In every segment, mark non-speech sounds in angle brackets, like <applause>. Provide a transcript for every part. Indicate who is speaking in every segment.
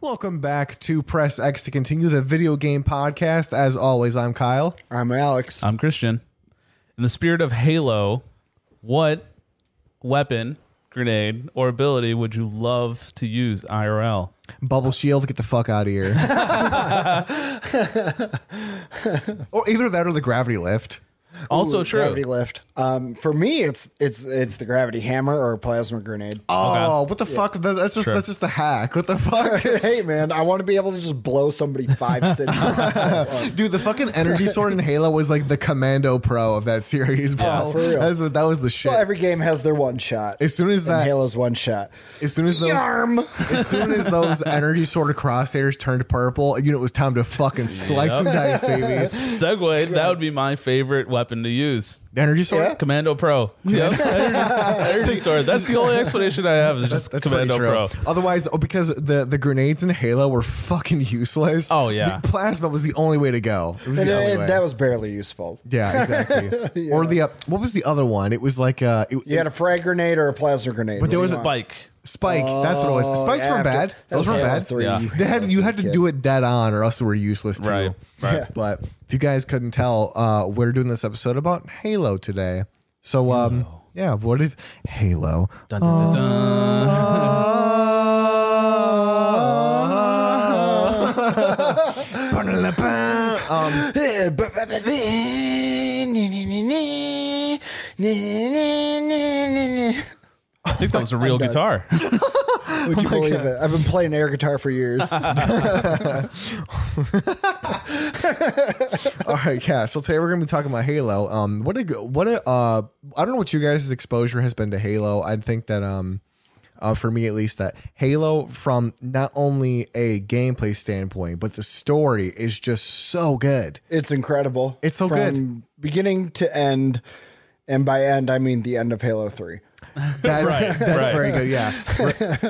Speaker 1: Welcome back to Press X to continue the video game podcast. As always, I'm Kyle.
Speaker 2: I'm Alex.
Speaker 3: I'm Christian. In the spirit of Halo, what weapon, grenade, or ability would you love to use IRL?
Speaker 1: Bubble shield, get the fuck out of
Speaker 2: <laughs>
Speaker 1: here. or either that or the gravity lift.
Speaker 3: also
Speaker 2: Ooh,
Speaker 3: true.
Speaker 2: Gravity lift. Um, for me, it's it's it's the gravity hammer or plasma grenade.
Speaker 1: Oh, what the fuck? That- That's just that's just the hack. What the fuck?
Speaker 2: <laughs> <laughs> hey man, I want to be able to just blow
Speaker 1: <laughs>
Speaker 2: somebody five city blocks at once.
Speaker 1: Dude, the fucking energy sword in Halo was like the Commando Pro of that series, bro.
Speaker 2: Yeah, for real.
Speaker 1: That's what- that was the shit.
Speaker 2: Well, every game has their one shot.
Speaker 1: as soon as
Speaker 2: and
Speaker 1: that,
Speaker 2: Halo's one shot.
Speaker 1: as soon as those, <laughs>
Speaker 2: Yarm.
Speaker 1: as soon as
Speaker 2: <laughs>
Speaker 1: those energy sword crosshairs turned purple, you know it was time to fucking slice some dice, baby. <laughs>
Speaker 3: Segway, that would be my favorite weapon to use.
Speaker 1: The energy sword.
Speaker 2: Yeah.
Speaker 1: <laughs>
Speaker 3: Commando Pro. Yep. energy, energy sword. That's the only explanation I have is just
Speaker 1: That's pretty
Speaker 3: Commando
Speaker 1: true.
Speaker 3: Pro.
Speaker 1: Otherwise, oh, because the, the grenades in Halo were fucking useless.
Speaker 3: Oh, yeah.
Speaker 1: the plasma was the only way to go. It was
Speaker 2: And
Speaker 1: the only
Speaker 2: it-
Speaker 1: way.
Speaker 2: that was barely useful.
Speaker 1: yeah,
Speaker 2: <laughs>
Speaker 1: exactly. Or the uh, what was the other one? It was like uh, it,
Speaker 2: You had a frag grenade or a plasma grenade.
Speaker 1: But there
Speaker 2: It
Speaker 1: was a-
Speaker 2: one.
Speaker 3: Bike.
Speaker 1: Spike. that's what it was.
Speaker 2: Oh,
Speaker 1: Spikes
Speaker 2: yeah,
Speaker 1: were
Speaker 2: after-
Speaker 1: bad.
Speaker 2: that
Speaker 1: Those
Speaker 2: was
Speaker 1: were
Speaker 2: Halo
Speaker 1: bad.
Speaker 2: 3.
Speaker 3: Yeah.
Speaker 2: You
Speaker 1: They had you had to
Speaker 2: kid.
Speaker 1: do it dead on, or else they were useless too.
Speaker 3: Right, right. Yeah.
Speaker 1: But if you guys couldn't tell, uh, we're doing this episode about Halo today. So um, yeah, what if Halo?
Speaker 3: Dun, dun, dun, dun.
Speaker 1: Oh. um, <laughs>
Speaker 2: <laughs> Would
Speaker 3: I think that was a real
Speaker 2: done.
Speaker 3: guitar.
Speaker 1: <laughs> Oh
Speaker 2: you believe it? I've been playing air guitar
Speaker 1: <laughs>
Speaker 2: for years.
Speaker 1: all right, yeah. So today we're gonna be talking about Halo. Um, what a g- what a uh, I don't know what you guys' exposure has been to Halo. I think that um, uh, for me at least, that Halo from not only a gameplay standpoint, but the story is just so good.
Speaker 2: It's incredible.
Speaker 1: It's so
Speaker 2: From
Speaker 1: good.
Speaker 2: beginning to end, and by end I mean the end of
Speaker 1: <laughs>
Speaker 2: Halo Three.
Speaker 1: That's,
Speaker 3: Right,
Speaker 1: that's
Speaker 3: right.
Speaker 1: very good. Yeah,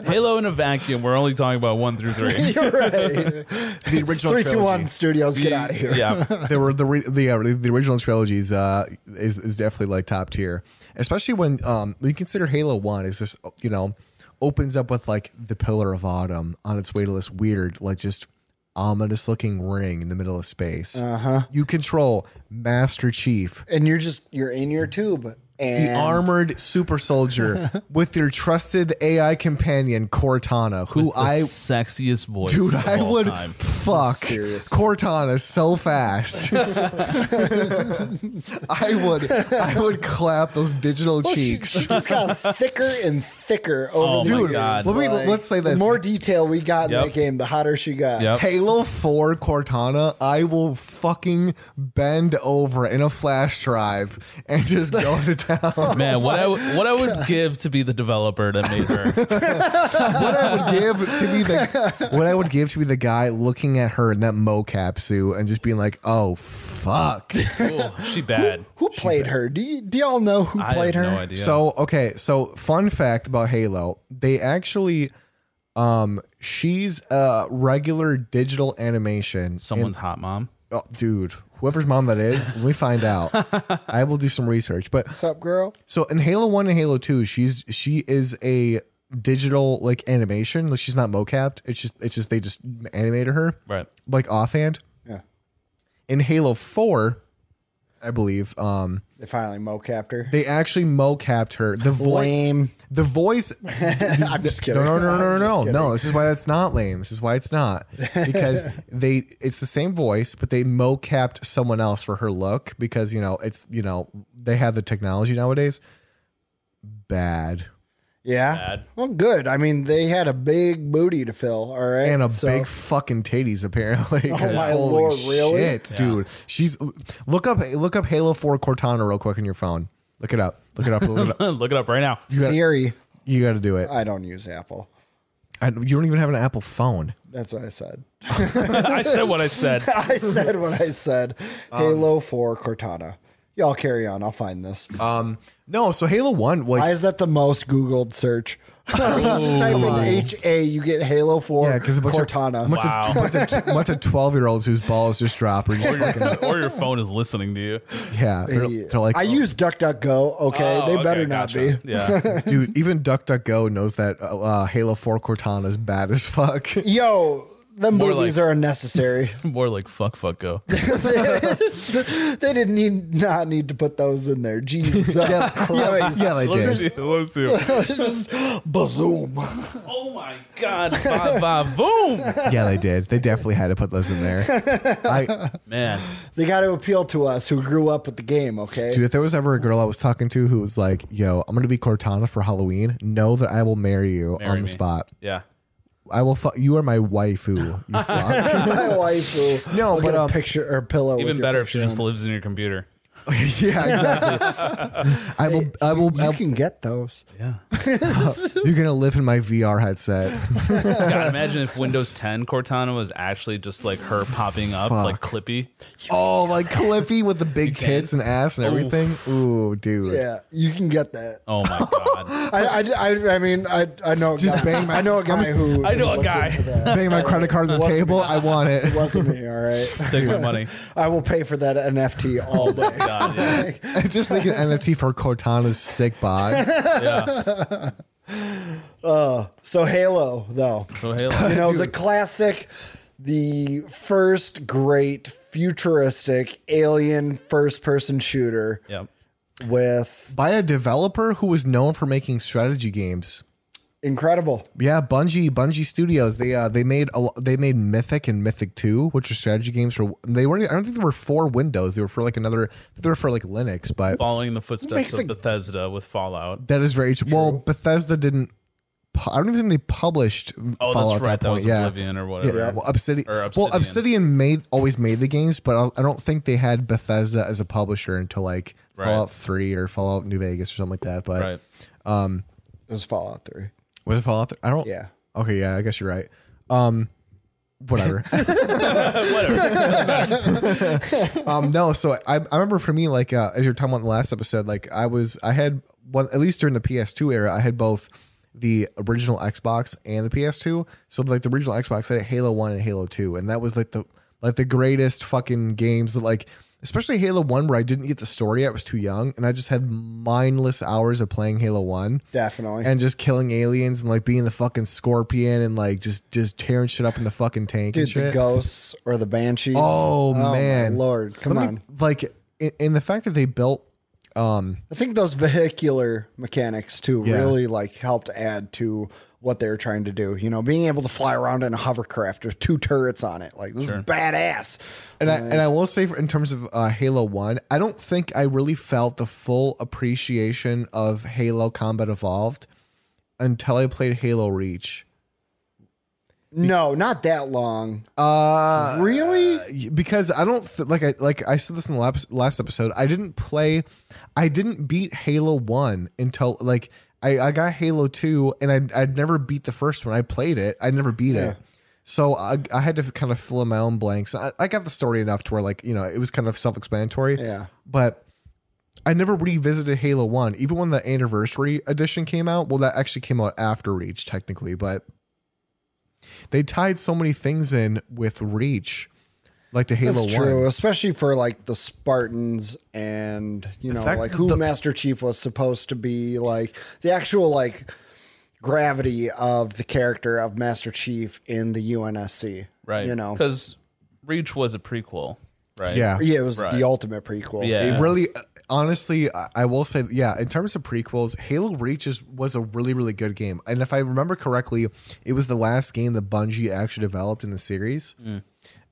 Speaker 3: Halo in a vacuum. We're only talking about one through three.
Speaker 2: You're right.
Speaker 1: the original
Speaker 2: Three, two,
Speaker 1: trilogy.
Speaker 2: one. Studios, get out of here.
Speaker 3: Yeah.
Speaker 1: They were the re- the uh, the original trilogies uh, is is definitely like top tier, especially when um when you consider Halo One is just you know opens up with like the Pillar of Autumn on its way to this weird like just ominous looking ring in the middle of space. Uh-huh. You control Master Chief,
Speaker 2: And you're just you're in your tube. And
Speaker 1: the armored super soldier, with your trusted AI companion Cortana, who
Speaker 3: The
Speaker 1: I.
Speaker 3: sexiest voice.
Speaker 1: Dude,
Speaker 3: of
Speaker 1: I
Speaker 3: all
Speaker 1: would
Speaker 3: time.
Speaker 1: fuck
Speaker 2: Seriously.
Speaker 1: Cortana so fast. I would, I would clap those digital
Speaker 2: Well, <laughs> she,
Speaker 1: cheeks.
Speaker 2: she
Speaker 1: <laughs>
Speaker 2: just got thicker and thicker
Speaker 3: Oh
Speaker 2: over the
Speaker 3: my
Speaker 2: years.
Speaker 3: God.
Speaker 1: Let me- let's say
Speaker 2: the
Speaker 1: this.
Speaker 2: more detail we got in
Speaker 3: Yep.
Speaker 2: that game, the hotter she got.
Speaker 3: Yep.
Speaker 1: Halo 4 Cortana, I will fucking bend over in a flash drive and just go to town.
Speaker 3: Man, what I w- what I would give to be the developer to
Speaker 2: <laughs>
Speaker 3: meet her.
Speaker 1: what I would give to be the what I would give to be the guy looking at her in that mocap suit and just being like, "Oh fuck."
Speaker 3: Ooh, she bad.
Speaker 2: Who played her? Do you, do y'all know who
Speaker 3: I
Speaker 2: played
Speaker 3: have
Speaker 2: her?
Speaker 3: no idea.
Speaker 1: So okay, so fun fact about Halo, they actually, um, she's a regular digital animation.
Speaker 3: someone's hot mom.
Speaker 1: Oh, dude, whoever's mom that is, we find out. I will do some research, but
Speaker 2: What's up, girl?
Speaker 1: so in Halo One and Halo Two, she's she is a digital like animation. Like she's not mocapped. It's just it's just they just animated her
Speaker 3: Right. <laughs>
Speaker 1: like offhand.
Speaker 2: Yeah.
Speaker 1: In Halo Four, I believe, um,
Speaker 2: They finally mocapped her.
Speaker 1: they actually mocapped her. The voice. <laughs>
Speaker 2: Lame.
Speaker 1: The voice.
Speaker 2: <laughs> I'm just kidding.
Speaker 1: No, no, no, no,
Speaker 2: I'm
Speaker 1: no, no.
Speaker 2: just
Speaker 1: No, this is why that's not lame. This is why it's not because
Speaker 2: <laughs>
Speaker 1: they. It's the same voice, but they mocapped someone else for her look because you know it's you know they have the technology nowadays. Bad
Speaker 2: Yeah.
Speaker 3: Bad.
Speaker 2: Well, good. I mean, they had a big booty to fill. All right.
Speaker 1: and a
Speaker 2: So-
Speaker 1: big fucking titties apparently.
Speaker 2: Oh my lord, really?
Speaker 1: shit, dude. She's look up look up Halo Four Cortana real quick on your phone. Look it up. Look it up. Look it
Speaker 2: <laughs>
Speaker 1: up.
Speaker 3: Look it up right now. <laughs>
Speaker 1: got-
Speaker 2: theory.
Speaker 1: You got to do it.
Speaker 2: I don't use Apple.
Speaker 1: I, you don't even have an Apple phone.
Speaker 2: That's what I said. <laughs>
Speaker 3: I said what I said.
Speaker 1: <laughs>
Speaker 2: I said what I said.
Speaker 1: Um,
Speaker 2: Halo 4 Cortana. Y'all
Speaker 1: Uh,
Speaker 2: carry on. I'll find this.
Speaker 1: Um, no. So Halo One, like <laughs>
Speaker 2: Why is that the most Googled search? <laughs> Just type in H A, you get Halo Four.
Speaker 1: Oh Yeah, because a bunch
Speaker 2: Cortana.
Speaker 1: of bunch
Speaker 3: Wow.
Speaker 1: of, bunch
Speaker 3: <laughs>
Speaker 1: of, bunch of twelve year olds whose balls just drop. Or just
Speaker 3: or, your, or your phone is listening to you.
Speaker 1: yeah, they're,
Speaker 2: Yeah.
Speaker 1: they're like,
Speaker 2: I
Speaker 1: oh,
Speaker 2: use DuckDuckGo. Okay,
Speaker 3: Oh,
Speaker 2: they
Speaker 3: okay,
Speaker 2: better not
Speaker 3: gotcha.
Speaker 2: be. <laughs>
Speaker 3: Yeah.
Speaker 1: dude. Even DuckDuckGo knows that uh, uh, Halo Four Cortana is bad as fuck.
Speaker 2: <laughs>
Speaker 1: <laughs>
Speaker 2: Yo, the
Speaker 3: More
Speaker 2: movies
Speaker 3: like-
Speaker 2: are unnecessary.
Speaker 3: More like fuck, fuck, go.
Speaker 2: <laughs> they didn't need not need to put those in there. Jesus Christ!
Speaker 1: <laughs> yeah, they
Speaker 3: <laughs> Let me
Speaker 1: did.
Speaker 3: see. Let
Speaker 2: <laughs>
Speaker 3: me see.
Speaker 2: Just bazoom.
Speaker 3: Oh my God. Ba, ba, boom.
Speaker 1: Yeah, they did. They definitely had to put those in there. I,
Speaker 3: Man.
Speaker 2: They got to appeal to us who grew up with the game. Okay,
Speaker 1: dude, if there was ever a girl I was talking to who was like, "Yo, I'm gonna be Cortana for Halloween," know that I will marry you
Speaker 3: Marry
Speaker 1: on the
Speaker 3: me.
Speaker 1: spot.
Speaker 3: Yeah.
Speaker 1: I will. Fu- you are my waifu.
Speaker 3: <laughs>
Speaker 1: You fuck.
Speaker 2: <laughs>
Speaker 1: <laughs>
Speaker 2: my wife who
Speaker 1: No,
Speaker 2: will
Speaker 1: but,
Speaker 2: get a
Speaker 1: um,
Speaker 2: picture or pillow. with
Speaker 3: Even
Speaker 2: your
Speaker 3: better if she
Speaker 2: picture
Speaker 3: just
Speaker 2: on
Speaker 3: lives in your computer.
Speaker 1: yeah, exactly.
Speaker 3: <laughs>
Speaker 1: I will. I will.
Speaker 2: it.
Speaker 1: I
Speaker 2: You can get those. <laughs>
Speaker 3: Yeah.
Speaker 1: You're gonna live in my VR headset.
Speaker 3: God, imagine if Windows 10 Cortana was actually just like her popping up like Clippy.
Speaker 1: Oh,
Speaker 3: <laughs>
Speaker 1: like Clippy with the big
Speaker 3: can.
Speaker 1: tits and ass and everything. Ooh, dude.
Speaker 2: Yeah, you can get that.
Speaker 3: Oh my God.
Speaker 2: I, I, I, I mean, I, I know. A
Speaker 1: Just
Speaker 2: guy,
Speaker 1: bang my-
Speaker 2: I know a guy who.
Speaker 3: I know a
Speaker 2: looked
Speaker 3: guy.
Speaker 2: into that.
Speaker 1: Bang my credit card on the
Speaker 2: Wasn't
Speaker 1: table.
Speaker 2: me.
Speaker 1: I want it.
Speaker 2: It
Speaker 3: <laughs>
Speaker 2: wasn't me. All right,
Speaker 3: Take my money.
Speaker 2: I will pay for that NFT
Speaker 3: <laughs>
Speaker 2: all day.
Speaker 3: God, yeah.
Speaker 1: Just like an NFT for Cortana's sick
Speaker 3: <laughs>
Speaker 1: bot.
Speaker 3: yeah.
Speaker 2: <laughs> So Halo, though,
Speaker 3: So Halo.
Speaker 2: you know the classic, the first great futuristic alien first-person shooter
Speaker 3: Yep.
Speaker 2: with
Speaker 1: By a developer who was known for making strategy games.
Speaker 2: incredible.
Speaker 1: Yeah, Bungie, Bungie Studios. They uh, they made a, lo- they made Mythic and Mythic Two, which are strategy games for. They were I don't think they were for Windows. They were for like another. They were for like Linux, but
Speaker 3: Following the
Speaker 2: Makes
Speaker 3: footsteps
Speaker 2: a-
Speaker 3: of Bethesda with Fallout.
Speaker 1: that is very true. Well, Bethesda didn't. pu- I don't even think they published
Speaker 3: Oh,
Speaker 1: Fallout
Speaker 3: that's right.
Speaker 1: at that
Speaker 3: that
Speaker 1: point.
Speaker 3: was
Speaker 1: yeah.
Speaker 3: Oblivion or
Speaker 1: Yeah,
Speaker 3: whatever.
Speaker 1: Well, Obsidian,
Speaker 3: Oh, Or
Speaker 1: Well,
Speaker 3: Obsidian.
Speaker 1: Obsidian made always made the games, but I- I don't think they had Bethesda as a publisher until like
Speaker 3: Right.
Speaker 1: Fallout Three or Fallout New Vegas or something like that. But
Speaker 3: Right.
Speaker 2: It was Fallout Three.
Speaker 1: was it Fallout? Th- I don't.
Speaker 2: Yeah.
Speaker 1: Okay. Yeah, I guess you're right. Um, whatever.
Speaker 3: whatever.
Speaker 1: um, no. So I, I remember for me, like uh, as you're talking about in the last episode, like I was I had one at least during the PS2 era, I had both the original Xbox and the PS2. So like the original Xbox I had Halo One and Halo Two, and that was like the like the greatest fucking games that like especially Halo One where I didn't get the story, I was too young, and I just had mindless hours of playing Halo One
Speaker 2: Definitely.
Speaker 1: and just killing aliens and like being the fucking scorpion and like just just tearing shit up in the fucking tank and
Speaker 2: Dude,
Speaker 1: shit.
Speaker 2: the ghosts or the banshees.
Speaker 1: Oh,
Speaker 2: my
Speaker 1: man.
Speaker 2: Lord, come
Speaker 1: Let
Speaker 2: on.
Speaker 1: me- like in, in the fact that they built um
Speaker 2: I think those vehicular mechanics too
Speaker 1: Yeah.
Speaker 2: really like helped add to what they were trying to do. You know, being able to fly around in a hovercraft with two turrets on it, like this is badass.
Speaker 1: and I, and I will say for- in terms of uh, Halo 1, I don't think I really felt the full appreciation of Halo Combat Evolved until I played Halo Reach.
Speaker 2: No, not that long.
Speaker 1: Uh
Speaker 2: really?
Speaker 1: because I don't th- like I like I said this in the last, last episode. I didn't play, I didn't beat Halo One until like I, I got Halo Two, and I I'd never beat the first one. I played it, I never beat it, so I I had to kind of fill in my own blanks. I, I got the story enough to where like you know it was kind of self explanatory.
Speaker 2: Yeah.
Speaker 1: but. I never revisited Halo 1, even when the anniversary edition came out. Well, that actually came out after Reach, technically, but they tied so many things in with Reach, like to Halo
Speaker 2: That's
Speaker 1: 1.
Speaker 2: true, especially for like the Spartans and you know,
Speaker 1: fact
Speaker 2: like
Speaker 1: that
Speaker 2: who
Speaker 1: the-
Speaker 2: Master Chief was supposed to be, like the actual like gravity of the character of Master Chief in the UNSC.
Speaker 3: right.
Speaker 2: You know.
Speaker 3: because Reach was a prequel, right?
Speaker 1: Yeah.
Speaker 2: Yeah, it was
Speaker 3: Right.
Speaker 2: the ultimate prequel.
Speaker 3: Yeah.
Speaker 1: It really, honestly, I I will say, yeah, in terms of prequels, Halo Reach is, was a really, really good game. And if I remember correctly, it was the last game that Bungie actually developed in the series.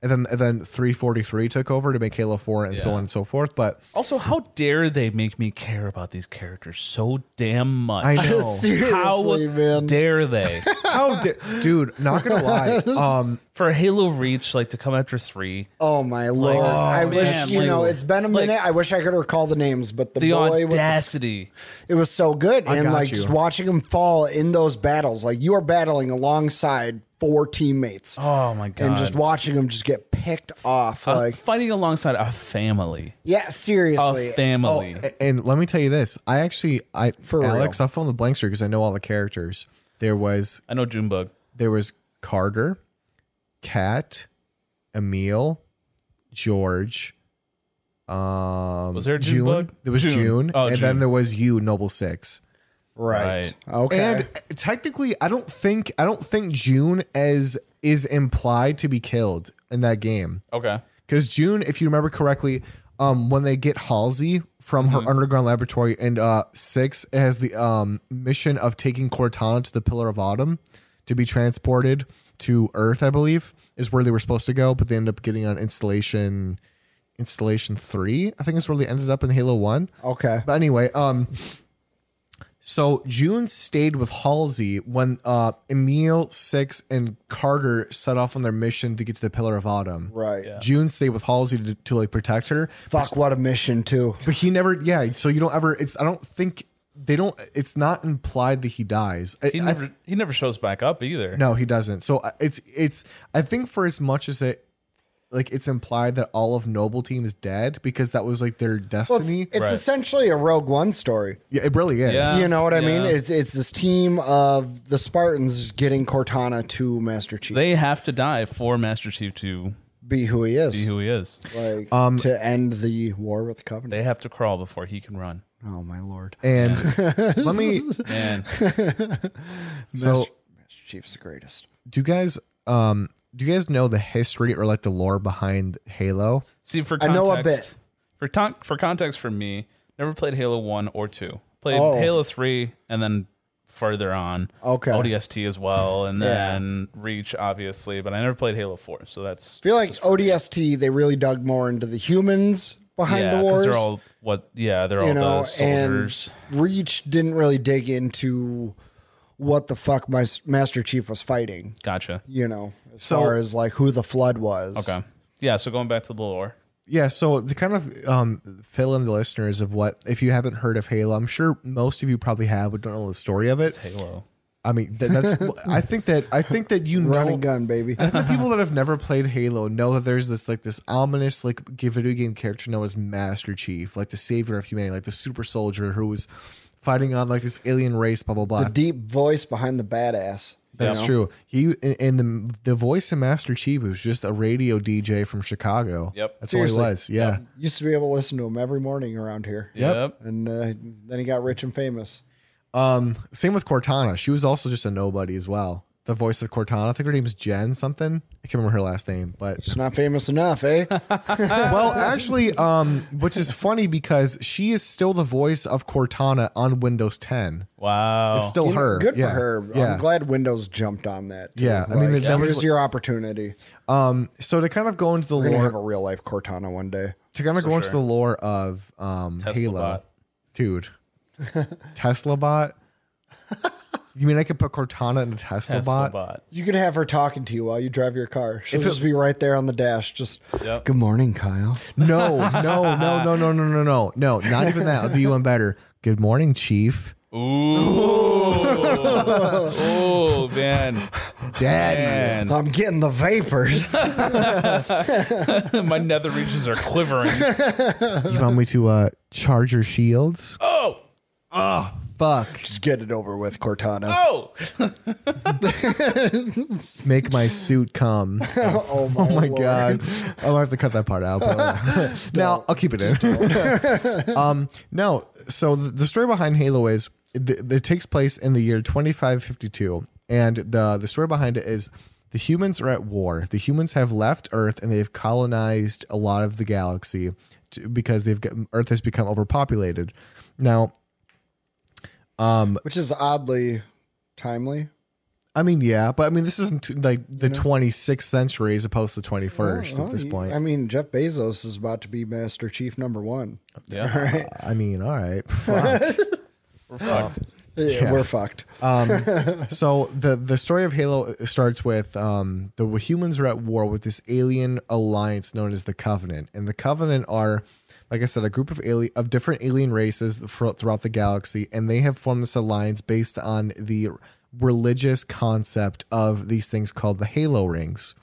Speaker 1: And then, and then 343 took over to make Halo 4 and so
Speaker 3: Yeah.
Speaker 1: on and so forth. But
Speaker 3: Also, how dare they make me care about these characters so damn much?
Speaker 1: I know.
Speaker 3: <laughs> How
Speaker 2: <laughs> Seriously, man.
Speaker 3: dare they?
Speaker 1: how did, Oh, dude, not gonna
Speaker 2: <laughs>
Speaker 1: lie. Um,
Speaker 3: For Halo Reach, like to come after three,
Speaker 2: Oh my lord! I
Speaker 3: man,
Speaker 2: wish you
Speaker 3: like-
Speaker 2: know it's been a
Speaker 3: like-
Speaker 2: minute. I wish I could recall the names, but the,
Speaker 3: the
Speaker 2: boy was
Speaker 3: audacity.
Speaker 2: it was so good, and
Speaker 1: got
Speaker 2: like
Speaker 1: you.
Speaker 2: just watching him fall in those battles, like you are battling alongside four teammates,
Speaker 3: Oh my god!
Speaker 2: and just watching him just get picked off.
Speaker 3: Uh,
Speaker 2: like
Speaker 3: fighting alongside a family,
Speaker 2: yeah,
Speaker 3: a
Speaker 2: seriously,
Speaker 3: family.
Speaker 1: oh, and, and let me tell you this, I actually, I,
Speaker 2: For
Speaker 1: Alex,
Speaker 2: real.
Speaker 1: I fill in the blanks here because I know all the characters. There was
Speaker 3: I know Junebug.
Speaker 1: there was Carter, Kat, Emil, George. Um,
Speaker 3: Was there a
Speaker 1: June?
Speaker 3: Junebug?
Speaker 1: There was June,
Speaker 3: June. Oh,
Speaker 1: and
Speaker 3: June.
Speaker 1: then there was you, Noble Six.
Speaker 2: Right.
Speaker 3: Right.
Speaker 2: Okay.
Speaker 1: And uh, technically, I don't think I don't think June as is implied to be killed in that game
Speaker 3: Okay.
Speaker 1: because June, if you remember correctly, um, when they get Halsey from her underground laboratory, and uh, Six has the um mission of taking Cortana to the Pillar of Autumn to be transported to Earth, I believe, is where they were supposed to go, but they end up getting on installation installation three. I think is where they ended up in Halo One.
Speaker 2: okay.
Speaker 1: But anyway, um, so June stayed with Halsey when uh Emil Six and Carter set off on their mission to get to the Pillar of Autumn.
Speaker 2: Right.
Speaker 1: June stayed with Halsey to, to like protect her,
Speaker 2: Fuck, what a mission too.
Speaker 1: but he never. Yeah, so you don't ever. It's I don't think they don't. It's not implied that he dies. I,
Speaker 3: He
Speaker 1: I-
Speaker 3: never he never shows back up either.
Speaker 1: no, he doesn't. So I- it's it's. I think for as much as it, like it's implied that all of Noble Team is dead because that was like their
Speaker 2: Well, it's
Speaker 1: destiny.
Speaker 2: it's
Speaker 3: Right.
Speaker 2: essentially a Rogue One story.
Speaker 1: yeah, it really is.
Speaker 3: Yeah.
Speaker 2: You know what I mean?
Speaker 3: yeah.
Speaker 2: It's it's this team of the Spartans getting Cortana to Master Chief
Speaker 3: They have to die for Master Chief to
Speaker 2: be who he
Speaker 3: be
Speaker 2: is,
Speaker 3: who he is.
Speaker 2: like to end the war with the Covenant.
Speaker 3: They have to crawl before he can run.
Speaker 2: oh my lord!
Speaker 1: And <laughs> let
Speaker 2: <laughs>
Speaker 1: me.
Speaker 3: Man.
Speaker 1: So
Speaker 2: Master, Master Chief's the greatest.
Speaker 1: do you guys um do you guys know the history or like the lore behind Halo?
Speaker 3: <laughs> See for
Speaker 2: I
Speaker 3: context,
Speaker 2: know a bit.
Speaker 3: For ton- for context for me, never played Halo 1 or 2. Played
Speaker 2: Oh.
Speaker 3: Halo 3 and then further on.
Speaker 2: Okay.
Speaker 3: ODST as well and then Reach obviously, but I never played Halo 4. So that's
Speaker 2: I feel like ODST they really dug more into the humans behind
Speaker 3: yeah,
Speaker 2: the
Speaker 3: 'cause
Speaker 2: wars.
Speaker 3: they're all what yeah, they're all
Speaker 2: you know,
Speaker 3: the soldiers.
Speaker 2: and Reach didn't really dig into what the fuck my Master Chief was fighting.
Speaker 3: gotcha.
Speaker 2: You know, as far as like who the flood was.
Speaker 3: Okay. Yeah, so going back to the lore.
Speaker 1: Yeah, so to kind of um, fill in the listeners of what, if you haven't heard of Halo, I'm sure most of you probably have, but don't know the story of it.
Speaker 3: Halo.
Speaker 1: I mean, that, that's. I think that I think that you know.
Speaker 2: <laughs> Running gun, baby.
Speaker 1: I think the people that have never played Halo know that there's this like this ominous like g- video game character known as Master Chief, like the savior of humanity, like the super soldier who was fighting on like this alien race, blah blah blah.
Speaker 2: The <laughs> deep voice behind the badass.
Speaker 1: That's true. He and- and the the voice of Master Chief was just a radio DJ from Chicago.
Speaker 3: Yep.
Speaker 1: that's all
Speaker 2: Seriously.
Speaker 1: he was. Yeah.
Speaker 2: Used to be able to listen to him every morning around here.
Speaker 1: Yep.
Speaker 2: And uh, then he got rich and famous.
Speaker 1: Um, same with Cortana. She was also just a nobody as well. The voice of Cortana. I think her name's Jen something. I can't remember her last name,
Speaker 3: <laughs>
Speaker 1: but
Speaker 2: It's not famous enough, eh?
Speaker 1: well, actually, um, which is funny because she is still the voice of Cortana on Windows 10.
Speaker 3: Wow.
Speaker 1: It's still
Speaker 2: You know,
Speaker 1: <laughs> her.
Speaker 2: Good
Speaker 1: Yeah.
Speaker 2: for her.
Speaker 1: Yeah.
Speaker 2: I'm glad Windows jumped on that. too.
Speaker 1: Yeah, I mean,
Speaker 2: Like,
Speaker 1: that was
Speaker 2: here's
Speaker 1: like-
Speaker 2: your opportunity.
Speaker 1: um, so to kind of go into the
Speaker 2: We're gonna
Speaker 1: lore,
Speaker 2: have a real life Cortana one day.
Speaker 1: to kind of go into
Speaker 3: sure.
Speaker 1: the lore of um,
Speaker 3: Tesla
Speaker 1: Halo,
Speaker 3: bot.
Speaker 2: <laughs>
Speaker 1: dude, Tesla bot. You mean I could put Cortana in a Tesla,
Speaker 3: Tesla
Speaker 1: bot?
Speaker 3: bot.
Speaker 2: You could have her talking to you while you drive your car. She'll
Speaker 1: If it-
Speaker 2: just be right there on the dash. Just
Speaker 3: Yep.
Speaker 2: good morning, Kyle.
Speaker 1: No, no, no, no, no, no, no, no, no. Not even that. I'll do you one better. Good morning, Chief. <laughs>
Speaker 3: Ooh. Ooh, man.
Speaker 1: Daddy.
Speaker 3: Man.
Speaker 2: I'm getting the vapors. <laughs>
Speaker 3: My nether regions are
Speaker 1: <laughs>
Speaker 3: quivering.
Speaker 1: You want me to uh, charge your shields?
Speaker 3: Oh.
Speaker 1: Fuck.
Speaker 2: just get it over with, Cortana.
Speaker 3: Oh.
Speaker 1: Make my suit come.
Speaker 2: Oh
Speaker 1: <laughs>
Speaker 2: my,
Speaker 1: Oh my
Speaker 2: Lord.
Speaker 1: god! I'm gonna have to cut that part out. But <laughs> no, I'll keep it in. <laughs> um, no. So the, the story behind Halo is th- it takes place in the year 2552, and the the story behind it is the humans are at war. The humans have left Earth and they've colonized a lot of the galaxy to, because they've got, Earth has become overpopulated. Now,
Speaker 2: <laughs> Which is oddly timely.
Speaker 1: I mean, yeah, but I mean, this isn't t- like the 26th century as opposed to the 21st
Speaker 2: Well,
Speaker 1: at this
Speaker 2: you-
Speaker 1: point.
Speaker 2: Oh, I mean, Jeff Bezos is about to be Master Chief number one.
Speaker 3: Yeah.
Speaker 2: Right?
Speaker 1: I mean, all right.
Speaker 3: We're fucked.
Speaker 2: Yeah, We're fucked.
Speaker 1: Uh, <laughs> so the the story of Halo starts with um, the humans are at war with this alien alliance known as the Covenant, and the Covenant are, like I said, a group of alien of different alien races thro- throughout the galaxy, and they have formed this alliance based on the religious concept of these things called the Halo rings.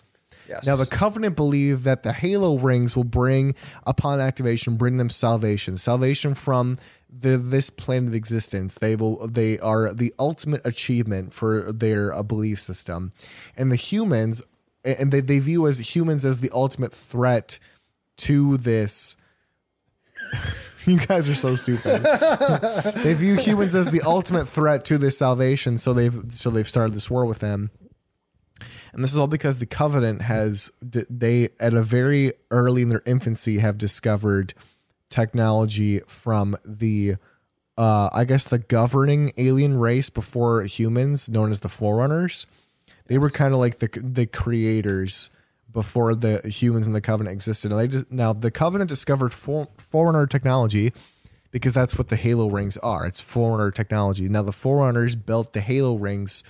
Speaker 2: Yes.
Speaker 1: Now the covenant believe that the halo rings will bring upon activation bring them salvation, salvation from the this planet of existence. They will they are the ultimate achievement for their uh, belief system. And the humans and they, they view as humans as the ultimate threat to this <laughs> you guys are so stupid. <laughs> they view humans as the ultimate threat to this salvation, so they've so they've started this war with them. And this is all because the covenant has d- they at a very early in their infancy have discovered technology from the uh, I guess the governing alien race before humans, known as the Forerunners. They were kind of like the the creators before the humans and the covenant existed. And they just now the covenant discovered for, foreigner technology because that's what the halo rings are. It's foreigner technology. Now the forerunners built the halo rings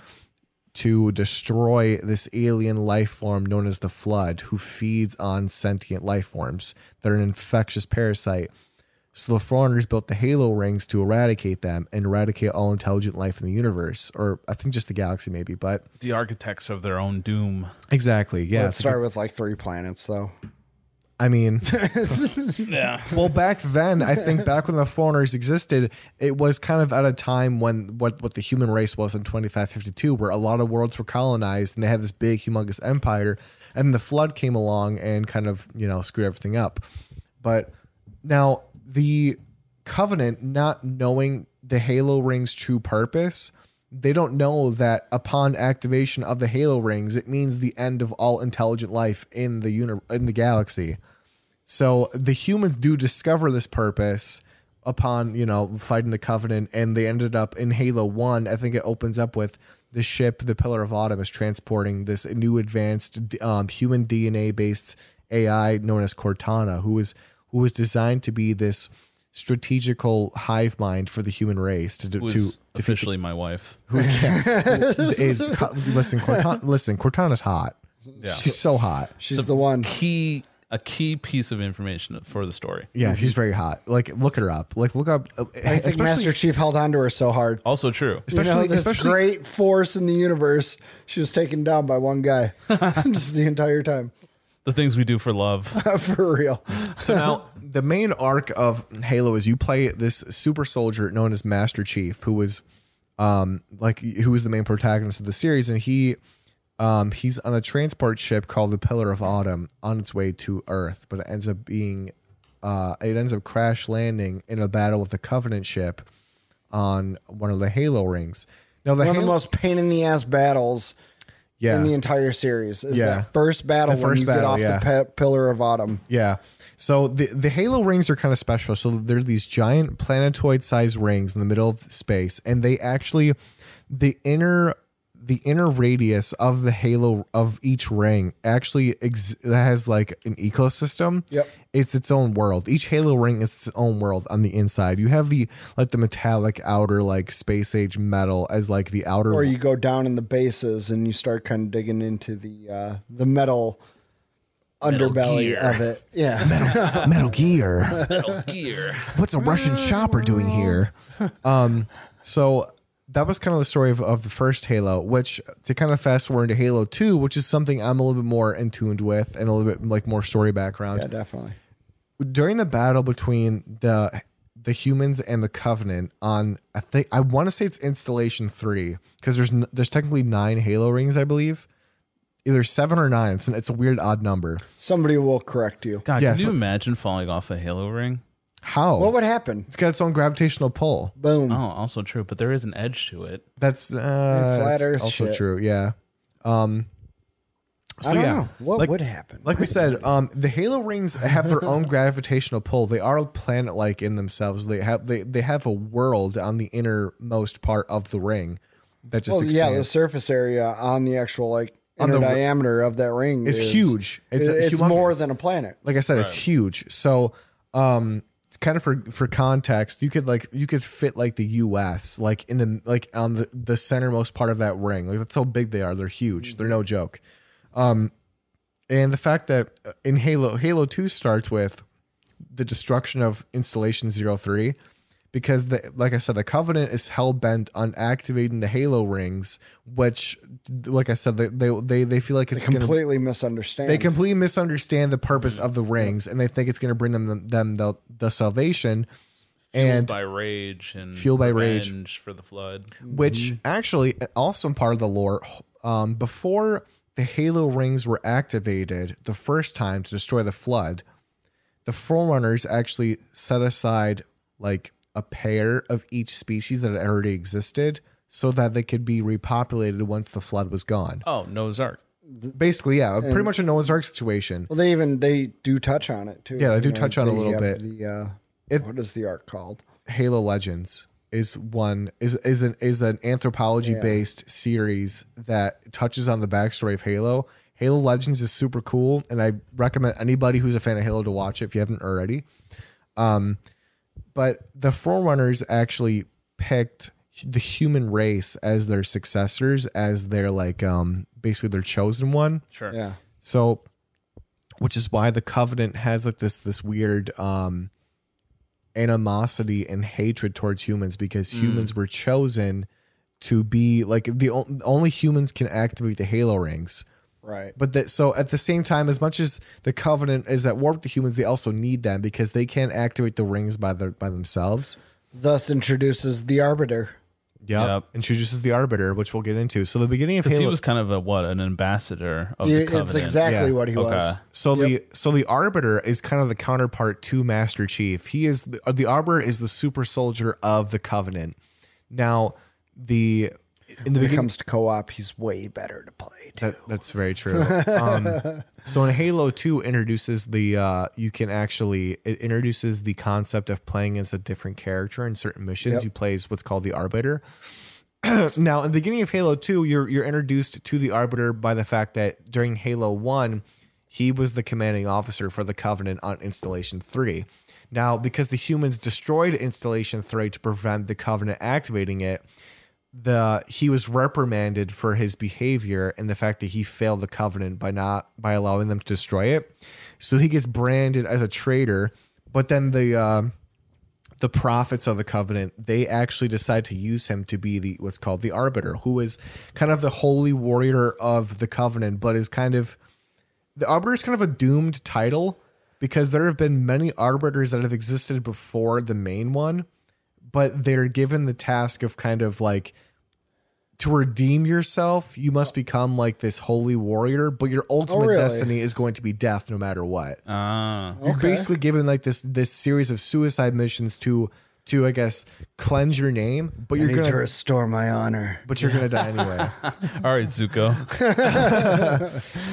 Speaker 1: to destroy this alien life form known as the flood who feeds on sentient life forms. They're an infectious parasite. So the foreigners built the halo rings to eradicate them and eradicate all intelligent life in the universe or I think just the galaxy maybe, but
Speaker 3: The architects of their own doom.
Speaker 1: Exactly. Yeah.
Speaker 2: Let's start with like three planets, though.
Speaker 1: I mean,
Speaker 3: Yeah.
Speaker 1: <laughs> well back then i think back when the foreigners existed it was kind of at a time when what, what the human race was in 2552 where a lot of worlds were colonized and they had this big humongous empire and the flood came along and kind of you know screwed everything up but now the covenant not knowing the halo ring's true purpose they don't know that upon activation of the halo rings it means the end of all intelligent life in the uni- in the galaxy so the humans do discover this purpose upon, you know, fighting the Covenant, and they ended up in Halo 1. I think it opens up with the ship, the Pillar of Autumn, is transporting this new advanced um, human DNA based AI known as Cortana, who is who was designed to be this strategical hive mind for the human race to,
Speaker 3: Who
Speaker 1: to,
Speaker 3: is
Speaker 1: to
Speaker 3: officially my wife.
Speaker 1: <laughs> is, listen Cortana, listen Cortana's hot
Speaker 3: Yeah.
Speaker 1: she's so hot
Speaker 2: She's the one.
Speaker 3: Key a key piece of information for the story.
Speaker 1: yeah she's very hot like look her up like look up uh,
Speaker 2: I think Master Chief held onto her so hard.
Speaker 3: Also true.
Speaker 2: You know,
Speaker 1: especially-
Speaker 2: this
Speaker 1: especially-
Speaker 2: great force in the universe, she was taken down by one guy
Speaker 1: <laughs>
Speaker 2: <laughs> just the entire time.
Speaker 3: The things we do for
Speaker 1: <laughs>
Speaker 3: love.
Speaker 2: <laughs> For real.
Speaker 1: So now the main arc of Halo is you play this super soldier known as Master Chief, who was um like who was the main protagonist of the series, and he um he's on a transport ship called the Pillar of Autumn on its way to Earth, but it ends up being uh it ends up crash landing in a battle with the Covenant ship on one of the Halo rings. Now the
Speaker 2: One
Speaker 1: Halo,
Speaker 2: of the most pain in the ass battles
Speaker 1: yeah.
Speaker 2: in the entire series is
Speaker 1: Yeah.
Speaker 2: that first battle
Speaker 1: The
Speaker 2: when
Speaker 1: first
Speaker 2: you
Speaker 1: battle,
Speaker 2: get off
Speaker 1: yeah.
Speaker 2: the pe- Pillar of Autumn.
Speaker 1: Yeah. So the the halo rings are kind of special. So they're these giant planetoid-sized rings in the middle of space, and they actually the inner the inner radius of the halo of each ring actually ex- has like an ecosystem.
Speaker 2: Yep.
Speaker 1: It's its own world. Each halo ring is its own world on the inside. You have the like the metallic outer like space age metal as like the outer
Speaker 2: Or you go down in the bases and you start kind of digging into the uh, the metal, underbelly
Speaker 3: gear.
Speaker 1: <laughs>
Speaker 2: of it. Yeah.
Speaker 1: metal
Speaker 2: <laughs>
Speaker 1: gear.
Speaker 3: <laughs> Metal Gear.
Speaker 1: what's a Russian shopper doing here? Um, so that was kind of the story of, of the first Halo, which to kind of fast forward into Halo 2, which is something I'm a little bit more in tuned with and a little bit like more story background
Speaker 2: yeah, definitely.
Speaker 1: during the battle between the the humans and the covenant on I think I want to say it's installation 3 cuz there's n- there's technically 9 Halo rings I believe either 7 or 9 it's, an, it's a weird odd number
Speaker 2: Somebody will correct you.
Speaker 3: God,
Speaker 1: Yeah,
Speaker 3: can you
Speaker 1: so-
Speaker 3: imagine falling off a halo ring?
Speaker 1: how
Speaker 2: What would happen?
Speaker 1: it's got its own gravitational pull
Speaker 2: Boom.
Speaker 3: Oh, also true, but there is an edge to it.
Speaker 1: that's uh that's
Speaker 2: Earth
Speaker 1: also
Speaker 2: shit.
Speaker 1: true yeah um so
Speaker 2: I don't
Speaker 1: yeah
Speaker 2: know. What
Speaker 1: like,
Speaker 2: would happen?
Speaker 1: Like we said, um, the halo rings have their own gravitational pull. They are planet-like in themselves. They have they, they have a world on the innermost part of the ring that just
Speaker 2: well, yeah, the
Speaker 1: expands.
Speaker 2: surface area on the actual like
Speaker 1: On the
Speaker 2: inner
Speaker 1: ri-
Speaker 2: diameter of that ring
Speaker 1: It's
Speaker 2: is
Speaker 1: huge. It's
Speaker 2: It's, it's
Speaker 1: humongous.
Speaker 2: more than a planet.
Speaker 1: like I said, it's huge. So, um, it's kind of for for context. You could like you could fit like the U.S. like in the like on the the centermost part of that ring. Like that's how big they are. They're huge. They're no joke. Um, and the fact that uh, in Halo Halo Two starts with the destruction of installation 03 because the like I said, the Covenant is hell bent on activating the Halo rings, which, like I said, they they they, they feel like it's gonna
Speaker 2: completely misunderstand.
Speaker 1: they completely misunderstand the purpose of the rings, and they think it's going to bring them the, them the, the salvation, and
Speaker 3: by rage and
Speaker 1: Fueled by rage.
Speaker 3: revenge for the flood.
Speaker 1: which actually uh, also part of the lore. Um, before the Halo rings were activated the first time to destroy the flood, the Forerunners actually set aside like a pair of each species that had already existed, so that they could be repopulated once the flood was gone.
Speaker 3: Oh, Noah's Ark.
Speaker 1: Basically, yeah, pretty much a Noah's Ark situation.
Speaker 2: well, they even they do touch on it too.
Speaker 1: Yeah, they
Speaker 2: You
Speaker 1: do
Speaker 2: know,
Speaker 1: touch on it a
Speaker 2: they
Speaker 1: little
Speaker 2: have
Speaker 1: bit.
Speaker 2: The uh,
Speaker 1: It-
Speaker 2: what is the arc called?
Speaker 1: Halo Legends is one is is an is an anthropology based series that touches on the backstory of Halo. Halo Legends is super cool, and I recommend anybody who's a fan of Halo to watch it if you haven't already. Um, but the Forerunners actually picked the human race as their successors, as their like um basically their chosen one.
Speaker 3: Sure.
Speaker 2: Yeah,
Speaker 1: So, which is why the covenant has like this this weird um animosity and hatred towards humans
Speaker 3: Mm.
Speaker 1: because humans were chosen to be like the on- only humans can activate the halo rings.
Speaker 2: right.
Speaker 1: But that so at the same time, as much as the covenant is at war with the humans, they also need them because they can't activate the rings by their by themselves.
Speaker 2: Thus introduces the arbiter.
Speaker 1: Yep.
Speaker 3: Yep.
Speaker 1: Introduces the arbiter, which we'll get into. So the beginning of
Speaker 3: Because
Speaker 1: Halo
Speaker 3: he was kind of a what an ambassador of
Speaker 2: Yeah,
Speaker 3: the covenant.
Speaker 2: it's exactly
Speaker 1: Yeah.
Speaker 2: what he was.
Speaker 3: Okay.
Speaker 1: So the so the arbiter is kind of the counterpart to Master Chief. He is the, uh, the arbiter is the super soldier of the Covenant. Now the in the
Speaker 2: When it
Speaker 1: beginning
Speaker 2: comes to co-op, he's way better to play. Too.
Speaker 1: that, that's very true. Um, so in Halo Two introduces the uh, you can actually it introduces the concept of playing as a different character in certain missions. You play as what's called the arbiter. <clears throat> now in the beginning of Halo 2, you're you're introduced to the Arbiter by the fact that during Halo 1, he was the commanding officer for the Covenant on Installation 3. Now, because the humans destroyed Installation 3 to prevent the Covenant activating it, the he was reprimanded for his behavior and the fact that he failed the Covenant by not by allowing them to destroy it. So he gets branded as a traitor, but then the um the prophets of the covenant they actually decide to use him to be the what's called the arbiter who is kind of the holy warrior of the covenant but is kind of the arbiter is kind of a doomed title because there have been many arbiters that have existed before the main one but they're given the task of kind of like to redeem yourself you must become like this holy warrior but your ultimate
Speaker 2: really?
Speaker 1: destiny is going to be death no matter what
Speaker 3: Ah.
Speaker 1: you're basically given like this this series of suicide missions to to I guess cleanse your name, but
Speaker 2: I
Speaker 1: you're
Speaker 2: need
Speaker 1: gonna
Speaker 2: to restore my honor.
Speaker 1: but you're gonna die anyway.
Speaker 3: All right,
Speaker 2: <laughs>
Speaker 3: Zuko.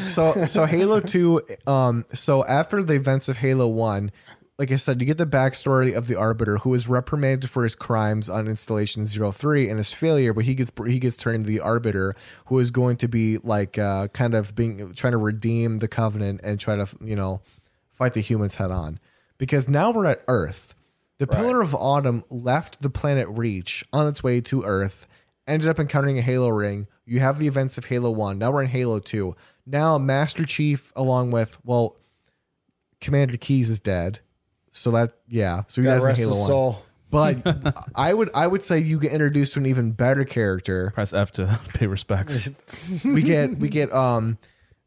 Speaker 1: so so Halo 2 um so after the events of Halo 1 like I said, you get the backstory of the Arbiter, who is reprimanded for his crimes on Installation 03 and his failure, but he gets he gets turned into the Arbiter, who is going to be like uh, kind of being trying to redeem the Covenant and try to you know fight the humans head on. Because now we're at Earth. The Pillar of Autumn left the planet Reach on its way to Earth, ended up encountering a Halo ring. You have the events of Halo 1. Now we're in Halo 2. Now Master Chief, along with, well, Commander Keys is dead. So that, yeah. So you
Speaker 2: God
Speaker 1: guys in
Speaker 2: rest
Speaker 1: Halo
Speaker 2: his
Speaker 1: 1.
Speaker 2: soul.
Speaker 1: But
Speaker 2: <laughs>
Speaker 1: I would I would say you get introduced to an even better character.
Speaker 3: Press F to <laughs> pay respects.
Speaker 1: We get we get um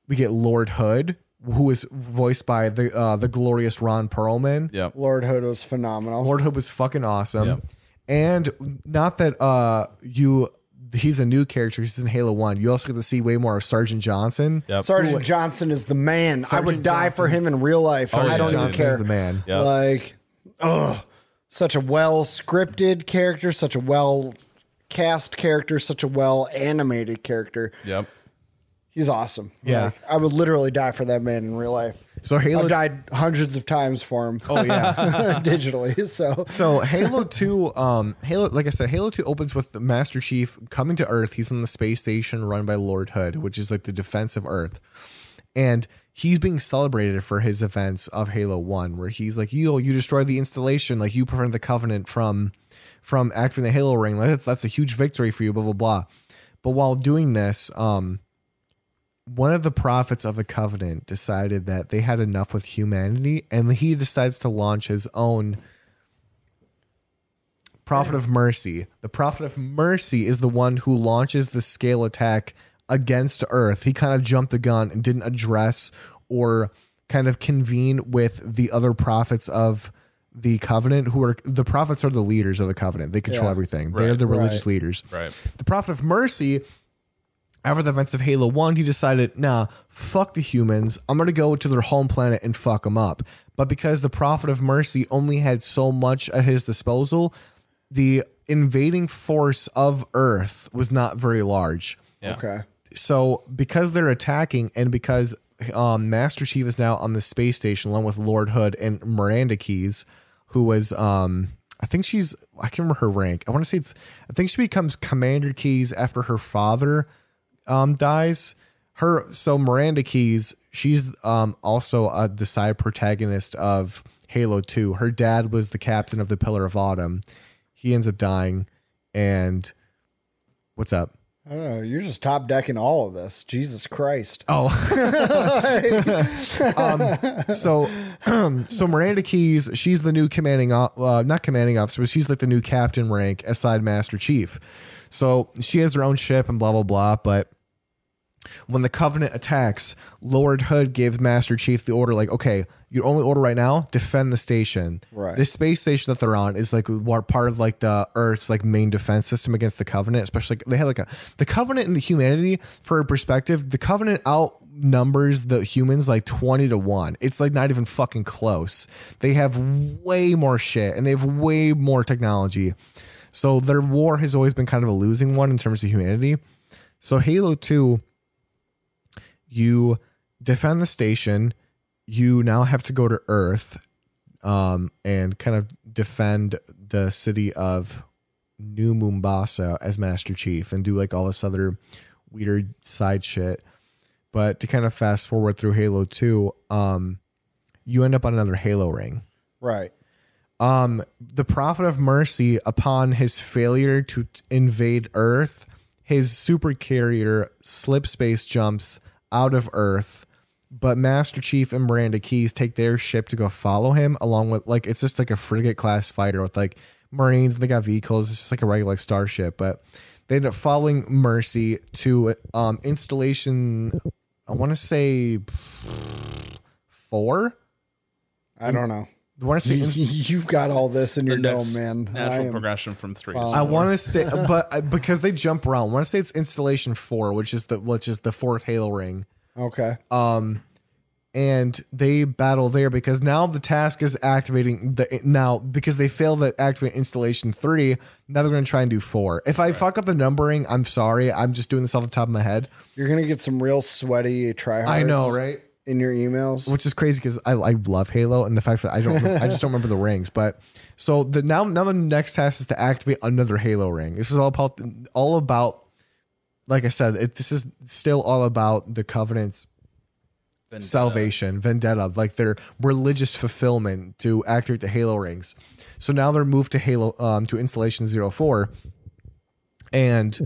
Speaker 1: we get Lord Hood, who is voiced by the uh the glorious Ron Perlman.
Speaker 3: Yep.
Speaker 2: Lord Hood was phenomenal.
Speaker 1: Lord Hood was fucking awesome.
Speaker 3: Yep.
Speaker 1: And not that uh you he's a new character, he's in Halo 1. You also get to see way more of Sergeant Johnson.
Speaker 3: Yep.
Speaker 2: Sergeant Johnson is the man. I would
Speaker 1: Sergeant
Speaker 2: die for him in real life. I
Speaker 3: Oh,
Speaker 1: Sergeant
Speaker 2: don't even
Speaker 1: Johnson
Speaker 2: care.
Speaker 1: is the man.
Speaker 3: Yep.
Speaker 2: Like, oh, such a well scripted character, such a well cast character, such a well animated character.
Speaker 3: Yep.
Speaker 2: He's awesome.
Speaker 1: Yeah.
Speaker 2: Like, I would literally die for that man in real life.
Speaker 1: So Halo
Speaker 2: I've died hundreds of times for him.
Speaker 1: Oh yeah.
Speaker 2: <laughs> digitally. So
Speaker 1: So Halo 2, um, Halo, like I said, Halo 2 opens with the Master Chief coming to Earth. He's on the space station run by Lord Hood, which is like the defense of Earth. And he's being celebrated for his events of Halo 1, where he's like, yo, you destroyed the installation, like you prevented the Covenant from from activating the Halo ring. Like, that's, that's a huge victory for you, blah, blah, blah. But while doing this, um, one of the prophets of the covenant decided that they had enough with humanity and he decides to launch his own Prophet of Mercy. The Prophet of Mercy is the one who launches the scale attack against Earth. He kind of jumped the gun and didn't address or kind of convene with the other prophets of the covenant who are the prophets are the leaders of the covenant. They control
Speaker 2: Yeah.
Speaker 1: everything. they are the religious leaders.
Speaker 3: Right.
Speaker 1: The Prophet of Mercy after the events of Halo 1, he decided, nah, fuck the humans. I'm going to go to their home planet and fuck them up. But because the Prophet of Mercy only had so much at his disposal, the invading force of Earth was not very large.
Speaker 3: Yeah.
Speaker 2: Okay.
Speaker 1: So, because they're attacking and because um, Master Chief is now on the space station along with Lord Hood and Miranda Keys, who was, um, I think she's, I can't remember her rank. I want to say it's, I think she becomes Commander Keys after her father um dies her so miranda keys she's um also uh, the side protagonist of halo 2 her dad was the captain of the pillar of autumn he ends up dying and what's up
Speaker 2: I don't know. You're just top decking all of this. Jesus Christ.
Speaker 1: oh <laughs> um so <clears throat> so miranda keys she's the new commanding o- uh, not commanding officer but she's like the new captain rank aside master chief so she has her own ship and blah blah blah but when the covenant attacks lord hood gave master chief the order like okay your only order right now defend the station
Speaker 2: Right.
Speaker 1: this space station that they're on is like war- part of like the earth's like main defense system against the covenant especially like, they had like a the covenant and the humanity for perspective the covenant outnumbers the humans like 20 to 1 it's like not even fucking close they have way more shit and they have way more technology so their war has always been kind of a losing one in terms of humanity so halo 2 you defend the station you now have to go to earth um, and kind of defend the city of new mombasa as master chief and do like all this other weird side shit but to kind of fast forward through halo 2 um, you end up on another halo ring
Speaker 2: Right.
Speaker 1: um, the prophet of mercy upon his failure to t- invade earth his super carrier slip space jumps out of earth but master chief and miranda keys take their ship to go follow him along with like it's just like a frigate class fighter with like marines and they got vehicles it's just like a regular like starship but they end up following mercy to um installation i want to say four
Speaker 2: I
Speaker 1: <laughs>
Speaker 2: don't know.
Speaker 1: i want to say
Speaker 2: <laughs> You've got all this in your
Speaker 3: Next
Speaker 2: dome, man. I
Speaker 3: Natural
Speaker 2: am-
Speaker 3: progression from three. to
Speaker 1: I
Speaker 3: four.
Speaker 1: want to <laughs> say, but I- because they jump around, I want to say it's installation four, which is the which is the fourth Halo ring.
Speaker 2: okay.
Speaker 1: Um, and they battle there because now the task is activating the now because they failed to activate installation three. Now they're going to try and do four. If I fuck up the numbering, I'm sorry. I'm just doing this off the top of my head.
Speaker 2: You're gonna get some real sweaty tryhards.
Speaker 1: I know, right?
Speaker 2: In your emails.
Speaker 1: which is crazy because I, I love Halo and the fact that I don't I just don't remember the rings. But so the now now the next task is to activate another Halo ring. This is all about all about like I said, it, this is still all about the Covenant's <laughs>
Speaker 3: Then, uh,
Speaker 1: salvation, vendetta, like their religious fulfillment to activate the Halo rings. So now they're moved to Halo um, to installation 04 and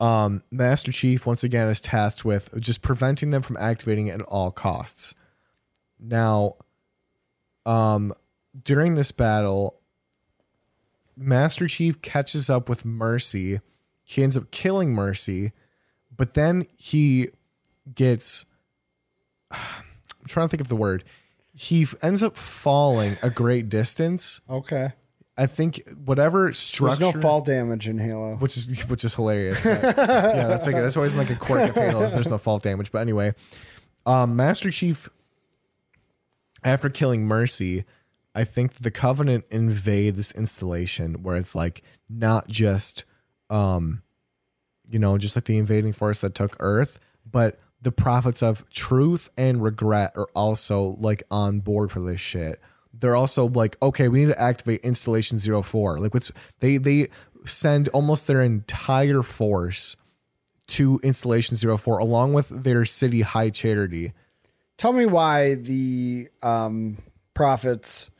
Speaker 1: um, Master Chief once again is tasked with just preventing them from activating it at all costs. Now, um, during this battle, Master Chief catches up with Mercy. He ends up killing Mercy, but then he gets. I'm trying to think of the word. He f- ends up falling a great distance.
Speaker 2: Okay.
Speaker 1: I think whatever
Speaker 2: There's
Speaker 1: structure
Speaker 2: no fall damage in Halo.
Speaker 1: which is <laughs> which is hilarious. but, yeah, that's like that's always like a quirk of Halo. is There's no fault damage, but anyway, um, Master Chief. After killing Mercy, I think the Covenant invade this installation where it's like not just, um, you know, just like the invading force that took Earth, but the prophets of truth and regret are also like on board for this shit. They're also like, okay, we need to activate installation 04. Like what's they they send almost their entire force to installation 04 along with their city high charity.
Speaker 2: Tell me why the um, prophets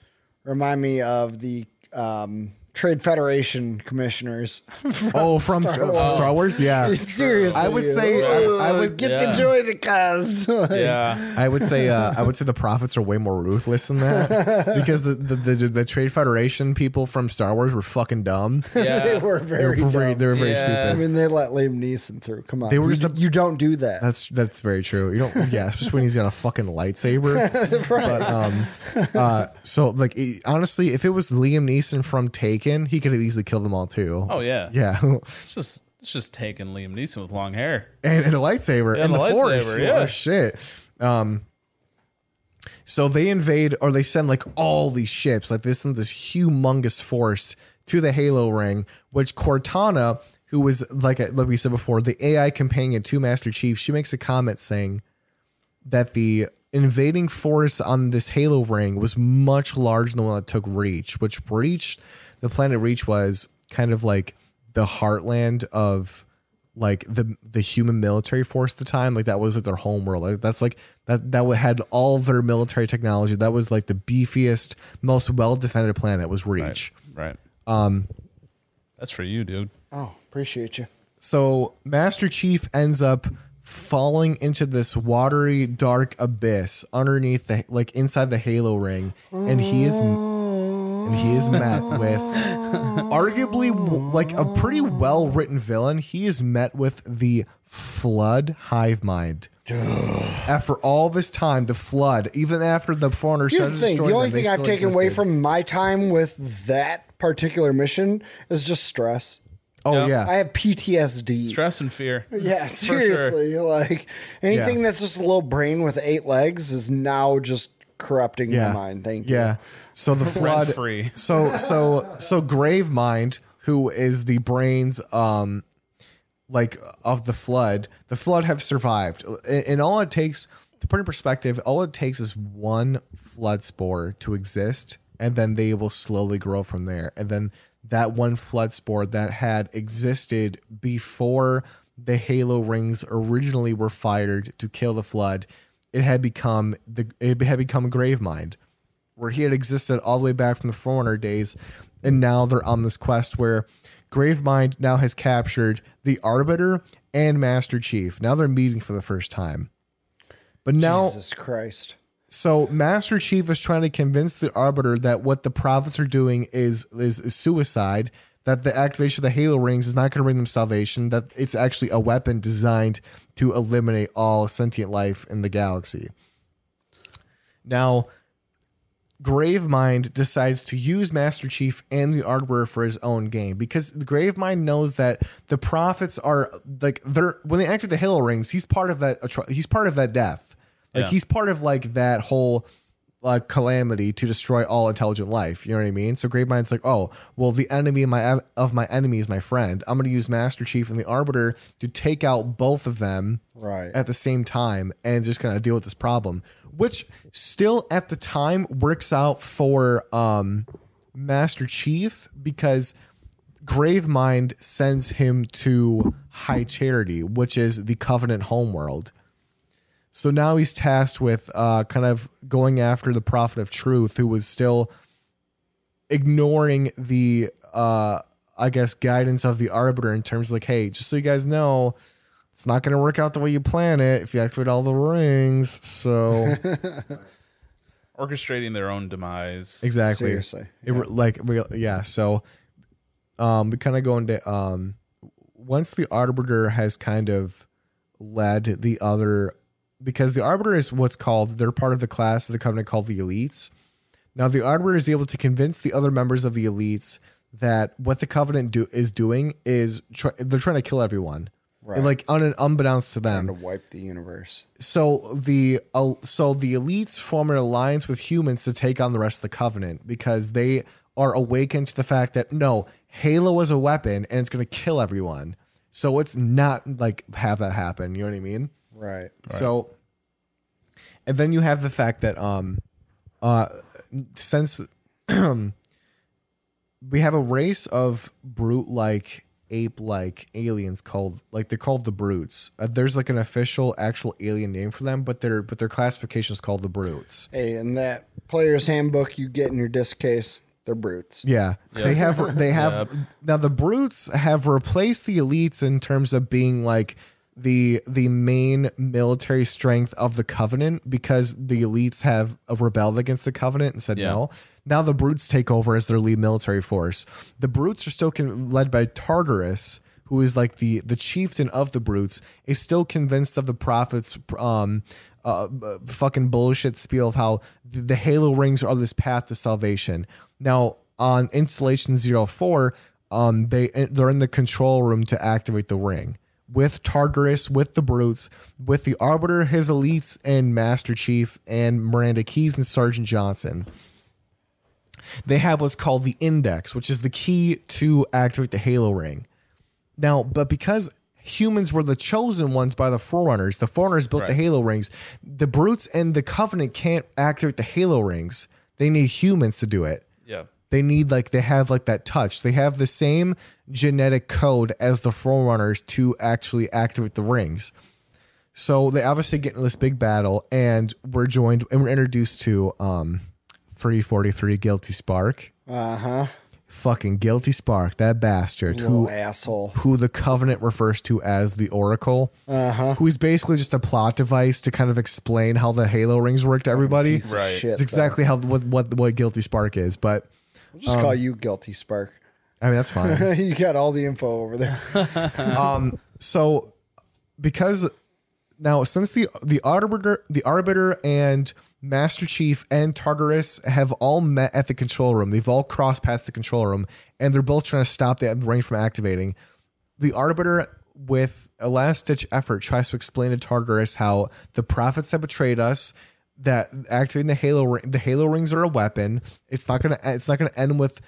Speaker 2: remind me of the um, Trade Federation commissioners. <laughs>
Speaker 1: Oh, from
Speaker 2: Star
Speaker 1: Star Wars,
Speaker 2: Wars.
Speaker 1: Star Wars? <laughs> yeah.
Speaker 2: Seriously,
Speaker 1: I would say- I- I
Speaker 2: Ugh,
Speaker 1: would-
Speaker 2: get
Speaker 3: Yeah.
Speaker 2: the joy because <laughs>
Speaker 3: Yeah.
Speaker 1: I would say uh, I would say the prophets are way more ruthless than <laughs> that because the the, the the Trade Federation people from Star Wars were fucking dumb.
Speaker 3: Yeah.
Speaker 2: they were
Speaker 1: They were
Speaker 2: very.
Speaker 1: very,
Speaker 2: dumb.
Speaker 1: they were very
Speaker 3: Yeah.
Speaker 2: I
Speaker 1: stupid.
Speaker 2: mean, they let Liam Neeson through. Come on,
Speaker 1: They were
Speaker 2: you,
Speaker 1: just
Speaker 2: d-
Speaker 1: the-
Speaker 2: you don't do that.
Speaker 1: That's that's very true. You don't, yeah, especially when he's got a fucking lightsaber.
Speaker 2: <laughs>
Speaker 1: But um, uh, so like it, honestly, if it was Liam Neeson from Taken, he could have easily killed them all too.
Speaker 3: Oh yeah.
Speaker 1: yeah, <laughs>
Speaker 3: It's just it's just taking Liam Neeson with long hair.
Speaker 1: and, and a lightsaber
Speaker 3: Yeah,
Speaker 1: and the,
Speaker 3: the
Speaker 1: force.
Speaker 3: lightsaber, yeah.
Speaker 1: Oh shit. Um so they invade or they send like all these ships, like this and this humongous force to the Halo ring, which Cortana, who was like I- like we said before, the AI companion to Master Chief, she makes a comment saying that the invading force on this Halo ring was much larger than the one that took Reach, which Reach, the planet Reach was kind of like the heartland of like the the human military force at the time. Like that was like their home world. Like, that's like that that had all of their military technology. That was like the beefiest, most well defended planet was Reach.
Speaker 3: Right. Um That's for you, dude.
Speaker 2: oh, appreciate you.
Speaker 1: So Master Chief ends up falling into this watery, dark abyss underneath the like inside the Halo ring, and he is and he is met
Speaker 2: <laughs>
Speaker 1: with arguably w- like a pretty well written villain. He is met with the Flood Hive Mind. after all this time, the Flood, even after the foreigner
Speaker 2: Here's the
Speaker 1: started
Speaker 2: thing: the
Speaker 1: destroying
Speaker 2: only
Speaker 1: them, they
Speaker 2: thing I've
Speaker 1: still
Speaker 2: taken away
Speaker 1: existed.
Speaker 2: from my time with that particular mission is just stress.
Speaker 1: oh
Speaker 3: Yeah.
Speaker 1: yeah,
Speaker 2: I have PTSD.
Speaker 3: Stress and fear.
Speaker 2: <laughs>
Speaker 1: <laughs>
Speaker 2: Yeah,
Speaker 3: sure.
Speaker 2: seriously. Like anything
Speaker 1: Yeah.
Speaker 2: that's just a little brain with eight legs is now just corrupting
Speaker 1: yeah.
Speaker 2: my mind. Thank
Speaker 1: Yeah. So the flood.
Speaker 3: free.
Speaker 1: So so so Gravemind, who is the brains, um, like of the flood. The flood have survived, and, and all it takes to put in perspective, all it takes is one flood spore to exist, and then they will slowly grow from there. And then that one flood spore that had existed before the Halo rings originally were fired to kill the flood, it had become the it had become Gravemind where he had existed all the way back from the Forerunner days, and now they're on this quest where Gravemind now has captured the Arbiter and Master Chief. Now they're meeting for the first time. But
Speaker 2: you.
Speaker 1: now,
Speaker 2: Jesus Christ.
Speaker 1: so Master Chief is trying to convince the Arbiter that what the prophets are doing is is, is suicide. That the activation of the Halo rings is not going to bring them salvation. That it's actually a weapon designed to eliminate all sentient life in the galaxy. Now, Gravemind decides to use Master Chief and the Arbiter for his own game because Gravemind knows that the prophets are like they're when they activate the Halo rings, he's part of that. atro- He's part of that death. Like
Speaker 3: Yeah.
Speaker 1: he's part of like that whole uh, calamity to destroy all intelligent life. You know what I mean? So Gravemind's like, oh, well, the enemy of my of my enemy is my friend. I'm going to use Master Chief and the Arbiter to take out both of them
Speaker 2: Right.
Speaker 1: at the same time and just kind of deal with this problem, which still at the time works out for um, Master Chief because Gravemind sends him to High Charity, which is the Covenant homeworld. So now he's tasked with uh, kind of going after the Prophet of Truth, who was still ignoring the, uh, I guess, guidance of the Arbiter in terms of like, hey, just so you guys know, it's not going to work out the way you plan it if you activate all the rings.
Speaker 2: <laughs>
Speaker 1: So
Speaker 3: Orchestrating their own demise.
Speaker 1: exactly,
Speaker 2: Seriously.
Speaker 1: It re- like we, yeah. So um, we kind of go into um, once the arbiter has kind of led the other because the arbiter is what's called they're part of the class of the covenant called the elites. Now the arbiter is able to convince the other members of the elites that what the covenant do is doing is try, they're trying to kill everyone.
Speaker 2: Right.
Speaker 1: Like un- unbeknownst to them,
Speaker 2: to wipe the universe.
Speaker 1: so the uh, so the elites form an alliance with humans to take on the rest of the covenant because they are awakened to the fact that no halo is a weapon and it's going to kill everyone so let's not like have that happen you know what i mean
Speaker 2: Right.
Speaker 1: so and then you have the fact that um uh since <clears throat> we have a race of brute like ape like aliens called like they're called the brutes. Uh, there's like an official actual alien name for them, but their but their classification is called the brutes.
Speaker 2: Hey, in that player's handbook you get in your disc case, They're brutes.
Speaker 1: Yeah, they have they have now the brutes have replaced the elites in terms of being like the the main military strength of the covenant because the elites have rebelled against the covenant and said
Speaker 3: Yeah.
Speaker 1: no. Now the brutes take over as their lead military force. The brutes are still con- led by Tartarus, who is like the the chieftain of the brutes, is still convinced of the prophet's um uh, uh, fucking bullshit spiel of how the, the halo rings are this path to salvation. Now on installation 04, um they they're in the control room to activate the ring with Tartarus, with the Brutes, with the Arbiter, his elites, and Master Chief, and Miranda Keys and Sergeant Johnson they have what's called the index, which is the key to activate the halo ring. Now, but because humans were the chosen ones by the forerunners, the forerunners built the halo rings. The brutes and the covenant can't activate the halo rings. They need humans to do it.
Speaker 3: Yeah.
Speaker 1: They need like they have like that touch. They have the same genetic code as the forerunners to actually activate the rings. So they obviously get into this big battle, and we're joined and we're introduced to um, 343 Guilty Spark
Speaker 2: Uh huh.
Speaker 1: fucking guilty spark that bastard <laughs> who
Speaker 2: Little Oh, asshole.
Speaker 1: who the covenant refers to as the oracle uh-huh. who's basically just a plot device to kind of explain how the halo rings work to everybody
Speaker 2: Piece of
Speaker 3: Right.
Speaker 2: shit,
Speaker 1: it's
Speaker 2: though.
Speaker 1: exactly how what, what what guilty spark is but
Speaker 2: I'll just
Speaker 1: um,
Speaker 2: call you Guilty Spark. <laughs>
Speaker 1: i mean that's fine
Speaker 2: you got all the info
Speaker 1: <laughs>
Speaker 2: over there.
Speaker 1: um so because now since the the arbiter the arbiter and master chief and tartarus have all met at the control room they've all crossed past the control room and they're both trying to stop the ring from activating the arbiter with a last ditch effort tries to explain to tartarus how the prophets have betrayed us that activating the halo ring the halo rings are a weapon it's not gonna it's not gonna end with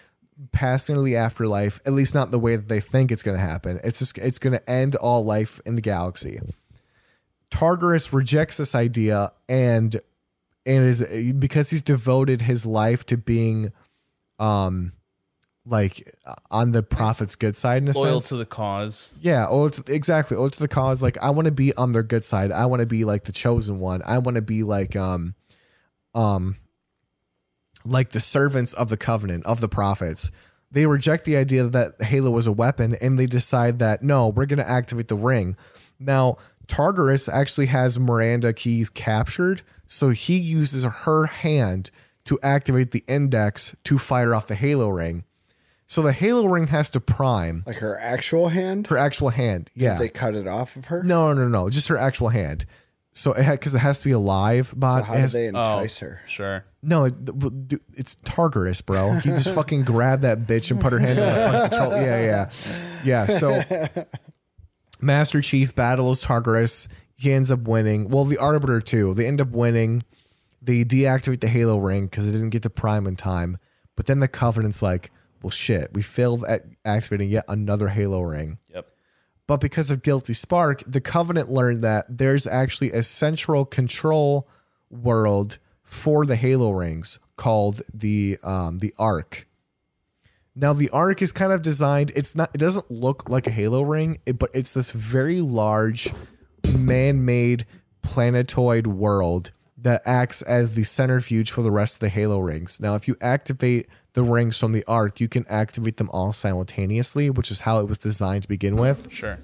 Speaker 1: passing to the afterlife at least not the way that they think it's gonna happen it's just it's gonna end all life in the galaxy Tartarus rejects this idea and and is because he's devoted his life to being um like on the prophet's good side in a
Speaker 3: Loyal
Speaker 1: sense.
Speaker 3: to the cause.
Speaker 1: Yeah, or to, exactly, or to the cause. Like I want to be on their good side. I want to be like the chosen one. I want to be like um, um, like the servants of the covenant of the prophets. They reject the idea that Halo was a weapon, and they decide that no, we're going to activate the ring. Now Tartarus actually has Miranda Keys captured, so he uses her hand to activate the index to fire off the Halo ring. So the Halo ring has to prime
Speaker 2: Like her actual hand.
Speaker 1: her actual hand. Yeah.
Speaker 2: They cut it off of her.
Speaker 1: no, no, no, no. Just her actual hand. So it because it has to be alive, but
Speaker 2: So how
Speaker 1: it
Speaker 2: did
Speaker 1: has-
Speaker 2: they
Speaker 3: Oh,
Speaker 2: entice her?
Speaker 3: Sure.
Speaker 1: no, it- well, dude, it's Tartarus, bro. He
Speaker 2: <laughs>
Speaker 1: just fucking grabbed that bitch and put her hand on the fucking control. Yeah, yeah, yeah. So
Speaker 2: <laughs>
Speaker 1: Master Chief battles Tartarus. He ends up winning. Well, the Arbiter too. They end up winning. They deactivate the Halo ring because it didn't get to Prime in time. But then the Covenant's like, well, shit, we failed at activating yet another Halo ring.
Speaker 3: Yep.
Speaker 1: But because of Guilty Spark, the Covenant learned that there's actually a central control world for the Halo rings called the um, the Ark. Now the Ark is kind of designed. It's not. It doesn't look like a Halo ring, it, but it's this very large, man-made planetoid world that acts as the centrifuge for the rest of the Halo rings. Now, if you activate the rings from the Ark, you can activate them all simultaneously, which is how it was designed to begin with
Speaker 3: Sure.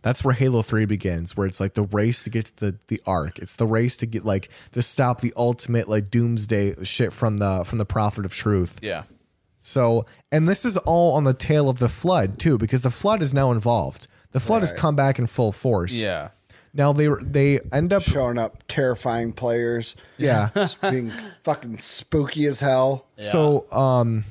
Speaker 1: that's where Halo 3 begins, where it's like the race to get to the, the arc. It's the race to get like to stop the ultimate like doomsday shit from the from the prophet of truth.
Speaker 3: Yeah.
Speaker 1: So and this is all on the tail of the flood too, because the flood is now involved. The flood has come back in full force.
Speaker 3: Yeah.
Speaker 1: Now they were- they end up
Speaker 2: Showing up, terrifying players.
Speaker 1: Yeah.
Speaker 2: <laughs> Just being fucking spooky as hell.
Speaker 1: So um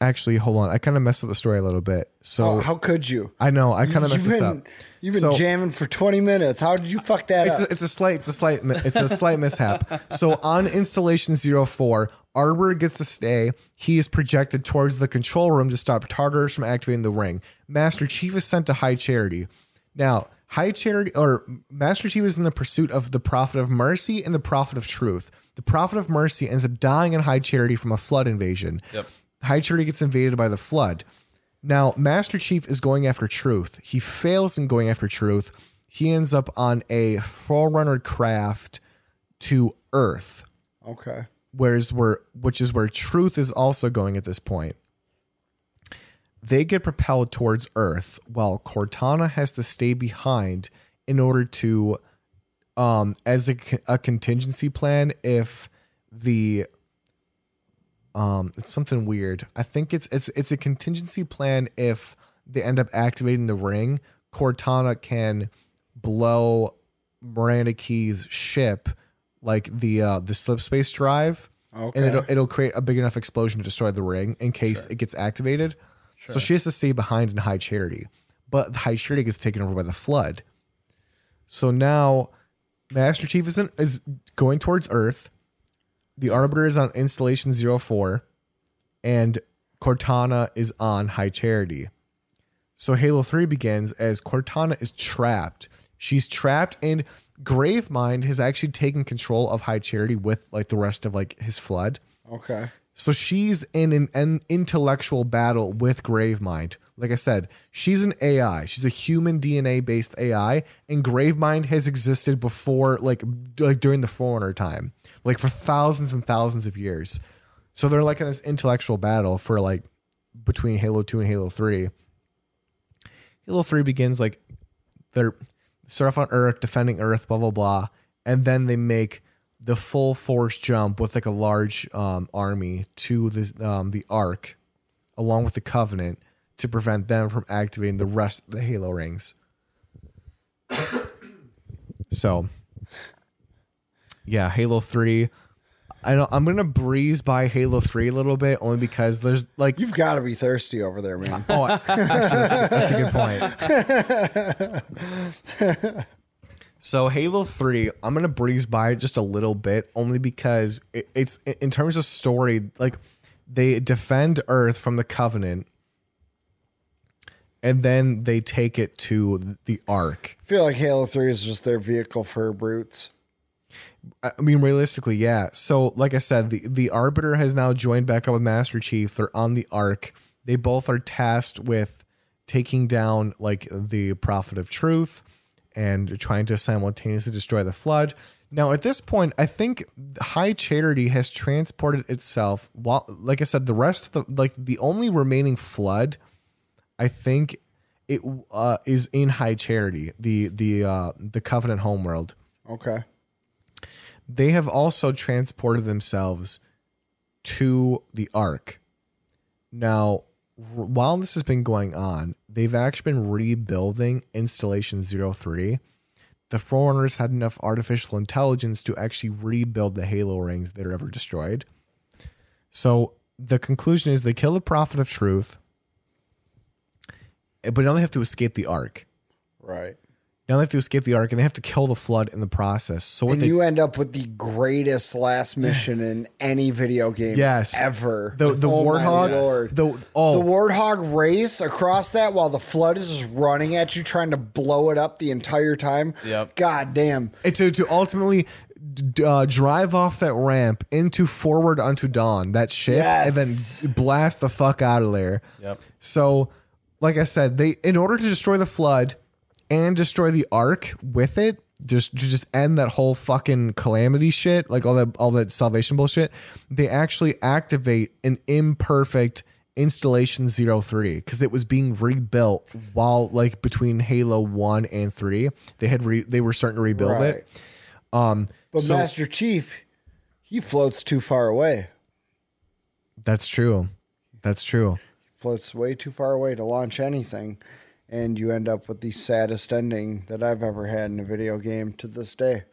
Speaker 1: actually hold on. I kind of messed up the story a little bit. So
Speaker 2: Oh, how could you?
Speaker 1: I know, I kind of
Speaker 2: You've
Speaker 1: messed this
Speaker 2: been,
Speaker 1: up.
Speaker 2: you've been
Speaker 1: So-
Speaker 2: jamming for 20 minutes. How did you fuck that
Speaker 1: it's
Speaker 2: up?
Speaker 1: a, it's a slight it's a slight mi- it's a slight
Speaker 2: <laughs>
Speaker 1: mishap. So on installation 04, Arbor gets to stay. He is projected towards the control room to stop Tartarus from activating the ring. Master Chief is sent to High Charity. Now, High Charity or Master Chief is in the pursuit of the Prophet of Mercy and the Prophet of Truth. The Prophet of Mercy ends up dying in High Charity from a flood invasion.
Speaker 3: Yep.
Speaker 1: High Charity gets invaded by the flood. Now, Master Chief is going after Truth. He fails in going after Truth. He ends up on a Forerunner craft to Earth.
Speaker 2: okay.
Speaker 1: whereas where which is where truth is also going at this point. They get propelled towards Earth while Cortana has to stay behind in order to um as a, c- a contingency plan if the um it's something weird. I think it's it's it's a contingency plan if they end up activating the ring, Cortana can blow Miranda Key's ship like the uh the slip space drive
Speaker 2: Okay.
Speaker 1: and it'll it'll create a big enough explosion to destroy the ring in case it gets activated. So she has to stay behind in high charity. But the high charity gets taken over by the flood. So now Master Chief is, in, is going towards Earth. The Arbiter is on installation 04 and Cortana is on high charity. So Halo 3 begins as Cortana is trapped. She's trapped and Gravemind has actually taken control of High Charity with like the rest of like his flood.
Speaker 2: Okay.
Speaker 1: So she's in an, an intellectual battle with Gravemind. Like I said, she's an AI. She's a human DNA based AI, and Gravemind has existed before, like d- like during the Foreigner time, like for thousands and thousands of years. So they're like in this intellectual battle for like between Halo Two and Halo Three. Halo Three begins like they're start off on Earth, defending Earth, blah blah blah, and then they make the full force jump with like a large um, army to the um, the Ark, along with the Covenant, to prevent them from activating the rest of the Halo rings. so, yeah, Halo Three. I know I'm gonna breeze by Halo Three a little bit only because there's like
Speaker 2: You've got to be thirsty over there, man.
Speaker 1: Oh, <laughs> actually, that's, a, that's a good point. <laughs> So Halo Three, I'm gonna breeze by it just a little bit, only because it, it's in terms of story, like they defend Earth from the Covenant, and then they take it to the Ark.
Speaker 2: I feel like Halo 3 is just their vehicle for brutes.
Speaker 1: I mean, realistically, yeah. So, like I said, the the Arbiter has now joined back up with Master Chief. They're on the Ark. They both are tasked with taking down like the Prophet of Truth and trying to simultaneously destroy the Flood. Now, at this point, I think High Charity has transported itself. While, like I said, the rest of the like the only remaining Flood, I think, it uh, is in High Charity, the the uh, the Covenant homeworld
Speaker 2: Okay.
Speaker 1: they have also transported themselves to the Ark. Now, r- while this has been going on, they've actually been rebuilding Installation 03. The Forerunners had enough artificial intelligence to actually rebuild the Halo rings that are ever destroyed. So the conclusion is they kill the Prophet of Truth, eh, but now they have to escape the Ark.
Speaker 2: Right.
Speaker 1: Now they have to escape the Ark, and they have to kill the Flood in the process. So what
Speaker 2: And
Speaker 1: they
Speaker 2: you end up with the greatest last mission in any video game
Speaker 1: Yes.
Speaker 2: ever.
Speaker 1: the the
Speaker 2: Oh my
Speaker 1: warthog
Speaker 2: Lord.
Speaker 1: the oh
Speaker 2: the warthog race across that while the flood is just running at you trying to blow it up the entire time
Speaker 3: Yep.
Speaker 2: god damn
Speaker 1: and to to ultimately d- uh, drive off that ramp into forward onto dawn that ship
Speaker 2: Yes.
Speaker 1: and then blast the fuck out of there
Speaker 3: Yep.
Speaker 1: so like i said they in order to destroy the flood and destroy the ark with it just to just end that whole fucking calamity shit like all that all that salvation bullshit they actually activate an imperfect installation 03 because it was being rebuilt while like between halo 1 and 3 they had re- they were starting to rebuild
Speaker 2: Right.
Speaker 1: it Um,
Speaker 2: but
Speaker 1: So-
Speaker 2: master chief he floats too far away
Speaker 1: That's true. That's true.
Speaker 2: floats way too far away to launch anything and you end up with the saddest ending that i've ever had in a video game to this day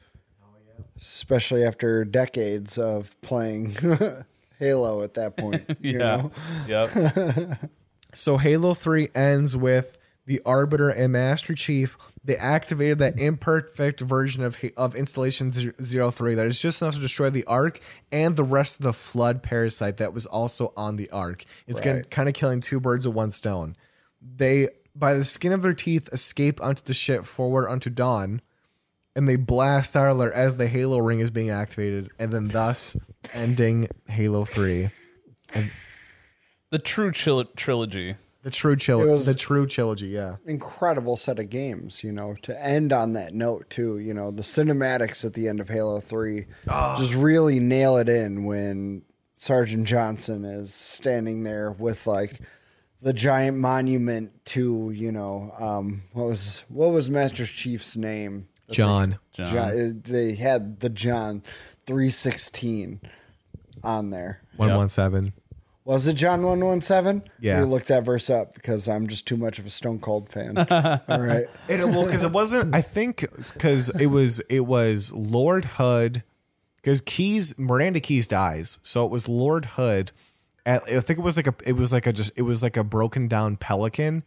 Speaker 2: especially after decades of playing <laughs> halo at that point you
Speaker 3: <laughs> Yeah.
Speaker 2: know <laughs>
Speaker 3: Yep.
Speaker 1: So Halo 3 ends with the Arbiter and Master Chief. They activated that imperfect version of of Installation 03 that is just enough to destroy the Ark and the rest of the Flood parasite that was also on the Ark. It's gonna kind of killing two birds with one stone. They, by the skin of their teeth, escape onto the ship forward onto Dawn, and they blast out of there as the Halo ring is being activated, and then thus ending Halo 3.
Speaker 3: the true chil- trilogy.
Speaker 1: The true trilogy.
Speaker 2: It was-
Speaker 1: the true trilogy. Yeah.
Speaker 2: incredible set of games, you know, to end on that note too, you know, the cinematics at the end of Halo 3 just really nail it in when Sergeant Johnson is standing there with like the giant monument to, you know, um what was what was Master Chief's name?
Speaker 1: John.
Speaker 3: John.
Speaker 2: John- uh, they had the John 316 on there.
Speaker 1: One one seven.
Speaker 2: Was it John 117?
Speaker 1: Yeah.
Speaker 2: We looked that verse up because I'm just too much of a Stone Cold fan. All right.
Speaker 1: It, well, because it wasn't. I think because it was it was Lord Hood, because Keys Miranda Keys dies, so it was Lord Hood. At, I think it was like a it was like a just it was like a broken down pelican,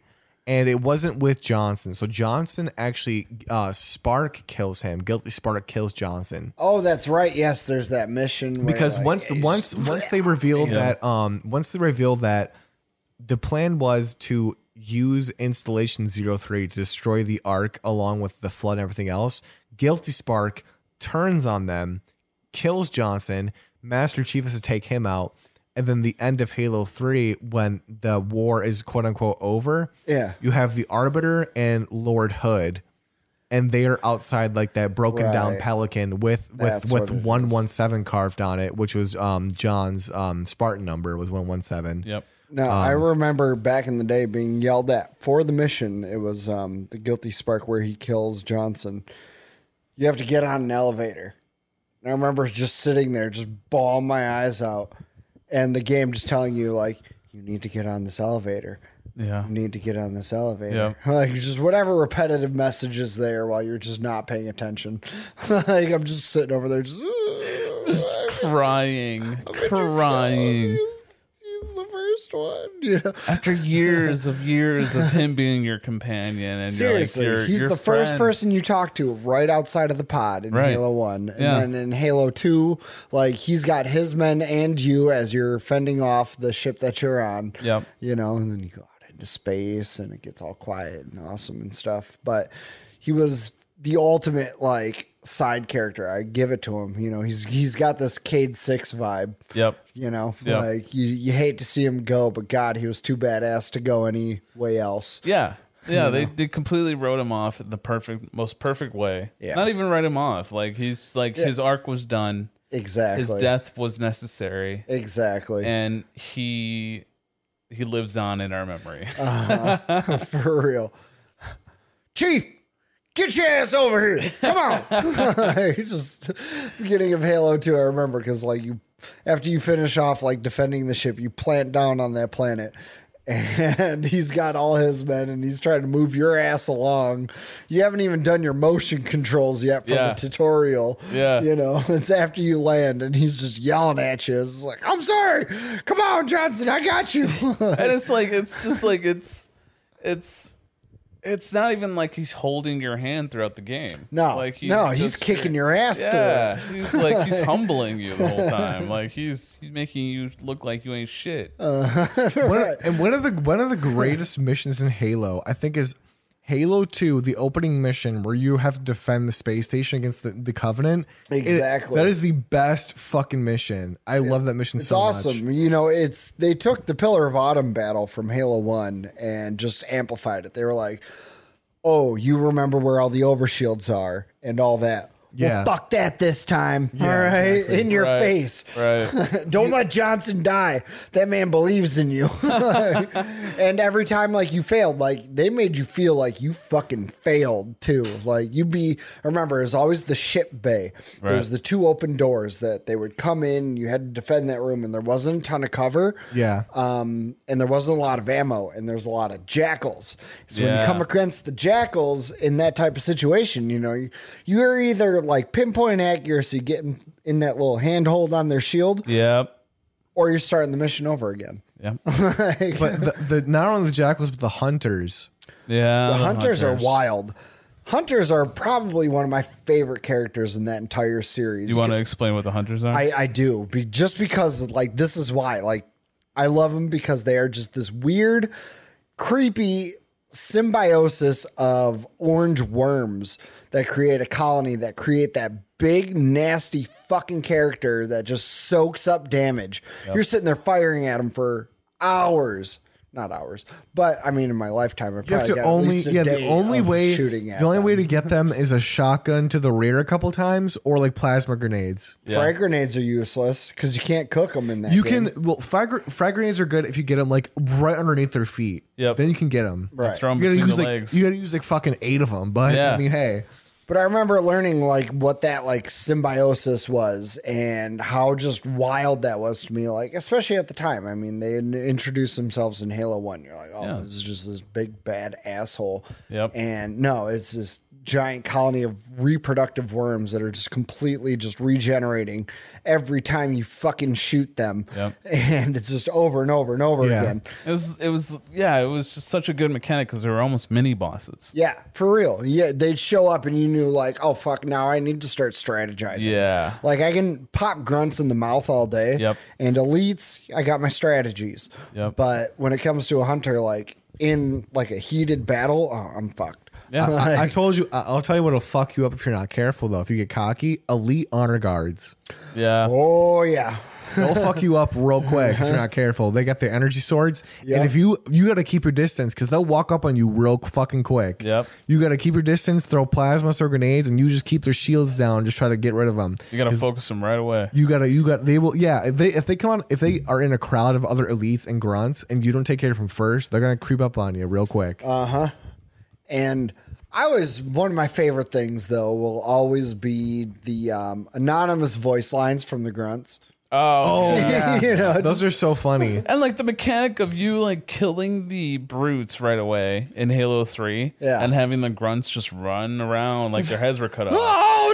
Speaker 1: and it wasn't with Johnson. So Johnson actually uh, Spark kills him. Guilty Spark kills Johnson
Speaker 2: Oh, that's right. Yes, there's that mission where,
Speaker 1: because
Speaker 2: like,
Speaker 1: once
Speaker 2: it's-
Speaker 1: once once they revealed that um once they revealed that the plan was to use installation 03 to destroy the ark along with the flood and everything else guilty spark turns on them kills johnson master chief has to take him out and then the end of halo 3 when the war is quote unquote over
Speaker 2: yeah,
Speaker 1: you have the arbiter and lord hood and they are outside like that broken down
Speaker 2: Right.
Speaker 1: pelican with with
Speaker 2: That's
Speaker 1: with
Speaker 2: what it
Speaker 1: 117 carved on it which was um john's um spartan number was 117
Speaker 3: Yep.
Speaker 2: no, I
Speaker 1: Um,
Speaker 2: remember back in the day being yelled at for the mission. It was um, the guilty spark where he kills Johnson. You have to get on an elevator. And I remember just sitting there, just bawling my eyes out, and the game just telling you like, you need to get on this elevator.
Speaker 3: Yeah.
Speaker 2: You need to get on this elevator. <laughs> Like just whatever repetitive message is there while you're just not paying attention. <laughs> like I'm just sitting over there, just. <laughs>
Speaker 3: Crying, crying.
Speaker 2: He's the first one. <laughs> You know?
Speaker 3: After years of years of him being your companion, and
Speaker 2: Seriously,
Speaker 3: you're like, your-
Speaker 2: he's
Speaker 3: your
Speaker 2: the first
Speaker 3: friend.
Speaker 2: person you talk to right outside of the pod in
Speaker 3: Right.
Speaker 2: Halo 1. And
Speaker 3: Yeah.
Speaker 2: then in Halo 2, like he's got his men and you as you're fending off the ship that you're on.
Speaker 3: Yep.
Speaker 2: You know, and then you go out into space and it gets all quiet and awesome and stuff. But he was the ultimate like side character. I give it to him. You know, he's he's got this Cade 6 vibe.
Speaker 3: Yep.
Speaker 2: You know,
Speaker 3: Yeah.
Speaker 2: like you, you hate to see him go, but God, he was too badass to go any way else. <laughs>
Speaker 3: Yeah. Yeah, they, they completely wrote him off in the perfect, most perfect way.
Speaker 2: Yeah.
Speaker 3: Not even write him off. Like he's like his arc was done.
Speaker 2: Exactly.
Speaker 3: His death was necessary,
Speaker 2: Exactly.
Speaker 3: and he he lives on in
Speaker 2: <laughs>
Speaker 3: our memory.
Speaker 2: For real. Chief, get your ass over here. Come on. <laughs> Just beginning of Halo 2, I remember because like you after you finish off like defending the ship, you plant down on that planet. And <laughs> he's got all his men and he's trying to move your ass along. You haven't even done your motion controls yet for
Speaker 3: Yeah.
Speaker 2: the tutorial.
Speaker 3: Yeah.
Speaker 2: You know, <laughs> it's after you land and he's just yelling at you. It's like, I'm sorry. Come on, Johnson. I got you. <laughs>
Speaker 3: and it's like it's just like it's it's it's not even like he's holding your hand throughout the game.
Speaker 2: No,
Speaker 3: like
Speaker 2: no, he's
Speaker 3: just-
Speaker 2: kicking your ass
Speaker 3: Yeah,
Speaker 2: through it.
Speaker 3: he's
Speaker 2: <laughs>
Speaker 3: like he's humbling you the whole time. Like he's making you look like you ain't shit.
Speaker 2: Uh,
Speaker 1: One of- and one of the one of the greatest missions in Halo, I think, is Halo Two, the opening mission where you have to defend the space station against the, the Covenant. It-
Speaker 2: Exactly.
Speaker 1: that is the best fucking mission. I love that mission
Speaker 2: It's
Speaker 1: so much.
Speaker 2: awesome. You know, it's they took the Pillar of Autumn battle from Halo 1 and just amplified it. They were like, "Oh, you remember where all the overshields are and all that."
Speaker 1: Yeah.
Speaker 2: Well, fuck that this time. all right, in your
Speaker 3: Right,
Speaker 2: face. <laughs>
Speaker 3: Right.
Speaker 2: Don't let Johnson die. That man believes in you. <laughs> and every time like you failed, like they made you feel like you fucking failed too. Like you'd be remember, it was always the ship bay. There was the two open doors that they would come in, you had to defend that room, and there wasn't a ton of cover.
Speaker 1: Yeah.
Speaker 2: Um, and there wasn't a lot of ammo, and there's a lot of jackals. So when you
Speaker 3: Yeah.
Speaker 2: come against the jackals in that type of situation, you know, you, you're either like pinpoint accuracy getting in that little handhold on their shield,
Speaker 3: Yep.
Speaker 2: or you're starting the mission over again. <laughs>
Speaker 3: Yep.
Speaker 2: Like,
Speaker 1: But the, the not only the jackals, but the hunters.
Speaker 3: Yeah.
Speaker 2: the hunters, are wild. Hunters are probably one of my favorite characters in that entire series.
Speaker 3: You want to explain what the hunters are?
Speaker 2: I, I do be, just because like this is why like I love them because they are just this weird, creepy symbiosis of orange worms that create a colony that create that big nasty fucking character that just soaks up damage. You're sitting there firing at them for hours. not ours, but I mean in my lifetime, I
Speaker 1: You have
Speaker 2: probably
Speaker 1: to
Speaker 2: got
Speaker 1: only
Speaker 2: at least a
Speaker 1: yeah. The
Speaker 2: day
Speaker 1: only
Speaker 2: of
Speaker 1: way
Speaker 2: shooting at
Speaker 1: the only
Speaker 2: them.
Speaker 1: way to get them is a shotgun to the rear a couple times or like plasma grenades.
Speaker 3: Yeah.
Speaker 2: frag grenades are useless because you can't cook them in that.
Speaker 1: You
Speaker 2: game.
Speaker 1: can well frag, gr- frag grenades are good if you get them like right underneath their feet.
Speaker 3: Yep.
Speaker 1: Then you can get them.
Speaker 2: Right.
Speaker 3: Throw 'em
Speaker 1: You gotta
Speaker 3: between
Speaker 1: use
Speaker 3: the
Speaker 1: like
Speaker 3: legs.
Speaker 1: you gotta use like fucking eight of them. But
Speaker 3: Yeah.
Speaker 1: I mean, hey,
Speaker 2: But I remember learning like what that like symbiosis was and how just wild that was to me. Like especially at the time, I mean, they in- introduced themselves in Halo One. You're like, oh,
Speaker 3: Yeah.
Speaker 2: this is just this big bad asshole.
Speaker 3: Yep.
Speaker 2: And no, it's this giant colony of reproductive worms that are just completely just regenerating every time you fucking shoot them.
Speaker 3: Yep.
Speaker 2: <laughs> And it's just over and over and over
Speaker 1: Yeah.
Speaker 2: again.
Speaker 3: It was it was yeah, it was just such a good mechanic because they were almost mini bosses.
Speaker 2: Yeah, for real. Yeah, they'd show up and you knew like, oh fuck, now I need to start strategizing.
Speaker 3: Yeah.
Speaker 2: Like I can pop grunts in the mouth all day.
Speaker 3: Yep.
Speaker 2: And elites, I got my strategies.
Speaker 3: Yep.
Speaker 2: But when it comes to a hunter, like in like a heated battle, oh, I'm fucked.
Speaker 3: Yeah.
Speaker 2: <laughs> Like,
Speaker 1: I told you. I- I'll tell you what'll fuck you up if you're not careful though. If you get cocky, elite honor guards.
Speaker 3: Yeah.
Speaker 2: oh yeah.
Speaker 1: They'll fuck you up real quick if you're not careful. They got their energy swords,
Speaker 2: Yeah.
Speaker 1: and if you you got to keep your distance because they'll walk up on you real fucking quick.
Speaker 3: Yep.
Speaker 1: You got to keep your distance, throw plasmas or grenades, and you just keep their shields down. Just try to get rid of them.
Speaker 3: You gotta focus them right away.
Speaker 1: You gotta, you got. They will, yeah. If they if they come on, if they are in a crowd of other elites and grunts, and you don't take care of them first, they're gonna creep up on you real quick.
Speaker 2: And I always one of my favorite things though will always be the um, anonymous voice lines from the grunts. <laughs>
Speaker 3: Oh,
Speaker 2: you know,
Speaker 1: Those are so funny.
Speaker 3: and like the mechanic of you like killing the brutes right away in Halo Three,
Speaker 2: Yeah.
Speaker 3: and having the grunts just run around like their heads were
Speaker 2: <laughs>
Speaker 3: cut off.
Speaker 2: Oh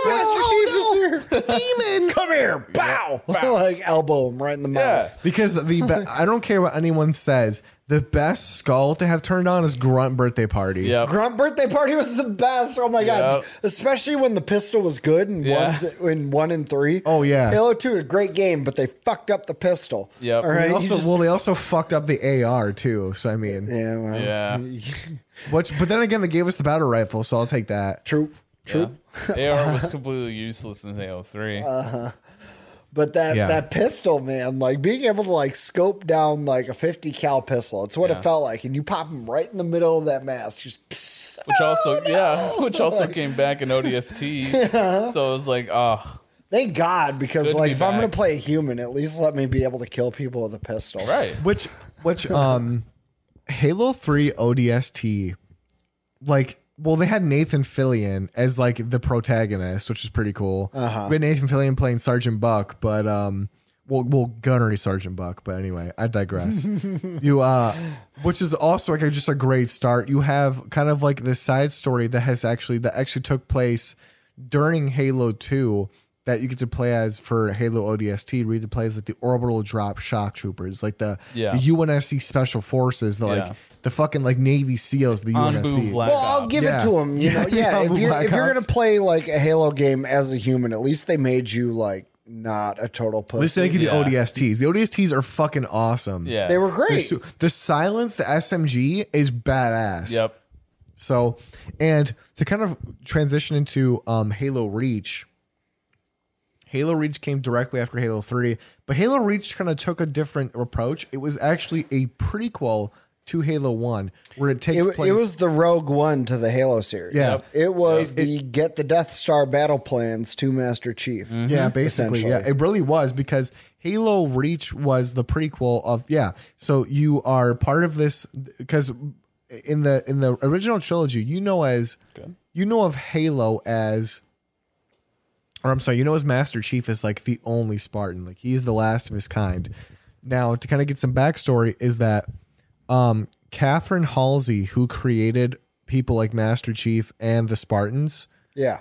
Speaker 2: no! What do we do? Master
Speaker 1: Oh,
Speaker 2: Chief is here. Demon, come here! Bow! <laughs> like elbow him right in the
Speaker 3: Yeah.
Speaker 2: mouth.
Speaker 1: Because the be- I don't care what anyone says. The best skull to have turned on is Grunt Birthday Party.
Speaker 3: Yep.
Speaker 2: Grunt birthday party was the best. Oh my god!
Speaker 3: Yep.
Speaker 2: Especially when the pistol was good and
Speaker 3: Yeah.
Speaker 2: one's in one and three.
Speaker 1: Oh, yeah.
Speaker 2: Halo Two a great game, but they fucked up the pistol.
Speaker 3: Yep.
Speaker 2: All
Speaker 1: They
Speaker 2: right. you
Speaker 1: also,
Speaker 2: just-
Speaker 1: well, they also fucked up the AR too. So I mean,
Speaker 2: yeah. Well,
Speaker 3: <laughs>
Speaker 2: <laughs>
Speaker 3: Yeah.
Speaker 1: which, but then again, they gave us the battle rifle, so I'll take that.
Speaker 2: True. True.
Speaker 3: AR was completely useless in Halo Three.
Speaker 2: Uh, But that
Speaker 1: Yeah.
Speaker 2: that pistol, man, like being able to like scope down like a fifty cal pistol, it's what
Speaker 3: Yeah.
Speaker 2: it felt like, and you pop him right in the middle of that mask. Just pss,
Speaker 3: which
Speaker 2: <laughs>
Speaker 3: also, yeah, which also came back in ODST. So it was like, oh,
Speaker 2: Thank God, because
Speaker 3: Good to
Speaker 2: like
Speaker 3: be
Speaker 2: if I'm gonna
Speaker 3: back.
Speaker 2: play a human, at least let me be able to kill people with a pistol.
Speaker 3: right,
Speaker 1: Which, which, um, Halo Three ODST, like, well, they had Nathan Fillion as like the protagonist, which is pretty cool. Uh-huh. We had Nathan Fillion playing Sergeant Buck, but um, well, well, Gunnery Sergeant Buck. But anyway, I digress. you uh, which is also like a- just a great start. You have kind of like this side story that has actually that actually took place during Halo Two. That you get to play as for Halo ODST, where you get to play as like the orbital drop shock troopers, like the
Speaker 3: Yeah.
Speaker 1: the UNSC special forces, the
Speaker 3: Yeah.
Speaker 1: like the fucking like Navy SEAls, the
Speaker 3: Anbu
Speaker 1: UNSC.
Speaker 3: Black
Speaker 2: Well, I'll
Speaker 3: Ops.
Speaker 2: give
Speaker 1: Yeah. Oh
Speaker 2: it to him. You know, yeah.
Speaker 1: <laughs> Yeah,
Speaker 2: if you're
Speaker 1: Black
Speaker 2: if you're
Speaker 1: Ops.
Speaker 2: gonna play like a Halo game as a human, at least they made you like not a total pussy.
Speaker 1: They say like the
Speaker 3: Yeah.
Speaker 1: ODSTs. The ODSTs are fucking awesome.
Speaker 3: yeah,
Speaker 2: they were
Speaker 1: They're
Speaker 2: great.
Speaker 1: su- the silence to SMG is badass.
Speaker 3: Yep,
Speaker 1: So, and to kind of transition into um, Halo Reach, Halo Reach came directly after Halo 3, but Halo Reach kind of took a different approach. It was actually a prequel to Halo 1, where it takes
Speaker 2: it,
Speaker 1: place.
Speaker 2: it was the Rogue One to the Halo series.
Speaker 1: Yeah. Yep.
Speaker 2: It was the get the Death Star battle plans to Master Chief.
Speaker 1: Yeah, basically. Yeah,
Speaker 2: essentially.
Speaker 1: it really was because Halo Reach was the prequel of yeah. So you are part of this because in the in the original trilogy, you know as you know of Halo as or I'm sorry, you know as Master Chief is like the only Spartan. Like he is the last of his kind. Now, to kind of get some backstory is that um Catherine Halsey, who created people like Master Chief and the Spartans,
Speaker 2: Yeah.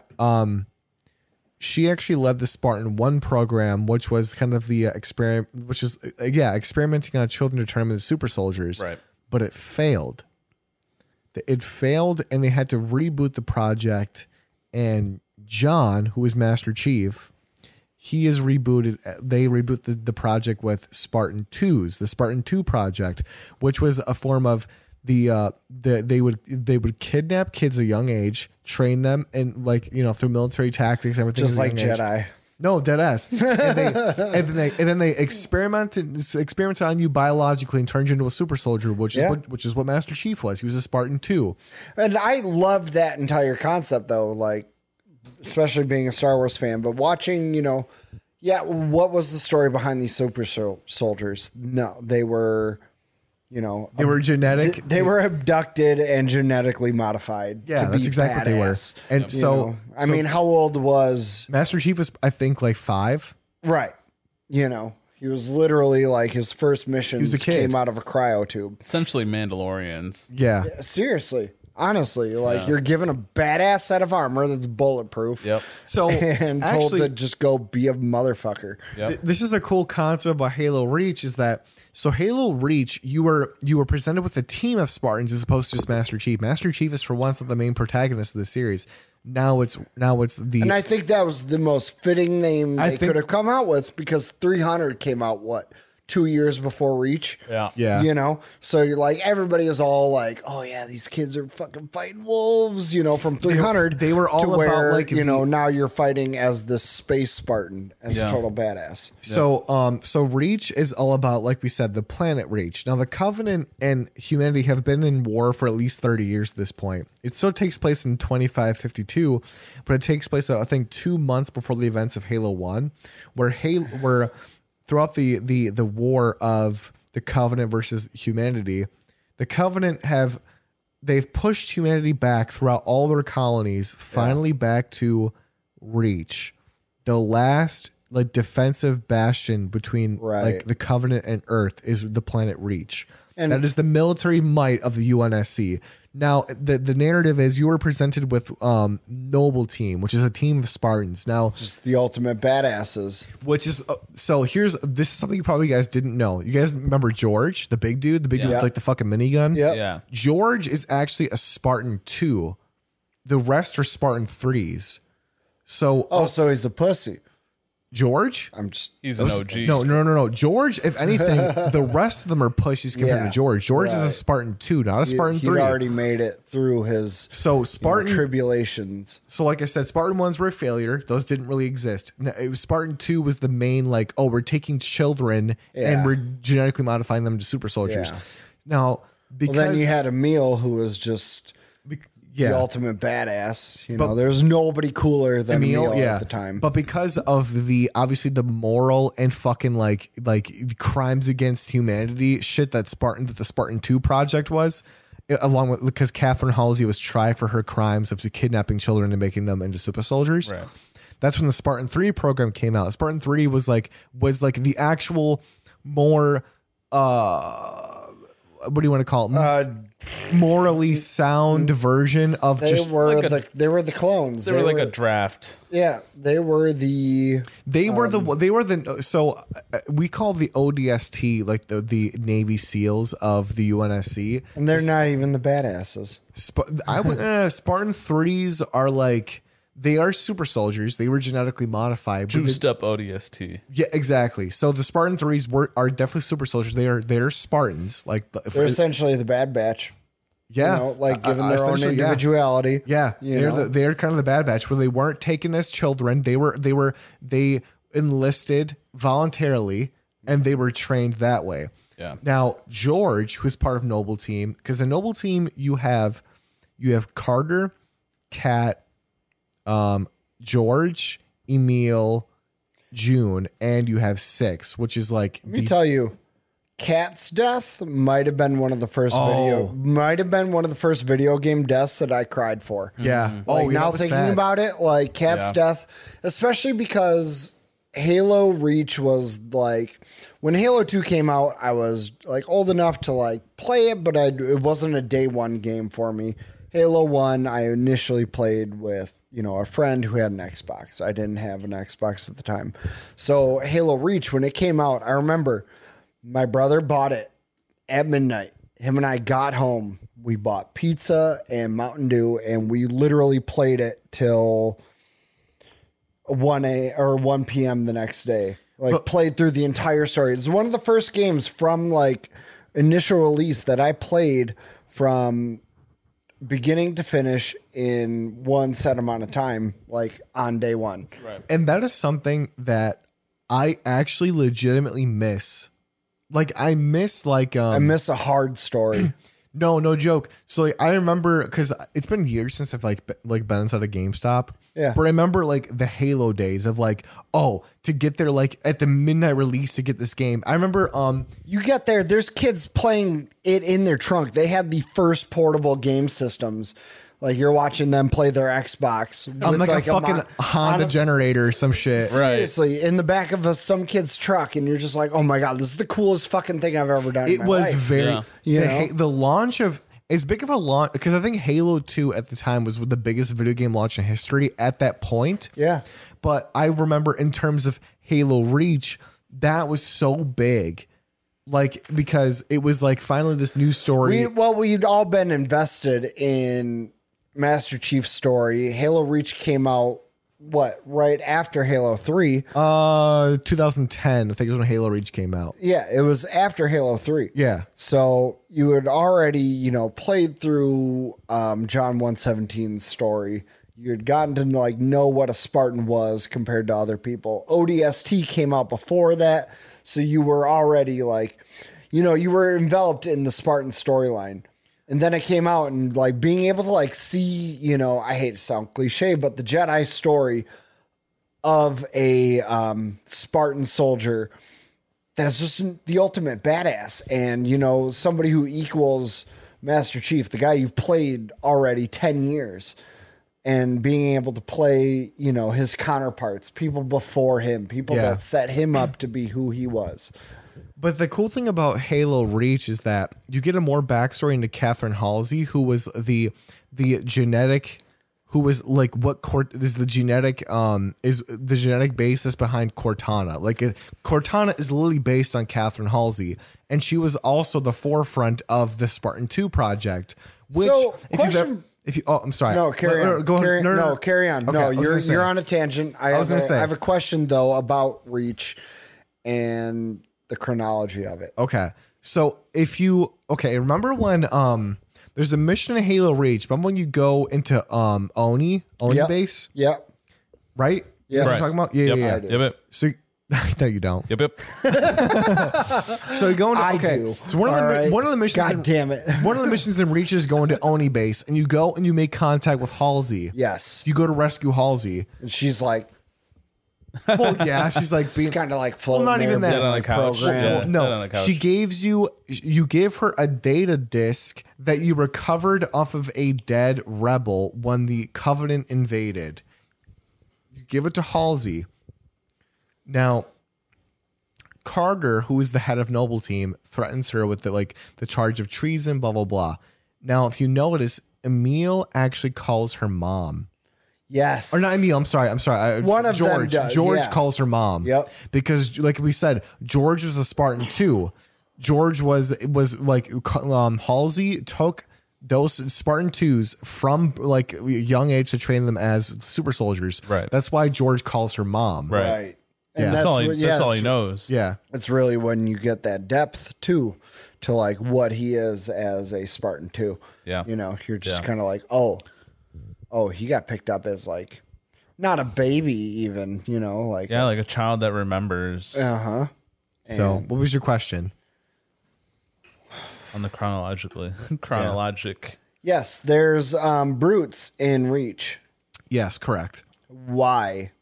Speaker 1: she actually led the Spartan One program, which was kind of the uh, experiment, which is uh, yeah, experimenting on children to turn them into super soldiers.
Speaker 3: Right.
Speaker 1: But it failed. Th- It failed, and they had to reboot the project. And John, who is Master Chief, he is rebooted. uh, They reboot the, the project with Spartan Twos, the Spartan Two project, which was a form of the uh, the they would they would kidnap kids at a young age, train them, and like you know through military tactics, and everything.
Speaker 2: Just
Speaker 1: at a
Speaker 2: like
Speaker 1: young age.
Speaker 2: Jedi.
Speaker 1: No, dead
Speaker 2: <laughs>
Speaker 1: ass. And, they, and then they and then they experimented experimented on you biologically and turned you into a super soldier, which
Speaker 2: Yeah.
Speaker 1: is what which is what Master Chief was. He was a Spartan too.
Speaker 2: And I loved that entire concept though, like especially being a Star Wars fan, but watching, you know, yeah, what was the story behind these super sol- soldiers? No, they were you know,
Speaker 1: They were genetic.
Speaker 2: ab- they were abducted and genetically modified.
Speaker 1: yeah,
Speaker 2: to
Speaker 1: that's
Speaker 2: be
Speaker 1: exactly what they were.
Speaker 2: badass.
Speaker 1: And
Speaker 2: You
Speaker 1: so
Speaker 2: know, I
Speaker 1: so
Speaker 2: mean, how old was
Speaker 1: Master Chief was I think like five.
Speaker 2: right? You know, he was literally like his first mission
Speaker 1: was a kid.
Speaker 2: came out of a cryo tube.
Speaker 3: Essentially, Mandalorians.
Speaker 1: Yeah.
Speaker 2: Seriously, honestly, like you're given a badass set of armor that's bulletproof.
Speaker 3: <laughs> Yep.
Speaker 1: So
Speaker 2: and told
Speaker 1: actually,
Speaker 2: to just go be a motherfucker.
Speaker 1: Th- this is a cool concept about Halo Reach is that so Halo Reach you were you were presented with a team of Spartans as opposed to just Master Chief. Master Chief is for once not the main protagonist of the series. Now it's now it's the
Speaker 2: And I think that was the most fitting name
Speaker 1: I
Speaker 2: they
Speaker 1: think-
Speaker 2: could have come out with because 300 came out what two years before Reach.
Speaker 3: Yeah.
Speaker 1: yeah
Speaker 2: You know, so you're like everybody is all like, "Oh yeah, these kids are fucking fighting wolves," you know, from 300.
Speaker 1: they were all
Speaker 2: to
Speaker 1: about,
Speaker 2: where,
Speaker 1: like,
Speaker 2: you
Speaker 1: the-
Speaker 2: know, now you're fighting as the space Spartan, as a total badass.
Speaker 1: So um so Reach is all about like we said the planet Reach. Now the Covenant and humanity have been in war for at least 30 years at this point. It still takes place in 2552, but it takes place I think 2 months before the events of Halo 1 where Halo where throughout the the the war of the Covenant versus humanity, the Covenant have they've pushed humanity back throughout all their colonies, finally back to Reach, the last like defensive bastion between like
Speaker 2: Right.
Speaker 1: the Covenant and Earth is the planet Reach.
Speaker 2: And-
Speaker 1: that is the military might of the UNSC. Now the the narrative is you were presented with um Noble Team, which is a team of Spartans. Now
Speaker 2: Just the ultimate badasses.
Speaker 1: which is uh, so here's this is something you probably guys didn't know. You guys remember George, the big dude, the big dude
Speaker 3: Yeah.
Speaker 1: with like the fucking minigun?
Speaker 2: Yep.
Speaker 3: Yeah.
Speaker 1: George is actually a Spartan 2. The rest are Spartan 3s. So
Speaker 2: Oh, so he's a pussy.
Speaker 1: George?
Speaker 2: I'm just
Speaker 3: He's an OG.
Speaker 1: No, no, no, no. George, if
Speaker 2: <laughs>
Speaker 1: anything, the rest of them are pushies compared
Speaker 2: Yeah,
Speaker 1: to George. George is a
Speaker 2: right.
Speaker 1: Spartan 2, not a Spartan
Speaker 2: he
Speaker 1: 3.
Speaker 2: already made it through his
Speaker 1: so
Speaker 2: you know,
Speaker 1: Spartan
Speaker 2: tribulations.
Speaker 1: So, like I said, Spartan ones were a failure. Those didn't really exist. No, it was Spartan two was the main like, oh, we're taking children
Speaker 2: Yeah.
Speaker 1: and we're genetically modifying them to super soldiers.
Speaker 2: Yeah.
Speaker 1: Now, because
Speaker 2: Well, then you had Emil, who was just
Speaker 1: bec-
Speaker 2: the
Speaker 1: yeah,
Speaker 2: ultimate badass. You know, there's nobody cooler than Emil,
Speaker 1: Emil, yeah,
Speaker 2: at the time.
Speaker 1: But because of the obviously the moral and fucking like like crimes against humanity shit that Spartan that the Spartan Two project was, i- along with because Catherine Halsey was tried for her crimes of kidnapping children and making them into super soldiers.
Speaker 3: Right.
Speaker 1: That's when the Spartan Three program came out. Spartan Three was like was like the actual more uh what do you want to call it?
Speaker 2: uh,
Speaker 1: Morally sound version of
Speaker 2: they
Speaker 1: just
Speaker 2: were
Speaker 3: like a-
Speaker 2: the they were the clones.
Speaker 3: They were like a draft.
Speaker 2: yeah. They were the
Speaker 1: They were the
Speaker 2: Um,
Speaker 1: they were the so uh, we call the ODST like the the Navy SEALs of the UNSC.
Speaker 2: and they're not even the badasses.
Speaker 1: Sp- I
Speaker 2: <laughs>
Speaker 1: would eh, Spartan threes are like they are super soldiers. They were genetically modified. but they-
Speaker 3: Juiced up ODST.
Speaker 1: yeah, exactly. So the Spartan threes were are definitely super soldiers. They are they're Spartans. Like the-
Speaker 2: They're essentially the Bad Batch.
Speaker 1: yeah,
Speaker 2: You know, like
Speaker 1: Uh,
Speaker 2: given
Speaker 1: uh,
Speaker 2: their own
Speaker 1: essentially, yeah.
Speaker 2: individuality.
Speaker 1: Yeah,
Speaker 2: You
Speaker 1: they're
Speaker 2: know?
Speaker 1: the, they're kind of the bad batch where they weren't taken as children. They were they were they enlisted voluntarily and they were trained that way.
Speaker 3: Yeah.
Speaker 1: Now George, who's part of Noble Team, because the Noble Team you have you have Carter, Cat, um, George, Emil, June, and you have six, which is like
Speaker 2: Let me
Speaker 1: the-
Speaker 2: tell you, Cat's death might have been one of the first
Speaker 1: Oh.
Speaker 2: video might have been one of the first video game deaths that I cried for.
Speaker 1: yeah.
Speaker 2: Like
Speaker 1: Oh, yeah,
Speaker 2: Mm-hmm. Oh, now
Speaker 1: that was
Speaker 2: thinking
Speaker 1: sad.
Speaker 2: about it, like Cat's
Speaker 3: Yeah.
Speaker 2: death, especially because Halo Reach was like when Halo 2 came out, I was like old enough to like play it, but I it wasn't a day one game for me. Halo 1 I initially played with, you know, a friend who had an Xbox. I didn't have an Xbox at the time. So Halo Reach when it came out, I remember my brother bought it at midnight. Him and I got home. We bought pizza and Mountain Dew, and we literally played it till one a or one p.m. the next day. Like played through the entire story. It's one of the first games from like initial release that I played from beginning to finish in one set amount of time, like on day one.
Speaker 1: And that is something that I actually legitimately miss. Like I miss like um
Speaker 2: I miss a hard story.
Speaker 1: no no joke. So like I remember because it's been years since I've like be- like been inside a GameStop.
Speaker 2: Yeah.
Speaker 1: But I remember like the Halo days of like oh to get there like at the midnight release to get this game. I remember um
Speaker 2: you get there, there's kids playing it in their trunk. They had the first portable game systems. Like you're watching them play their Xbox.
Speaker 1: on
Speaker 2: with,
Speaker 1: like, a,
Speaker 2: mon-
Speaker 1: fucking Honda
Speaker 2: on a-
Speaker 1: generator or some shit.
Speaker 3: Right.
Speaker 2: Seriously, in the back of a, some kid's truck, and you're just like, "Oh my god, this is the coolest fucking thing I've ever done." in
Speaker 1: It
Speaker 2: my
Speaker 1: was
Speaker 2: life."
Speaker 1: very
Speaker 3: Yeah.
Speaker 2: You
Speaker 1: the,
Speaker 2: know?
Speaker 1: ha- the launch of as big of a launch because I think Halo Two at the time was the biggest video game launch in history at that point.
Speaker 2: Yeah.
Speaker 1: but I remember in terms of Halo Reach, that was so big, like because it was like finally this new story.
Speaker 2: We, well, we'd all been invested in Master Chief's story. Halo Reach came out what right after Halo Three.
Speaker 1: uh, 2010, I think is when Halo Reach came out.
Speaker 2: yeah, it was after Halo Three.
Speaker 1: Yeah,
Speaker 2: So you had already, you know, played through um, John 117's story. You had gotten to like know what a Spartan was compared to other people. ODST came out before that, so you were already like, you know, you were enveloped in the Spartan storyline. And then it came out and like being able to like see, you know, I hate to sound cliche, but the Jedi story of a um, Spartan soldier that's just the ultimate badass and you know somebody who equals master chief the guy you've played already 10 years and being able to play you know his counterparts people before him people
Speaker 1: Yeah.
Speaker 2: that set him up to be who he was
Speaker 1: But the cool thing about Halo Reach is that you get a more backstory into Catherine Halsey, who was the the genetic, who was like what court is the genetic um is the genetic basis behind Cortana. Like it, Cortana is literally based on Catherine Halsey, and she was also the forefront of the Spartan Two project. Which,
Speaker 2: So,
Speaker 1: if you've
Speaker 2: question-
Speaker 1: ever- if you, oh, I'm sorry.
Speaker 2: no carry on
Speaker 1: Go ahead.
Speaker 2: carry, no, carry on
Speaker 1: Okay, I
Speaker 2: no
Speaker 1: was gonna
Speaker 2: you're
Speaker 1: say.
Speaker 2: you're on a tangent I,
Speaker 1: was
Speaker 2: have
Speaker 1: gonna
Speaker 2: a-
Speaker 1: say.
Speaker 2: I have a question though about reach and the chronology of it
Speaker 1: Okay. So if you okay, remember when um there's a mission in Halo Reach, remember when you go into um Oni, Oni
Speaker 2: Yep.
Speaker 1: base,
Speaker 2: yep
Speaker 1: right? Yeah.
Speaker 2: Yes.
Speaker 1: talking about? Yeah,
Speaker 3: Yep.
Speaker 1: yeah,
Speaker 3: Yep.
Speaker 1: yeah.
Speaker 3: Yep.
Speaker 1: So no, you <laughs> don't.
Speaker 3: Yep. Yep.
Speaker 1: So you go into
Speaker 2: I
Speaker 1: okay.
Speaker 2: do.
Speaker 1: So one of the
Speaker 2: All
Speaker 1: mi-
Speaker 2: right.
Speaker 1: one of the missions
Speaker 2: God
Speaker 1: in-
Speaker 2: damn it.
Speaker 1: <laughs> one of the missions in Reach is going to Oni base and you go and you make contact with Halsey.
Speaker 2: yes
Speaker 1: You go to rescue Halsey.
Speaker 2: and she's like
Speaker 1: Well, yeah, she's
Speaker 2: <laughs>
Speaker 1: like being
Speaker 2: It's kind of like floating
Speaker 1: not
Speaker 2: there,
Speaker 1: even that.
Speaker 2: being,
Speaker 1: Dead on the
Speaker 2: like
Speaker 3: couch.
Speaker 2: programmed.
Speaker 3: Yeah. Not on
Speaker 1: no,
Speaker 3: the couch.
Speaker 1: she gives you you give her a data disk that you recovered off of a dead rebel when the Covenant invaded. You give it to Halsey. Now, Carter, who is the head of Noble Team, threatens her with the like the charge of treason, blah blah blah. Now, if you notice, Emil actually calls her mom.
Speaker 2: Yes.
Speaker 1: Or not Emil. I'm sorry. I'm sorry. I-
Speaker 2: One of them
Speaker 1: George.
Speaker 2: does,
Speaker 1: George
Speaker 2: yeah.
Speaker 1: calls her mom.
Speaker 2: Yep.
Speaker 1: Because, like we said, George was a Spartan too. George was was like um, Halsey took those Spartan twos from like a young age to train them as super soldiers.
Speaker 3: Right.
Speaker 1: That's why George calls her mom.
Speaker 3: <laughs> Right.
Speaker 2: Right. And
Speaker 1: Yeah.
Speaker 2: that's,
Speaker 3: That's all.
Speaker 2: wh-
Speaker 3: He,
Speaker 2: yeah,
Speaker 3: that's all he
Speaker 2: that's-
Speaker 3: knows.
Speaker 1: Yeah.
Speaker 2: That's really when you get that depth too, to like what he is as a Spartan too.
Speaker 3: Yeah.
Speaker 2: You know, you're just
Speaker 3: Yeah.
Speaker 2: kind of like, oh, oh, he got picked up as like not a baby even. You know, like
Speaker 3: Yeah, like a child that remembers
Speaker 2: uh huh.
Speaker 1: So, what was your question?
Speaker 3: on the chronologically <laughs> chronologic.
Speaker 2: Yes, there's um, brutes in Reach.
Speaker 1: Yes, correct.
Speaker 2: why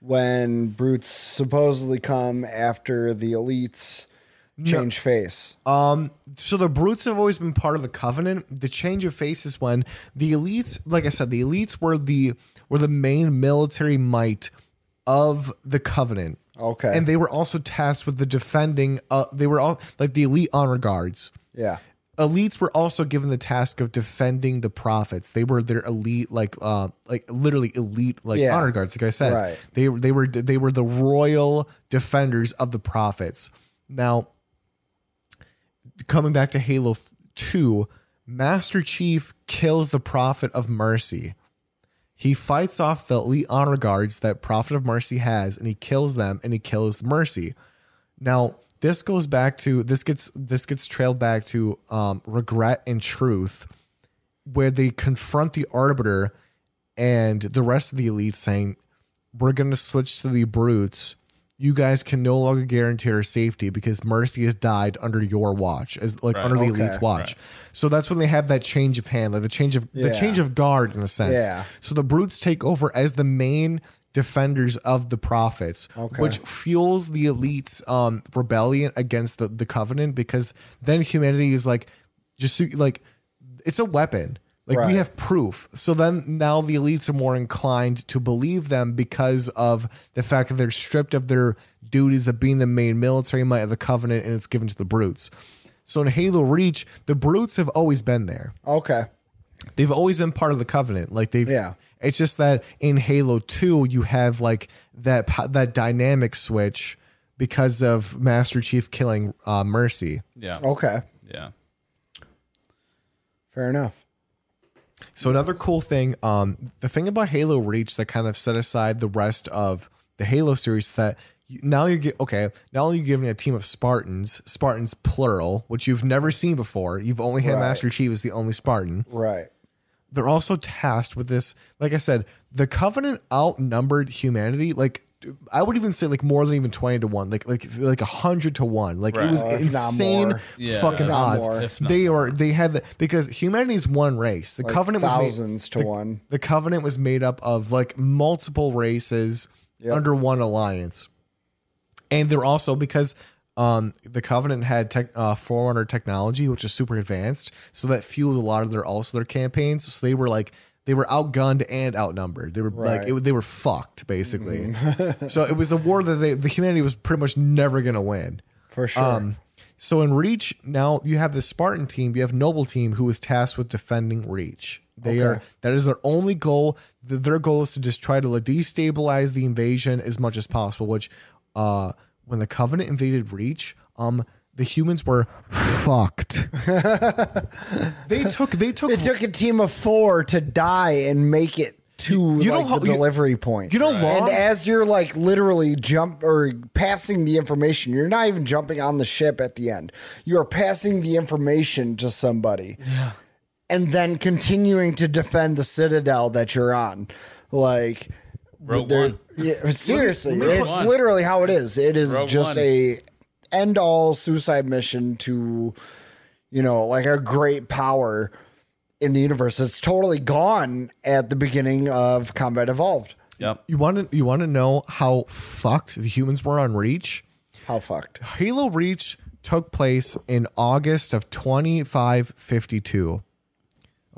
Speaker 2: when brutes supposedly come after the elites change face.
Speaker 3: Uh,
Speaker 1: so the brutes have always been part of the covenant the change of face is when the elites like i said the elites were the were the main military might of the covenant
Speaker 2: Okay.
Speaker 1: and they were also tasked with the defending uh they were all like the elite honor guards
Speaker 2: yeah.
Speaker 1: elites were also given the task of defending the prophets they were their elite like uh like literally elite like
Speaker 2: Yeah.
Speaker 1: honor guards like i said
Speaker 2: Right.
Speaker 1: they they were they were the royal defenders of the prophets now coming back to halo 2 master chief kills the prophet of mercy he fights off the elite honor guards that prophet of mercy has and he kills them and he kills mercy now, this goes back to this gets this gets trailed back to um, regret and truth where they confront the arbiter and the rest of the elite saying we're going to switch to the brutes you guys can no longer guarantee our safety because mercy has died under your watch as like under the
Speaker 2: Okay.
Speaker 1: elite's watch so that's when they have that change of hand like the change of
Speaker 2: Yeah.
Speaker 1: the change of guard in a sense
Speaker 2: Yeah.
Speaker 1: so the brutes take over as the main defenders of the prophets, which fuels the elite's um, rebellion against the, the covenant because then humanity is like, just so- like, it's a weapon. Like
Speaker 2: Right.
Speaker 1: we have proof. So then now the elites are more inclined to believe them because of the fact that they're stripped of their duties of being the main military might of the covenant and it's given to the brutes. So in Halo Reach, the brutes have always been there
Speaker 2: Okay.
Speaker 1: they've always been part of the covenant like they've
Speaker 2: Yeah.
Speaker 1: it's just that in halo 2 you have like that po- that dynamic switch because of master chief killing uh, mercy
Speaker 3: Yeah.
Speaker 2: Okay.
Speaker 3: Yeah.
Speaker 2: Fair enough.
Speaker 1: so another cool thing um the thing about halo reach that kind of set aside the rest of the halo series is that you- now you're get, okay not only are you giving a team of spartans spartans plural which you've never seen before you've only had
Speaker 2: Right.
Speaker 1: master chief as the only spartan
Speaker 2: Right.
Speaker 1: they're also tasked with this like i said the covenant outnumbered humanity like i would even say like more than even 20 to 1 like like like 100 to 1 like
Speaker 3: Right.
Speaker 1: it was
Speaker 2: Oh, if not
Speaker 1: insane
Speaker 2: more.
Speaker 3: Yeah.
Speaker 1: fucking
Speaker 3: If
Speaker 2: not more.
Speaker 1: odds
Speaker 3: If not
Speaker 1: they are they had the because humanity is one race the covenant was made,
Speaker 2: thousands to one.
Speaker 1: the covenant was made up of like multiple races under one alliance and they're also because um, the covenant had tech, uh, forerunner technology which is super advanced so that fueled a lot of their also their campaigns so they were like they were outgunned and outnumbered they were like
Speaker 2: Right.
Speaker 1: it, they were fucked basically so it was a war that they, the humanity was pretty much never going to win
Speaker 2: For sure.
Speaker 1: um, so in Reach, now you have the Spartan team, you have Noble team who is tasked with defending Reach. They are that is their only goal. Th- Their goal is to just try to like, destabilize the invasion as much as possible. Which, uh, when the Covenant invaded Reach, um, the humans were fucked. they took they took
Speaker 2: it took a team of four to die and make it to
Speaker 1: you know
Speaker 2: like,
Speaker 1: how-
Speaker 2: the
Speaker 1: you-
Speaker 2: delivery point.
Speaker 1: you know Right. long-
Speaker 2: And as you're like literally jump or passing the information, you're not even jumping on the ship at the end. You are passing the information to somebody. Yeah. And then continuing to defend the citadel that you're on. Like
Speaker 3: Rogue
Speaker 2: there-
Speaker 3: one.
Speaker 2: Yeah, seriously,
Speaker 3: Rogue
Speaker 2: it's
Speaker 3: one.
Speaker 2: literally how it is. It is
Speaker 3: Rogue
Speaker 2: just
Speaker 3: one.
Speaker 2: a end all suicide mission to you know, like a great power in the universe. It's totally gone at the beginning of Combat Evolved.
Speaker 3: Yep.
Speaker 1: you want to you want to know how fucked the humans were on Reach.
Speaker 2: How fucked.
Speaker 1: Halo Reach took place in August of 2552.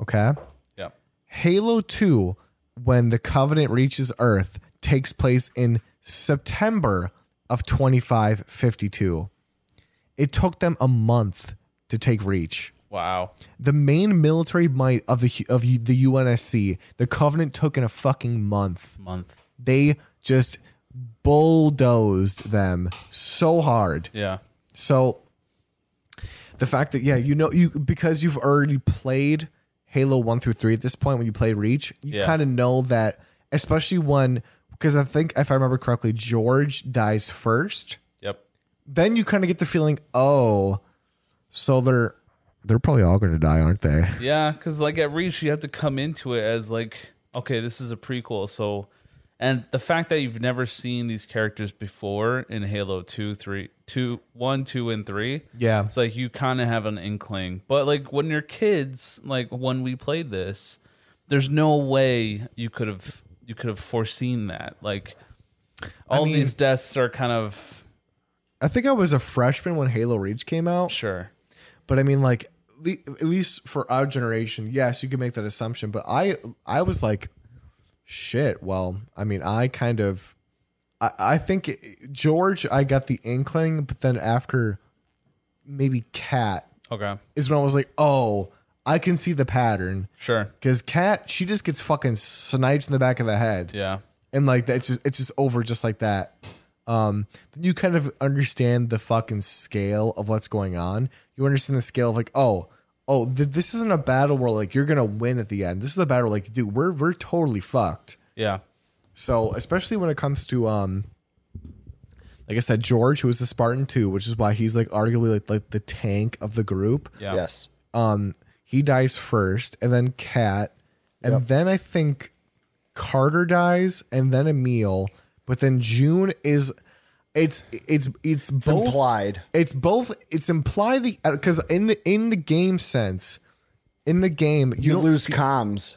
Speaker 1: Okay.
Speaker 3: Yep.
Speaker 1: Halo 2, when the Covenant reaches Earth, takes place in September of 2552. It took them a month to take Reach.
Speaker 3: Wow.
Speaker 1: The main military might of the of the UNSC, the Covenant took in a fucking month
Speaker 3: Month.
Speaker 1: they just bulldozed them so hard.
Speaker 3: Yeah.
Speaker 1: So the fact that yeah, you know you because you've already played Halo 1 through 3 at this point when you play Reach, you
Speaker 3: Yeah.
Speaker 1: kind of know that especially when because I think if I remember correctly George dies first,
Speaker 3: Yep.
Speaker 1: then you kind of get the feeling, "Oh, so they're they're probably all going to die, aren't they?"
Speaker 3: Yeah, because like at Reach, you have to come into it as like, okay, this is a prequel. So, and the fact that you've never seen these characters before in Halo 2, 3, 2, 1, 2, and 3.
Speaker 1: Yeah.
Speaker 3: It's like you kind of have an inkling. But like when you're kids, like when we played this, there's no way you could have you could have foreseen that. Like all
Speaker 1: mean-
Speaker 3: these deaths are kind of
Speaker 1: I think I was a freshman when Halo Reach came out.
Speaker 3: sure.
Speaker 1: but I mean, like le- at least for our generation, yes, you can make that assumption. But I, I was like, shit. Well, I mean, I kind of, I, I think George, I got the inkling, but then after maybe Cat
Speaker 3: Okay.
Speaker 1: is when I was like, oh, I can see the pattern
Speaker 3: Sure.
Speaker 1: because Cat, she just gets fucking sniped in the back of the head
Speaker 3: Yeah.
Speaker 1: and like that's just it's just over just like that um then you kind of understand the fucking scale of what's going on you understand the scale of like oh oh th- this isn't a battle where like you're gonna win at the end this is a battle where, like dude we're we're totally fucked
Speaker 3: Yeah.
Speaker 1: so especially when it comes to um like i said george who was the spartan too which is why he's like arguably like, like the tank of the group
Speaker 3: Yeah.
Speaker 2: Yes.
Speaker 1: um He dies first, and then Cat, and then I think Carter dies, and then Emil. But then June is, it's it's it's, both,
Speaker 2: implied.
Speaker 1: It's both. It's implied the because in the in the game sense, in the game you,
Speaker 2: You
Speaker 1: don't
Speaker 2: lose
Speaker 1: see-
Speaker 2: comms.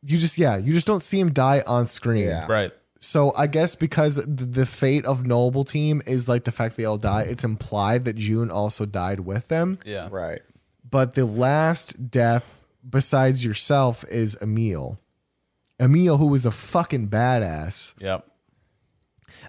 Speaker 1: you just yeah you just don't see him die on screen.
Speaker 2: Yeah.
Speaker 3: Right.
Speaker 1: So I guess because th- the fate of Noble Team is like the fact they all die, it's implied that June also died with them.
Speaker 3: Yeah.
Speaker 2: Right.
Speaker 1: But the last death besides yourself is Emil. Emil, who was a fucking badass.
Speaker 3: Yep.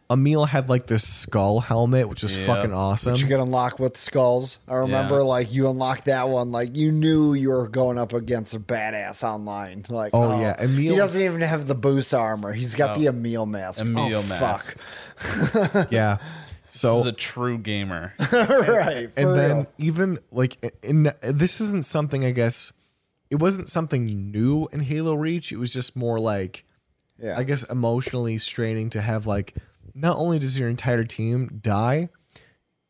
Speaker 1: Emil had like this skull helmet, which is
Speaker 3: Yeah.
Speaker 1: fucking awesome.
Speaker 2: You could unlock with skulls. I remember,
Speaker 3: Yeah.
Speaker 2: like, you unlocked that one. Like, you knew you were going up against a badass online. Like,
Speaker 1: Oh, yeah. Emil-
Speaker 2: He doesn't even have the Boos armor. He's got the Emil mask.
Speaker 3: Emil
Speaker 2: oh, <laughs>
Speaker 3: mask.
Speaker 1: yeah.
Speaker 3: <laughs> This
Speaker 1: So
Speaker 3: is a true <laughs> gamer.
Speaker 2: fuck. right. for
Speaker 1: and then
Speaker 2: real.
Speaker 1: even like in, in this isn't something I guess it wasn't something new in Halo Reach. It was just more like
Speaker 2: Yeah.
Speaker 1: I guess emotionally straining to have like not only does your entire team die,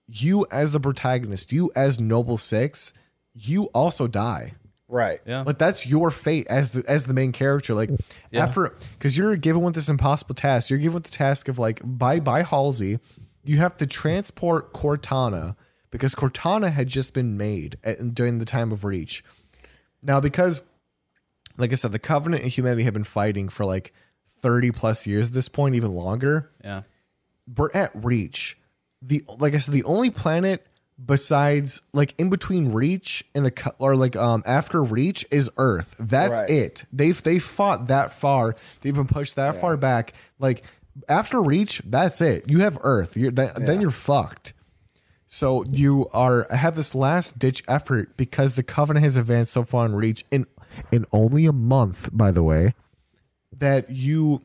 Speaker 1: you as the protagonist, you as Noble Six, you also die.
Speaker 2: right.
Speaker 3: Yeah.
Speaker 1: Like that's your fate as the as the main character. Like after because you're given with this impossible task. You're given with the task of like by by Halsey, you have to transport Cortana because Cortana had just been made at, during the time of Reach. Now because, like I said, the Covenant and humanity have been fighting for like thirty plus years at this point, even longer
Speaker 3: yeah.
Speaker 1: we're at Reach. The like I said, the only planet besides like in between Reach and the co- or like um after Reach is Earth. That's
Speaker 2: Right.
Speaker 1: it. They've they fought that far. They've been pushed that far back. Like after Reach, that's it. You have Earth. You're that, then you're fucked. So you are have this last ditch effort because the Covenant has advanced so far in Reach in in only a month, by the way, that you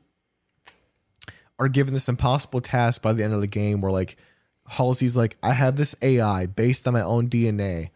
Speaker 1: are given this impossible task by the end of the game where like Halsey's like, I have this AI based on my own DNA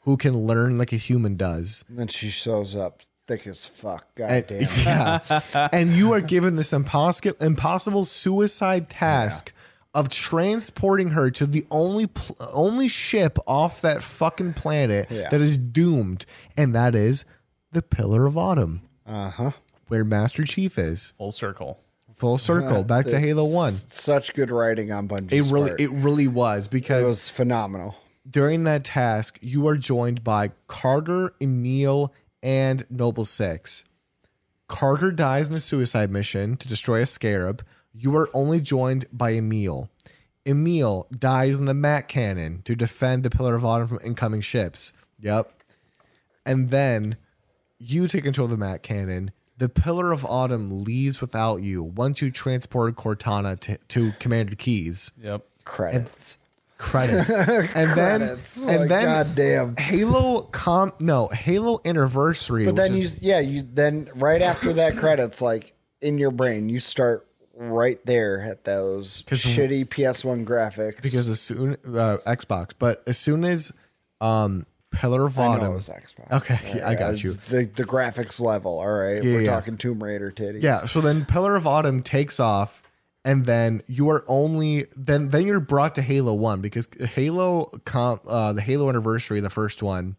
Speaker 1: who can learn like a human does.
Speaker 2: And then she shows up thick as fuck.
Speaker 1: And,
Speaker 2: God damn.
Speaker 1: <laughs> yeah. and you are given this impossible impossible suicide task of transporting her to the only pl- only ship off that fucking planet
Speaker 2: Yeah.
Speaker 1: that is doomed, and that is the Pillar of Autumn,
Speaker 2: Uh huh.
Speaker 1: where Master Chief is.
Speaker 3: Full circle.
Speaker 1: Full
Speaker 2: <laughs>
Speaker 1: circle, back to Halo One.
Speaker 2: Such good writing on Bungie.
Speaker 1: It really, it really was because
Speaker 2: was phenomenal.
Speaker 1: during that task, you are joined by Carter, Emil, and Noble Six. Carter dies in a suicide mission to destroy a scarab. You are only joined by Emil. Emil dies in the Mat Cannon to defend the Pillar of Autumn from incoming ships. Yep. And then you take control of the Mat Cannon. The Pillar of Autumn leaves without you once you transport Cortana to, to Commander Keys
Speaker 3: Yep.
Speaker 2: Credits.
Speaker 1: credits. and then
Speaker 2: Credits. Oh
Speaker 1: and
Speaker 2: Like,
Speaker 1: then
Speaker 2: goddamn.
Speaker 1: Halo com no, Halo anniversary.
Speaker 2: But then
Speaker 1: which
Speaker 2: you,
Speaker 1: is-
Speaker 2: yeah, you then right after that credits, like in your brain, you start right there at those shitty PS1 graphics.
Speaker 1: because as soon uh, Xbox, but as soon as um Pillar of
Speaker 2: I know it
Speaker 1: Autumn.
Speaker 2: was Xbox.
Speaker 1: Okay, yeah, I got
Speaker 2: it's
Speaker 1: you.
Speaker 2: The the graphics level. All right, we're
Speaker 1: yeah.
Speaker 2: talking Tomb Raider titties.
Speaker 1: Yeah, so then Pillar of Autumn takes off and then you are only then then you're brought to Halo 1 because Halo com, uh the Halo anniversary, the first one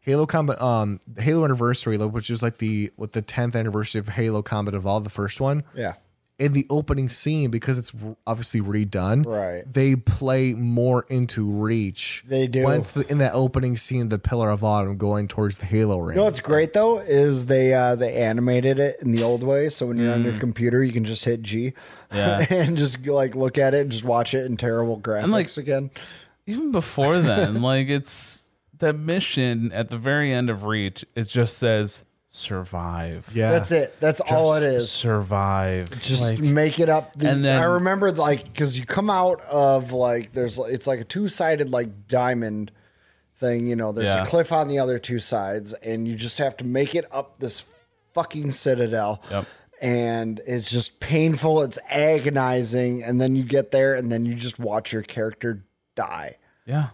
Speaker 1: Halo Combat, um, Halo Anniversary, like, which is like the what the tenth anniversary of Halo Combat Evolved, the first one.
Speaker 2: yeah,
Speaker 1: in the opening scene because it's r- obviously redone.
Speaker 2: Right.
Speaker 1: They play more into Reach.
Speaker 2: They do.
Speaker 1: Once the, in that opening scene, the Pillar of Autumn going towards the Halo ring.
Speaker 2: You know what's great though is they uh, they animated it in the old way, so when you're on your computer, you can just hit G,
Speaker 3: Mm. Yeah.
Speaker 2: <laughs> and just like look at it and just watch it in terrible graphics
Speaker 3: like-
Speaker 2: again.
Speaker 3: Even before <laughs> then, like it's that mission at the very end of Reach. It just says survive.
Speaker 1: yeah.
Speaker 2: That's it. That's all it is.
Speaker 3: Survive.
Speaker 2: Just
Speaker 3: Like,
Speaker 2: make it up. The,
Speaker 3: And then-
Speaker 2: I remember like because you come out of like there's it's like a two sided like diamond thing. You know, there's
Speaker 3: Yeah.
Speaker 2: a cliff on the other two sides, and you just have to make it up this fucking citadel.
Speaker 3: Yep.
Speaker 2: And it's just painful. It's agonizing, and then you get there, and then you just watch your character die.
Speaker 3: yeah.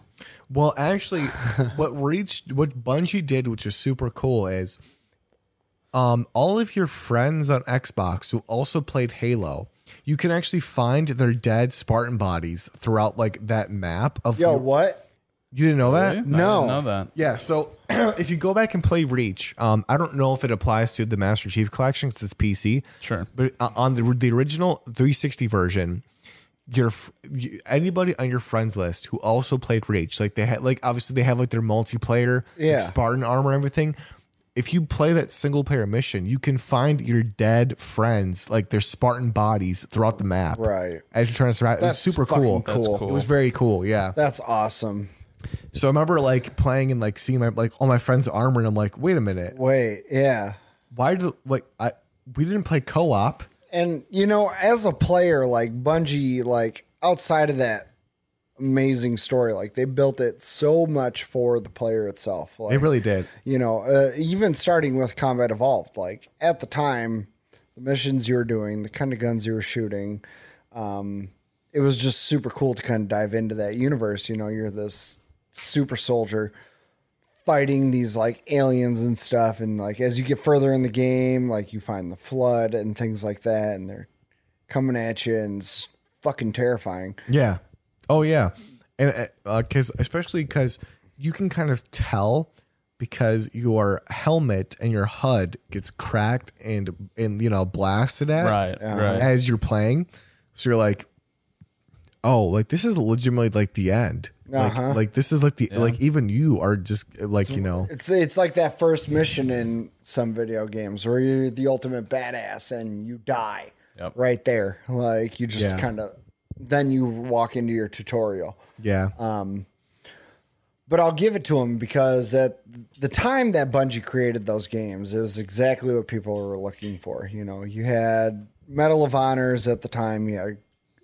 Speaker 1: Well,
Speaker 2: <laughs>
Speaker 1: actually, what Reach, what Bungie did, which is super cool, is um, all of your friends on Xbox who also played Halo, you can actually find their dead Spartan bodies throughout like that map of
Speaker 2: Yo, what?
Speaker 1: You didn't know that?
Speaker 3: Really?
Speaker 2: No.
Speaker 3: I didn't know that.
Speaker 1: Yeah, so <clears throat> if you go back and play Reach, um, I don't know if it applies to the Master Chief Collection because it's PC.
Speaker 3: Sure.
Speaker 1: but uh, on the the original 360 version, your f- you- anybody on your friends list who also played Reach, like they had, like obviously they have like their multiplayer, like,
Speaker 2: Yeah.
Speaker 1: Spartan armor, and everything. If you play that single player mission, you can find your dead friends, like their Spartan bodies, throughout the map.
Speaker 2: Right.
Speaker 1: As you're trying to survive,
Speaker 2: That's
Speaker 1: it was super
Speaker 2: fucking
Speaker 1: cool.
Speaker 2: That's cool.
Speaker 3: cool.
Speaker 1: It was very cool. Yeah.
Speaker 2: That's awesome.
Speaker 1: So I remember like playing and like seeing my like all my friends' armor, and I'm like, wait a minute,
Speaker 2: Wait, yeah.
Speaker 1: why do like I we didn't play co-op?
Speaker 2: And you know, as a player, like Bungie, like outside of that amazing story, like they built it so much for the player itself. Like
Speaker 1: They really did.
Speaker 2: you know, uh, even starting with Combat Evolved, like at the time, the missions you were doing, the kind of guns you were shooting, um, it was just super cool to kind of dive into that universe. You know, you're this super soldier fighting these like aliens and stuff. And like as you get further in the game, like you find the flood and things like that, and they're coming at you and it's fucking terrifying.
Speaker 1: Yeah. Oh yeah. And because especially because you can kind of tell because your helmet and your HUD gets cracked and and you know blasted at
Speaker 3: Right.
Speaker 2: Uh-huh.
Speaker 3: Right.
Speaker 1: as you're playing, so you're like, oh, like this is legitimately like the end.
Speaker 2: Uh-huh.
Speaker 1: Like, like this is like the like even you are just like you know
Speaker 2: It's it's like that first mission in some video games where you're the ultimate badass and you die
Speaker 3: Yep.
Speaker 2: right there. Like you just
Speaker 1: Yeah.
Speaker 2: kind of then you walk into your tutorial.
Speaker 1: yeah
Speaker 2: But I'll give it to them because at the time that Bungie created those games, it was exactly what people were looking for. You know, you had Medal of Honors at the time, you had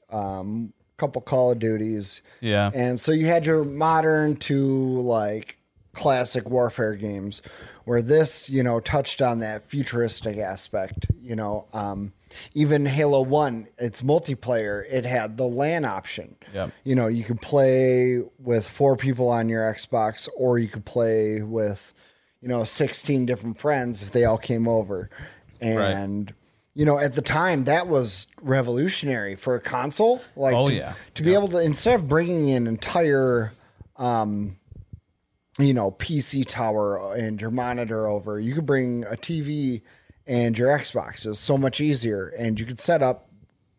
Speaker 2: um, a couple Call of Duties,
Speaker 3: Yeah.
Speaker 2: and so you had your modern to like classic warfare games where this, you know, touched on that futuristic aspect, you know, um, even Halo 1, its multiplayer, it had the LAN option.
Speaker 3: Yep.
Speaker 2: You know, you could play with four people on your Xbox or you could play with, you know, 16 different friends if they all came over. And you know, at the time that was revolutionary for a console. Like
Speaker 3: Oh,
Speaker 2: to-
Speaker 3: yeah.
Speaker 2: to be able to instead of bringing an entire um you know pc tower and your monitor over you could bring a tv and your xbox is so much easier and you could set up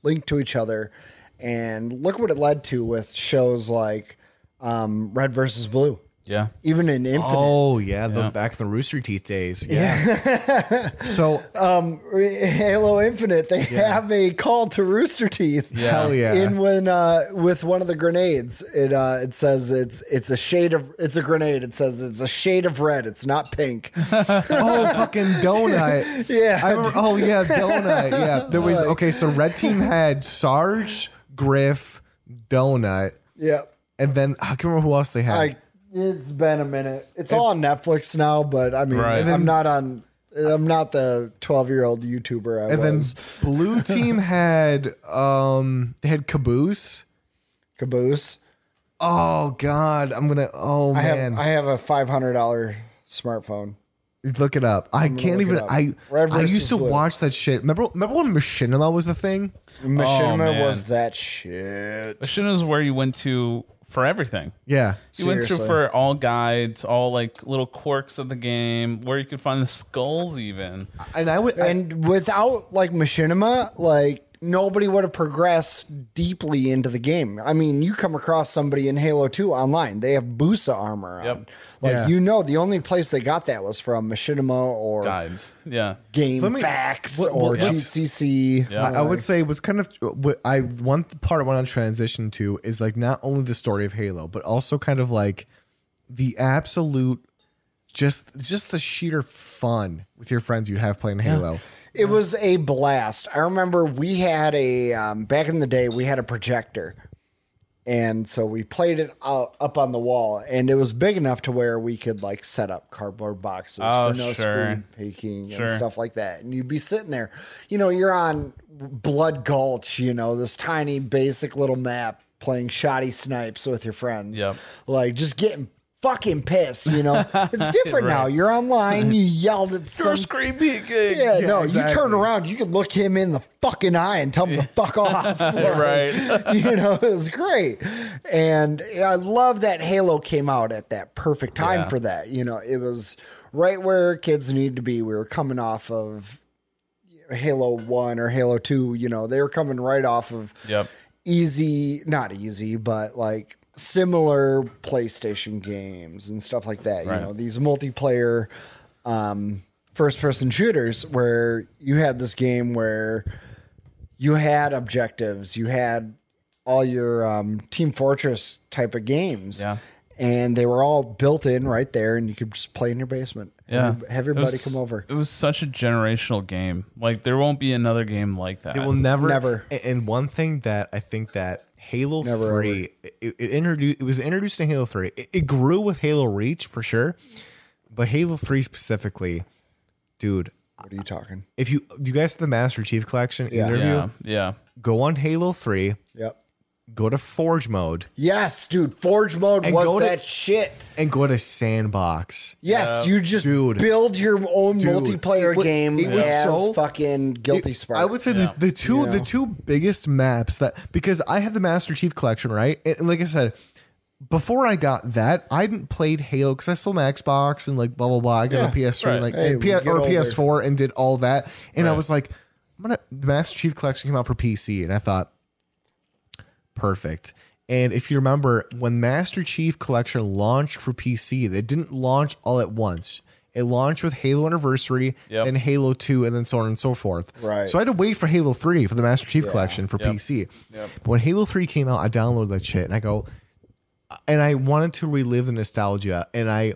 Speaker 2: link to each other and look what it led to with shows like um red versus blue
Speaker 3: Yeah.
Speaker 2: even in infinite
Speaker 1: oh yeah the back in the Rooster Teeth days yeah. <laughs>
Speaker 2: <laughs>
Speaker 1: so
Speaker 2: Uh, halo infinite they have a call to rooster teeth
Speaker 3: Yeah.
Speaker 1: hell yeah
Speaker 2: in when uh with one of the grenades it uh it says it's it's a shade of it's a grenade it says it's a shade of red it's not pink
Speaker 1: oh fucking donut
Speaker 2: Yeah.
Speaker 1: I remember, oh yeah donut
Speaker 2: <laughs>
Speaker 1: yeah there was okay so red team had sarge griff donut
Speaker 2: yeah
Speaker 1: and then i can't remember who else they had
Speaker 2: i it's been a minute it's all on netflix now but i mean
Speaker 3: Right. And then-
Speaker 2: i'm not on i'm not the 12 year old youtuber i
Speaker 1: and then
Speaker 2: was <laughs>
Speaker 1: blue team had um they had caboose
Speaker 2: caboose
Speaker 1: oh god i'm gonna oh
Speaker 2: i
Speaker 1: man
Speaker 2: have i have a 500 dollar smartphone
Speaker 1: look it up i can't
Speaker 2: look
Speaker 1: even
Speaker 2: it up.
Speaker 1: i
Speaker 2: Red
Speaker 1: i
Speaker 2: versus
Speaker 1: used to
Speaker 2: blue.
Speaker 1: watch that shit remember remember when machinima was the thing
Speaker 2: machinima
Speaker 3: man.
Speaker 2: was that shit
Speaker 3: Ashina is where you went to for everything.
Speaker 1: yeah
Speaker 3: You went through
Speaker 2: Seriously.
Speaker 3: for all guides, all like little quirks of the game, where you could find the skulls even.
Speaker 2: Uh,
Speaker 1: and i would I-
Speaker 2: and without like machinima like nobody would have progressed deeply into the game i mean you come across somebody in halo 2 online they have busa armor on
Speaker 3: Yep.
Speaker 2: like
Speaker 1: Yeah.
Speaker 2: you know the only place they got that was from machinima or
Speaker 3: Guides. Yeah.
Speaker 2: game
Speaker 1: me-
Speaker 2: facts
Speaker 1: what-
Speaker 2: or
Speaker 1: what-
Speaker 2: cheat
Speaker 1: what's-
Speaker 2: cc
Speaker 3: Yeah.
Speaker 1: I, I would say what's kind of what I one part I want to transition to is like not only the story of Halo, but also kind of like the absolute just just the sheer fun with your friends you'd have playing Halo.
Speaker 2: It was a blast. I remember we had a um, back in the day we had a projector, and so we played it out, up on the wall, and it was big enough to where we could like set up cardboard boxes
Speaker 3: Oh,
Speaker 2: for no
Speaker 3: sure.
Speaker 2: spoon peeking
Speaker 3: Sure.
Speaker 2: and stuff like that. And you'd be sitting there, you know, you're on Blood Gulch, you know, this tiny basic little map playing shoddy snipes with your friends,
Speaker 3: Yep.
Speaker 2: like just getting fucking piss, you
Speaker 3: <laughs>
Speaker 2: know? It's different now. You're online, you yelled at some
Speaker 3: You're screaming.
Speaker 1: Yeah,
Speaker 2: yeah, no, you turn
Speaker 1: exactly.
Speaker 2: around, you can look him in the fucking eye and tell him to fuck off.
Speaker 3: Right.
Speaker 2: <laughs> you know, it was great. And I love that Halo came out at that perfect time
Speaker 3: Yeah.
Speaker 2: for that. You know, it was right where kids need to be. We were coming off of Halo 1 or Halo 2, you know, they were coming right off of
Speaker 3: Yep.
Speaker 2: easy, not easy, but like similar PlayStation games and stuff like that.
Speaker 3: Right.
Speaker 2: You know, these multiplayer um, first person shooters where you had this game where you had objectives, you had all your um, Team Fortress type of games.
Speaker 3: Yeah.
Speaker 2: And they were all built in right there, and you could just play in your basement.
Speaker 3: Yeah.
Speaker 2: Have- Have everybody
Speaker 3: It was-
Speaker 2: come over.
Speaker 3: It was such a generational game. Like there won't be another game like that.
Speaker 1: It will never,
Speaker 2: Never.
Speaker 1: a- And one thing that I think that Halo
Speaker 2: Never
Speaker 1: Three, it, it introduced, it was introduced in Halo Three. It, it grew with Halo Reach for sure, but Halo Three specifically, dude.
Speaker 2: What are you talking?
Speaker 1: If you you guys the Master Chief Collection
Speaker 2: Yeah.
Speaker 1: interview,
Speaker 3: yeah. Yeah.
Speaker 1: go on Halo Three,
Speaker 2: Yep.
Speaker 1: go to Forge mode,
Speaker 2: Yes, dude. Forge mode was
Speaker 1: go to-
Speaker 2: that shit.
Speaker 1: and go to Sandbox.
Speaker 2: Yes, you just
Speaker 1: Dude.
Speaker 2: build your own
Speaker 1: Dude.
Speaker 2: multiplayer
Speaker 1: It wa-
Speaker 2: game
Speaker 1: it was
Speaker 2: as
Speaker 1: so-
Speaker 2: fucking Guilty Spark.
Speaker 1: I would say the, the two
Speaker 2: Yeah.
Speaker 1: the two biggest maps that because I have the Master Chief collection, right? And, and like I said, before I got that, I didn't played Halo because I sold my Xbox and like blah blah blah. I got
Speaker 2: Yeah,
Speaker 1: a PS3
Speaker 3: right.
Speaker 1: and like
Speaker 2: Hey,
Speaker 1: and P- or
Speaker 2: we get older.
Speaker 1: PS4 and did all that, and I
Speaker 3: Right.
Speaker 1: was like, I'm gonna the Master Chief collection came out for PC, and I thought, perfect. And if you remember, when Master Chief Collection launched for PC, they didn't launch all at once. It launched with Halo Anniversary,
Speaker 3: Yep.
Speaker 1: then Halo 2, and then so on and so forth.
Speaker 2: Right.
Speaker 1: So I had to wait for Halo 3 for the Master Chief Collection for PC. But when Halo 3 came out, I downloaded that shit and I go, and I wanted to relive the nostalgia. And I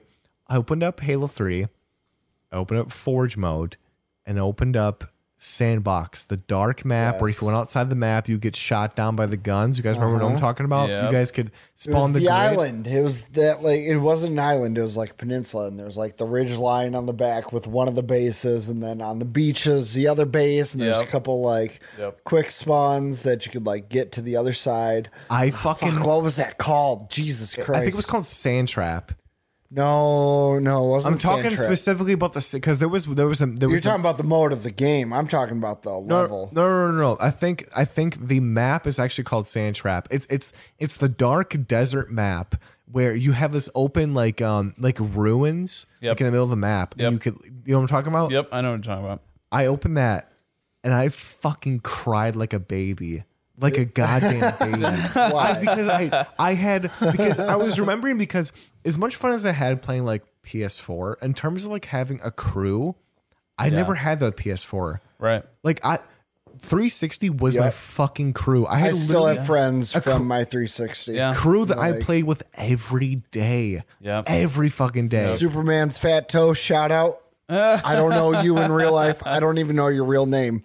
Speaker 1: I opened up Halo 3, I opened up Forge mode, and opened up Sandbox, the dark map where if you went outside the map, you get shot down by the guns. You guys remember what I'm talking about?
Speaker 3: Yep.
Speaker 1: You guys could
Speaker 2: Uh-huh. it was
Speaker 1: spawn
Speaker 2: the,
Speaker 1: the, grid.
Speaker 2: island. It was that like it wasn't an island. It was like peninsula, and there was like the ridge line on the back with one of the bases, and then on the beaches the other base, and there's
Speaker 3: Yep.
Speaker 2: a couple like
Speaker 3: Yep.
Speaker 2: quick spawns that you could like get to the other side.
Speaker 1: I fucking
Speaker 2: Fuck, what was that called? Jesus Christ!
Speaker 1: I think it was called Sand Trap.
Speaker 2: No, no, it wasn't.
Speaker 1: I'm talking
Speaker 2: Sand Trap.
Speaker 1: specifically about the because there was there was some there
Speaker 2: You're
Speaker 1: was the-
Speaker 2: talking about the mode of the game. I'm talking about the
Speaker 1: no,
Speaker 2: level.
Speaker 1: Uh, no, no, no, no. I think I think the map is actually called Sand Trap. It's it's it's the dark desert map where you have this open like um like ruins
Speaker 3: Yep.
Speaker 1: like in the middle of the map.
Speaker 3: Yep.
Speaker 1: And you could you know what I'm talking about?
Speaker 3: Yep. I know what you're talking about.
Speaker 1: I opened that and I fucking cried like a baby. Like a
Speaker 3: <laughs>
Speaker 1: goddamn baby. I, because I I had because I was remembering because as much fun as I had playing like PS4, in terms of like having a crew, I never had that with PS4.
Speaker 3: Right.
Speaker 1: Like I 360 was my
Speaker 2: Yep.
Speaker 1: fucking crew. I
Speaker 2: I
Speaker 1: had
Speaker 2: still
Speaker 1: literally
Speaker 2: have friends from my 360.
Speaker 3: Yeah.
Speaker 1: a crew that I played with every day.
Speaker 3: Yep.
Speaker 1: Every fucking day.
Speaker 2: Superman's fat toe shout out. I don't know you in real life. I don't even know your real name.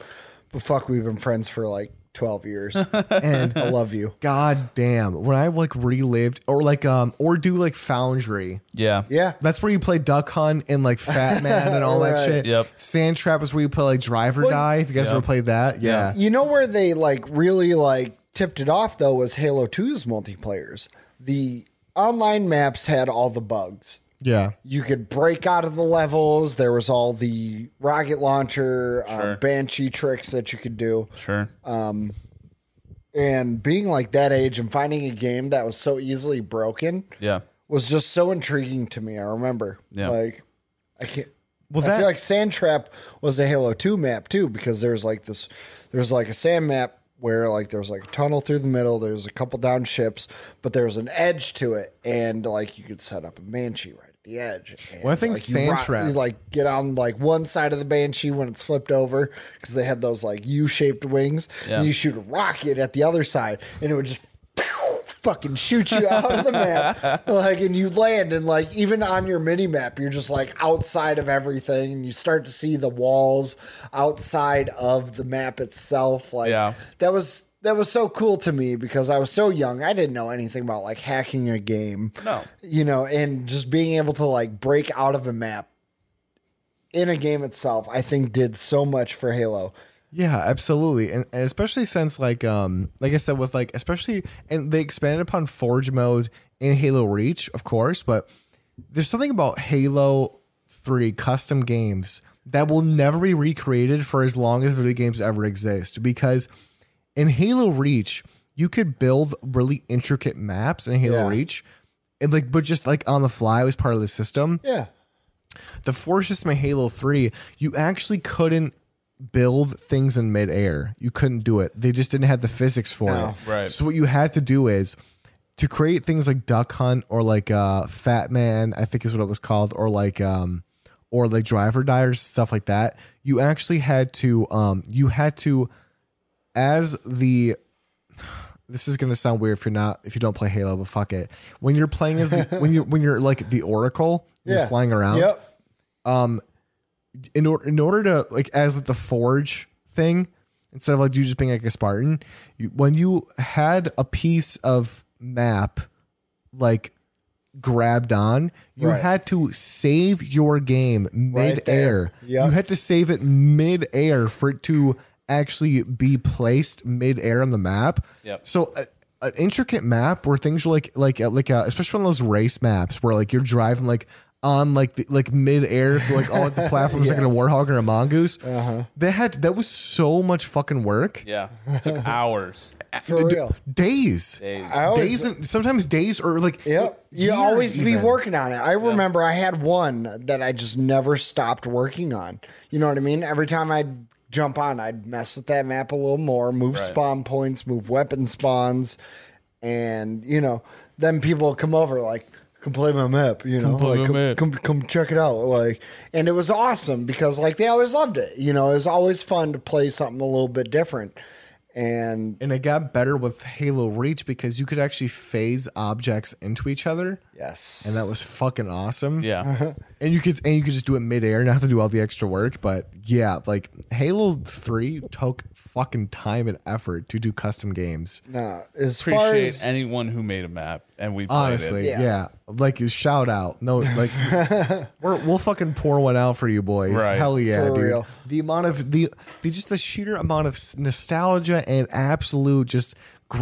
Speaker 2: But fuck, we've been friends for like 12 years.
Speaker 1: <laughs>
Speaker 2: <laughs> and I love you.
Speaker 1: God damn. When I like relived or like um or do like Foundry.
Speaker 3: Yeah.
Speaker 2: Yeah.
Speaker 1: That's where you play Duck Hunt and like
Speaker 2: <laughs>
Speaker 1: Fat Man and all
Speaker 2: Right.
Speaker 1: that shit.
Speaker 3: Yep.
Speaker 1: Sand Trap is where you play like Drive or Die. If you guys ever played that, yeah.
Speaker 2: You know where they like really like tipped it off though was Halo 2's multiplayers. The online maps had all the bugs.
Speaker 1: yeah,
Speaker 2: you could break out of the levels. There was all the rocket launcher,
Speaker 3: Sure.
Speaker 2: um, banshee tricks that you could do.
Speaker 3: Sure.
Speaker 2: Uh, And being like that age and finding a game that was so easily broken
Speaker 3: yeah.
Speaker 2: was just so intriguing to me. I remember,
Speaker 3: Yeah.
Speaker 2: like, I can't.
Speaker 1: Well,
Speaker 2: I
Speaker 1: that-
Speaker 2: feel like Sand Trap was a Halo Two map too, because there's like this, there's like a sand map where like there's like a tunnel through the middle. There's a couple down ships, but there's an edge to it, and like you could set up a banshee right at the edge. And,
Speaker 1: Well, I think
Speaker 2: like, you
Speaker 1: Sand
Speaker 2: ro-
Speaker 1: Trap-
Speaker 2: you, like get on like one side of the banshee when it's flipped over because they had those like U-shaped wings.
Speaker 3: Yeah.
Speaker 2: And you shoot a rocket at the other side, and it would just <laughs> pew, fucking shoot you out of the
Speaker 3: <laughs>
Speaker 2: map. Like, and you land, and like even on your mini map, you're just like outside of everything, and you start to see the walls outside of the map itself. Like,
Speaker 3: Yeah.
Speaker 2: that was. That was so cool to me because I was so young. I didn't know anything about like hacking a game.
Speaker 3: No.
Speaker 2: You know, and just being able to like break out of a map in a game itself, I think did so much for Halo.
Speaker 1: yeah, absolutely, and, and especially since like um like I said with like especially and they expanded upon Forge mode in Halo Reach, of course, but there's something about Halo 3 custom games that will never be recreated for as long as video games ever exist because in Halo Reach, you could build really intricate maps in Halo
Speaker 2: Yeah.
Speaker 1: Reach. And like, but just like on the fly was part of the system
Speaker 2: Yeah.
Speaker 1: the four system of Halo 3, you actually couldn't build things in midair. You couldn't do it. They just didn't have the physics for
Speaker 2: No.
Speaker 1: it.
Speaker 3: Right.
Speaker 1: So what you had to do is to create things like Duck Hunt or like uh Fat Man, I think is what it was called, or like um or like driver dyers, stuff like that, you actually had to um you had to as the this is gonna sound weird if you're not if you don't play Halo, but fuck it. When you're playing
Speaker 2: <laughs>
Speaker 1: as the when you when you're like the Oracle,
Speaker 2: Yeah.
Speaker 1: you're flying around
Speaker 2: Yep.
Speaker 1: in order in order to like as like the forge thing instead of like you just being like a spartan you, when you had a piece of map like grabbed on you
Speaker 2: Right.
Speaker 1: had to save your game
Speaker 2: there.
Speaker 1: mid-air
Speaker 2: Yep.
Speaker 1: you had to save it mid-air for it to actually be placed mid-air on the map
Speaker 3: Yep.
Speaker 1: so a, an intricate map where things are like like uh, like uh, especially on those race maps where like you're driving like on like the, like mid-air to, like all like,
Speaker 2: <laughs>
Speaker 1: the platforms like in a warhog or a mongoose uh-huh. that had that was so much fucking work
Speaker 2: <laughs>
Speaker 3: Yeah. took hours.
Speaker 2: For
Speaker 1: Uh, D-
Speaker 2: real.
Speaker 1: days
Speaker 3: Days.
Speaker 2: I always,
Speaker 1: days and sometimes days or like
Speaker 2: Yep. You
Speaker 1: years
Speaker 2: always be
Speaker 1: even.
Speaker 2: working on it. I remember I had one that I just never stopped working on. You know what I mean? Every time I'd jump on, I'd mess with that map a little more, move spawn points, move weapon spawns, and you know, then people would come over like come play my map, you know, like
Speaker 3: play my
Speaker 2: come,
Speaker 3: map.
Speaker 2: come come check it out. Like and it was awesome because like they always loved it. You know, it was always fun to play something a little bit different. And
Speaker 1: and it got better with Halo Reach because you could actually phase objects into each other
Speaker 2: yes.
Speaker 1: and that was fucking awesome
Speaker 3: Yeah.
Speaker 1: <laughs> And you could and you could just do it midair, not have to do all the extra work. But yeah, like Halo Three took fucking time and effort to do custom games.
Speaker 2: Nah, as far
Speaker 3: Appreciate
Speaker 2: as
Speaker 3: anyone who made a map and we played
Speaker 1: Honestly,
Speaker 3: it.
Speaker 1: yeah.
Speaker 2: Yeah.
Speaker 1: Like shout out, no,
Speaker 2: <laughs>
Speaker 1: like we're, we'll fucking pour one out for you boys.
Speaker 3: Right.
Speaker 1: Hell yeah,
Speaker 2: For
Speaker 1: dude.
Speaker 2: real.
Speaker 1: The amount of the, the just the sheer amount of s- nostalgia and absolute just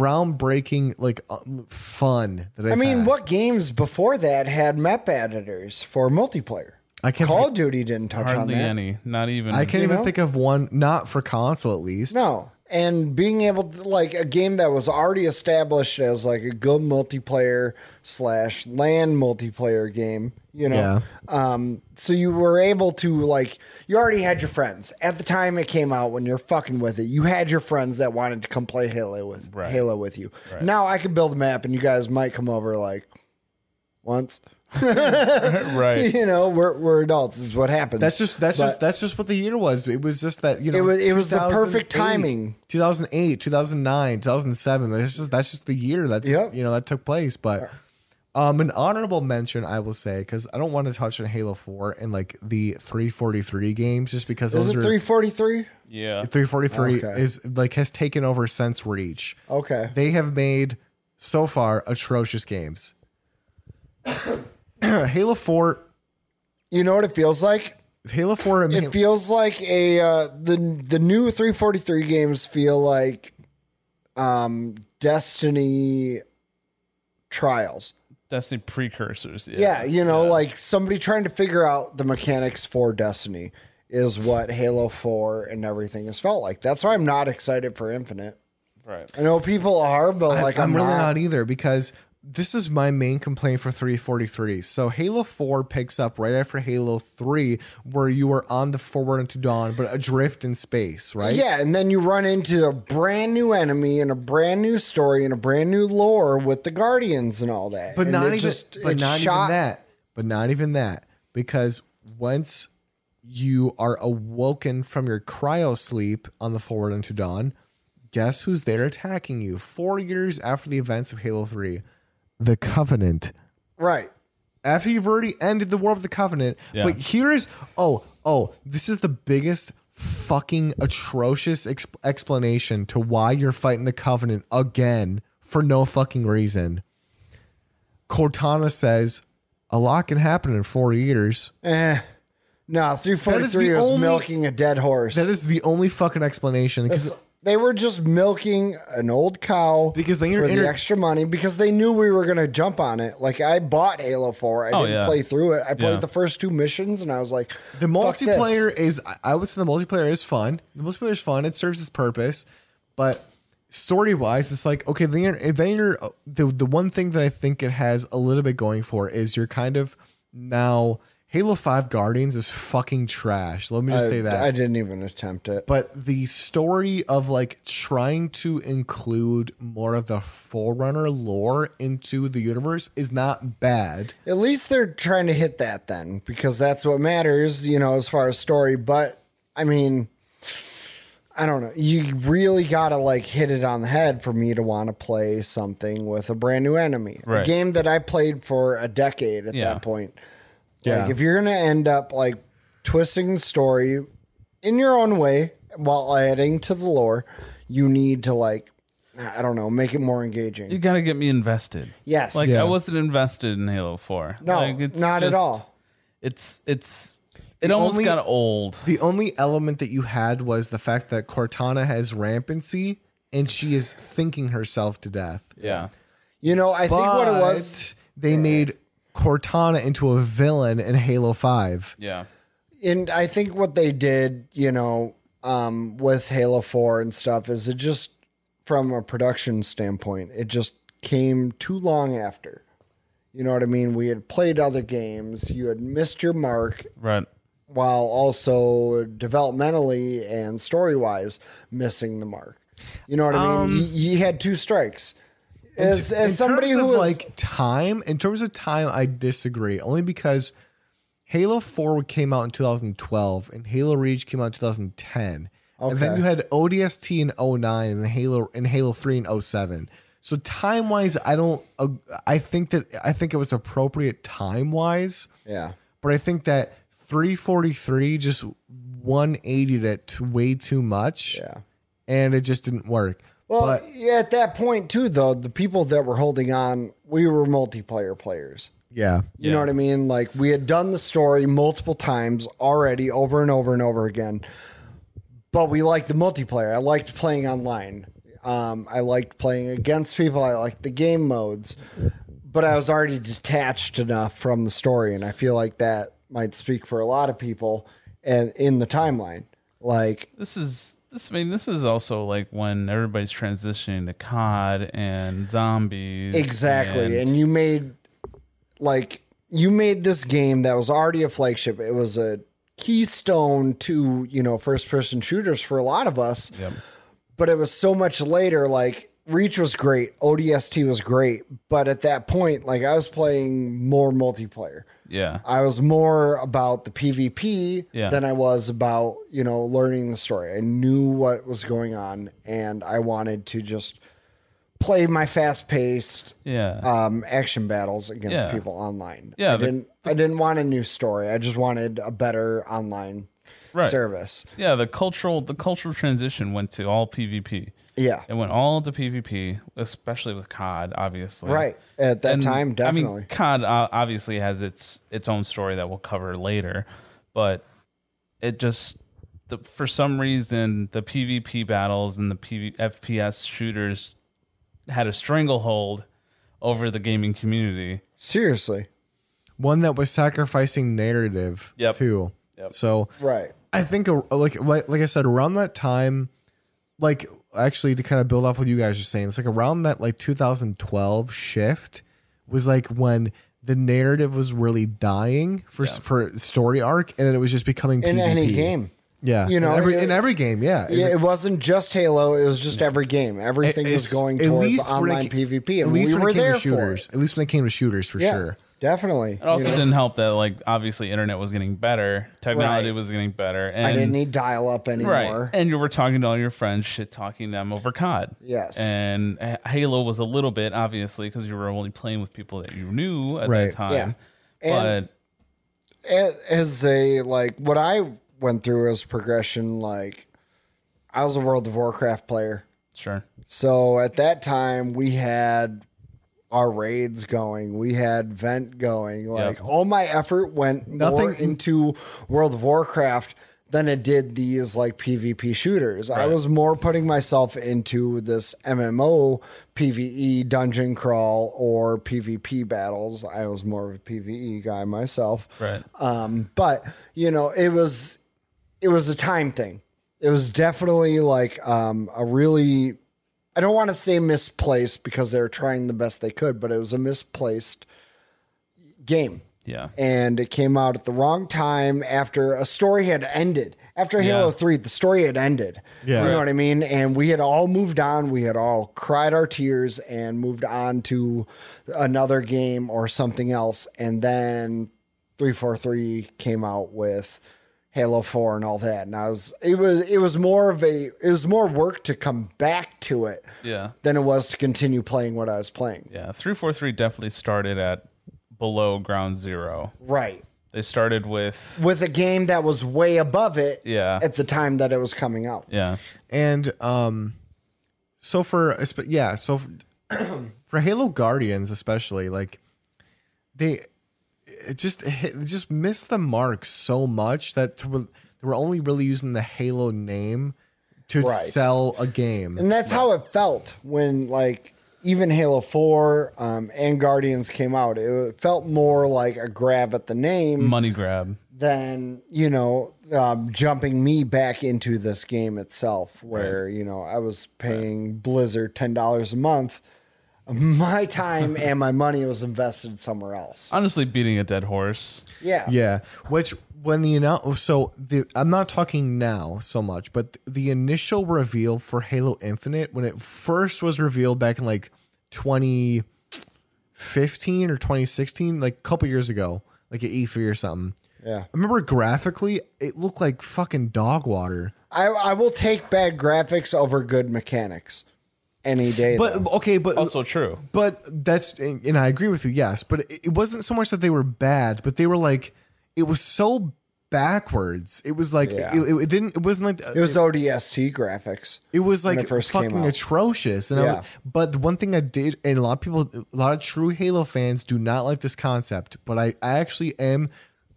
Speaker 1: groundbreaking like um, fun that i
Speaker 2: I mean, what games before that had map editors for multiplayer?
Speaker 1: I can't
Speaker 2: Call of Duty didn't touch
Speaker 3: Hardly
Speaker 2: on that.
Speaker 3: any. Not even.
Speaker 1: I can't
Speaker 2: you
Speaker 1: even
Speaker 2: know?
Speaker 1: think of one not for console at least.
Speaker 2: No, and being able to like a game that was already established as like a good multiplayer slash LAN multiplayer game, you know. Um, so you were able to like you already had your friends at the time it came out when you're fucking with it. You had your friends that wanted to come play Halo with
Speaker 3: Right.
Speaker 2: Halo with you. Now I can build a map and you guys might come over like once.
Speaker 1: <laughs>
Speaker 2: <laughs>
Speaker 3: right.
Speaker 2: you know, we're we're adults. Is what happens.
Speaker 1: That's just that's
Speaker 2: But
Speaker 1: just that's just what the year was. It was just that you know
Speaker 2: It was- it was the
Speaker 1: 2008,
Speaker 2: perfect timing.
Speaker 1: 2008, 2009, 2007. That's just that's just the year that just,
Speaker 2: Yep.
Speaker 1: you know that took place. But um, an honorable mention I will say because I don't want to touch on Halo Four and like the 343 games just because
Speaker 2: is
Speaker 1: those
Speaker 2: it
Speaker 1: are
Speaker 2: three forty three?
Speaker 3: Yeah.
Speaker 1: 343
Speaker 2: Okay.
Speaker 1: is like has taken over since Reach.
Speaker 2: Okay,
Speaker 1: They have made so far atrocious games. <coughs> Halo Four,
Speaker 2: you know what it feels like.
Speaker 1: Halo Four, I mean,
Speaker 2: It feels like a uh, the the new three forty three games feel like um Destiny trials.
Speaker 3: Destiny precursors.
Speaker 2: Yeah,
Speaker 3: Yeah.
Speaker 2: you know, like somebody trying to figure out the mechanics for Destiny is what Halo Four and everything has felt like. That's why I'm not excited for Infinite.
Speaker 3: Right.
Speaker 2: I know people are, but like I'm,
Speaker 1: I'm really
Speaker 2: not.
Speaker 1: not either because this is my main complaint for 343. So Halo 4 picks up right after Halo 3, where you are on the forward into dawn, but adrift in space, right?
Speaker 2: Yeah, and then you run into a brand new enemy and a brand new story and a brand new lore with the Guardians and all that.
Speaker 1: But
Speaker 2: And
Speaker 1: not
Speaker 2: it
Speaker 1: even but
Speaker 2: it
Speaker 1: not
Speaker 2: shot-
Speaker 1: even that. But not even that. Because once you are awoken from your cryo sleep on the forward into dawn, guess who's there attacking you? Four years after the events of Halo 3, the Covenant.
Speaker 2: Right.
Speaker 1: after you've already ended the War of the Covenant.
Speaker 3: Yeah.
Speaker 1: But here is oh oh this is the biggest fucking atrocious exp- explanation to why you're fighting the Covenant again for no fucking reason. Cortana says a lot can happen in four years.
Speaker 2: Eh. No,
Speaker 1: That is the
Speaker 2: 343 was
Speaker 1: only-
Speaker 2: milking a dead horse.
Speaker 1: That is the only fucking explanation because
Speaker 2: They were just milking an old cow
Speaker 1: Because then you're
Speaker 2: for
Speaker 1: inter-
Speaker 2: the extra money because they knew we were going to jump on it. Like I bought Halo Four, I
Speaker 3: Oh,
Speaker 2: didn't
Speaker 3: yeah.
Speaker 2: play through it. I played
Speaker 3: Yeah.
Speaker 2: the first two missions, and I was like,
Speaker 1: The
Speaker 2: "Fuck this."
Speaker 1: multiplayer is I- I would say the multiplayer is fun. The multiplayer is fun. It serves its purpose, but story wise, it's like okay, then you're, then you're uh, the the one thing that I think it has a little bit going for is you're kind of now Halo Five Guardians is fucking trash. Let me just say that.
Speaker 2: I didn't even attempt it.
Speaker 1: but the story of like trying to include more of the Forerunner lore into the universe is not bad.
Speaker 2: At least they're trying to hit that then, because that's what matters, you know, as far as story. But I mean, I don't know. You really gotta like hit it on the head for me to want to play something with a brand new enemy, a
Speaker 3: Right.
Speaker 2: game that I played for a decade at
Speaker 3: Yeah.
Speaker 2: that point.
Speaker 1: Yeah.
Speaker 2: Like if you're gonna end up like twisting the story in your own way while adding to the lore, you need to like I don't know, make it more engaging.
Speaker 3: You gotta get me invested.
Speaker 2: yes.
Speaker 3: Like
Speaker 1: Yeah.
Speaker 3: I wasn't invested in Halo Four.
Speaker 2: no,
Speaker 3: Like,
Speaker 2: not at
Speaker 3: just-
Speaker 2: all.
Speaker 3: It's it's it almost
Speaker 1: only-
Speaker 3: got old.
Speaker 1: The only element that you had was the fact that Cortana has rampancy and she is thinking herself to death.
Speaker 3: Yeah.
Speaker 2: You know, I think what it was
Speaker 1: But they made Cortana into a villain in Halo 5.
Speaker 3: Yeah.
Speaker 2: and I think what they did, you know, um, with Halo Four and stuff, is it just from a production standpoint, it just came too long after. You know what I mean? We had played other games. You had missed your mark,
Speaker 3: Right.
Speaker 2: while also developmentally and story wise missing the mark. You know what I mean? You, you had two strikes. As, as
Speaker 1: Um, in
Speaker 2: somebody
Speaker 1: terms
Speaker 2: who
Speaker 1: of
Speaker 2: was
Speaker 1: like time, in terms of time, I disagree. Only because Halo 4 came out in 2012 and Halo Reach came out in 2010. And then
Speaker 2: Okay.
Speaker 1: you had ODST in 09 and Halo and Halo 3 in 07. So time-wise, I don't uh, I think that I think it was appropriate time-wise.
Speaker 2: yeah.
Speaker 1: but I think that 343 just 180 it to way too much.
Speaker 2: Yeah.
Speaker 1: And it just didn't work.
Speaker 2: Well,
Speaker 1: but
Speaker 2: yeah, at that point too, though, the people that were holding on, we were multiplayer players.
Speaker 1: yeah.
Speaker 2: You know what I mean? Like we had done the story multiple times already, over and over and over again. But we liked the multiplayer. I liked playing online. Um, I liked playing against people. I liked the game modes. But I was already detached enough from the story, and I feel like that might speak for a lot of people. And in the timeline, like
Speaker 3: This is this I mean this is also like when everybody's transitioning to COD and zombies.
Speaker 2: Exactly. And, you made like you made this game that was already a flagship. It was a keystone to, you know, first person shooters for a lot of us. But it was so much later, like Reach was great, ODST was great, but at that point, like I was playing more multiplayer.
Speaker 3: yeah.
Speaker 2: I was more about the PvP
Speaker 3: Yeah.
Speaker 2: than I was about, you know, learning the story. I knew what was going on and I wanted to just play my fast paced
Speaker 3: Yeah.
Speaker 2: um, action battles against
Speaker 3: Yeah.
Speaker 2: people online.
Speaker 3: Yeah,
Speaker 2: I
Speaker 3: the-
Speaker 2: didn't I didn't want a new story. I just wanted a better online
Speaker 3: Right.
Speaker 2: service.
Speaker 3: yeah, the cultural the cultural transition went to all PvP.
Speaker 2: Yeah.
Speaker 3: It went all to PvP, especially with COD, obviously.
Speaker 2: Right. At that
Speaker 3: And,
Speaker 2: time,
Speaker 3: I
Speaker 2: definitely.
Speaker 3: mean, COD uh, obviously has its its own story that we'll cover later, but it just the, for some reason the PvP battles and the PV, FPS shooters had a stranglehold over the gaming community.
Speaker 2: Seriously.
Speaker 1: One that was sacrificing narrative
Speaker 3: Yep.
Speaker 1: too. So
Speaker 2: Right.
Speaker 1: I think uh, like like like I said around that time like actually to kind of build off what you guys are saying it's like around that like 2012 shift was like when the narrative was really dying for s for story arc and then it was just becoming
Speaker 2: In any
Speaker 1: PvP.
Speaker 2: game.
Speaker 1: Yeah.
Speaker 2: You know,
Speaker 1: in every,
Speaker 2: it-
Speaker 1: in every game, yeah.
Speaker 2: Yeah, it wasn't just Halo. It was just every game. Everything was
Speaker 1: It's-
Speaker 2: going
Speaker 1: at
Speaker 2: towards
Speaker 1: least when it
Speaker 2: online
Speaker 1: ca-
Speaker 2: PvP, and
Speaker 1: at least
Speaker 2: we
Speaker 1: when
Speaker 2: were
Speaker 1: it came
Speaker 2: there
Speaker 1: to shooters.
Speaker 2: for
Speaker 1: At least when it came to shooters, for
Speaker 2: it. Yeah,
Speaker 1: sure.
Speaker 2: definitely.
Speaker 3: It also
Speaker 2: You know,
Speaker 3: didn't help that like obviously internet was getting better, technology
Speaker 2: Right.
Speaker 3: was getting better, and
Speaker 2: I didn't need dial up anymore.
Speaker 3: Right. And you were talking to all your friends, shit talking them over COD.
Speaker 2: Yes.
Speaker 3: And H- Halo was a little bit, obviously, because you were only playing with people that you knew at
Speaker 1: Right.
Speaker 3: that time.
Speaker 2: Yeah. And-
Speaker 3: But
Speaker 2: A- As a like, what I went through as progression, like I was a World of Warcraft player.
Speaker 3: sure.
Speaker 2: So at that time, we had our raids going, we had vent going. Like all my effort went more
Speaker 1: Nothing-
Speaker 2: into World of Warcraft than it did these like PvP shooters. I was more putting myself into this MMO PvE E dungeon crawl or PvP battles. I was more of a PvE guy myself.
Speaker 3: Right.
Speaker 2: Um, but you know, it was it was a time thing. It was definitely like um, a really I don't want to say misplaced because they were trying the best they could, but it was a misplaced game
Speaker 3: Yeah.
Speaker 2: and it came out at the wrong time after a story had ended. After Halo
Speaker 3: Yeah.
Speaker 2: 3, the story had ended.
Speaker 1: Yeah.
Speaker 2: You know
Speaker 1: Right.
Speaker 2: what I mean? And we had all moved on. We had all cried our tears and moved on to another game or something else. And then 343 came out with Halo 4 and all that. And I was it was it was more of a it was more work to come back to it
Speaker 3: Yeah.
Speaker 2: than it was to continue playing what I was playing.
Speaker 3: Yeah. 343 definitely started at below ground zero.
Speaker 2: Right.
Speaker 3: They started with,
Speaker 2: With a game that was way above it.
Speaker 3: yeah.
Speaker 2: at the time that it was coming out.
Speaker 3: Yeah.
Speaker 1: And um, so for yeah, so <clears throat> for Halo Guardians especially, like they it just it hit- it just missed the mark so much that they were- they were only really using the Halo name to
Speaker 2: Right.
Speaker 1: sell a game.
Speaker 2: And that's how it felt when like even Halo 4 um, and Guardians came out. It felt more like a grab at the name
Speaker 3: Money grab.
Speaker 2: than, you know, um, jumping me back into this game itself where, you know, I was paying Blizzard $10 a month. My
Speaker 3: <laughs>
Speaker 2: time and my money was invested somewhere else.
Speaker 3: Honestly, beating a dead horse.
Speaker 2: Yeah.
Speaker 1: Yeah, which when the announce, so the I'm not talking now so much, but the initial reveal for Halo Infinite when it first was revealed back in like 2015 or 2016, like a couple years ago, like at E3 or something.
Speaker 2: Yeah.
Speaker 1: I remember graphically, it looked like fucking dog water.
Speaker 2: I, I will take bad graphics over good mechanics any day. though.
Speaker 1: But okay, but
Speaker 3: Also true.
Speaker 1: But that's and and I agree with you, yes. But it it wasn't so much that they were bad, but they were like it was so backwards. It was like
Speaker 2: Yeah.
Speaker 1: it, it, it didn't. It wasn't like
Speaker 2: It was ODST graphics.
Speaker 1: It was like
Speaker 2: it first came
Speaker 1: fucking
Speaker 2: out.
Speaker 1: atrocious. And I
Speaker 2: Yeah.
Speaker 1: was- but the one thing I did, and a lot of people, a lot of true Halo fans do not like this concept, but I, I actually am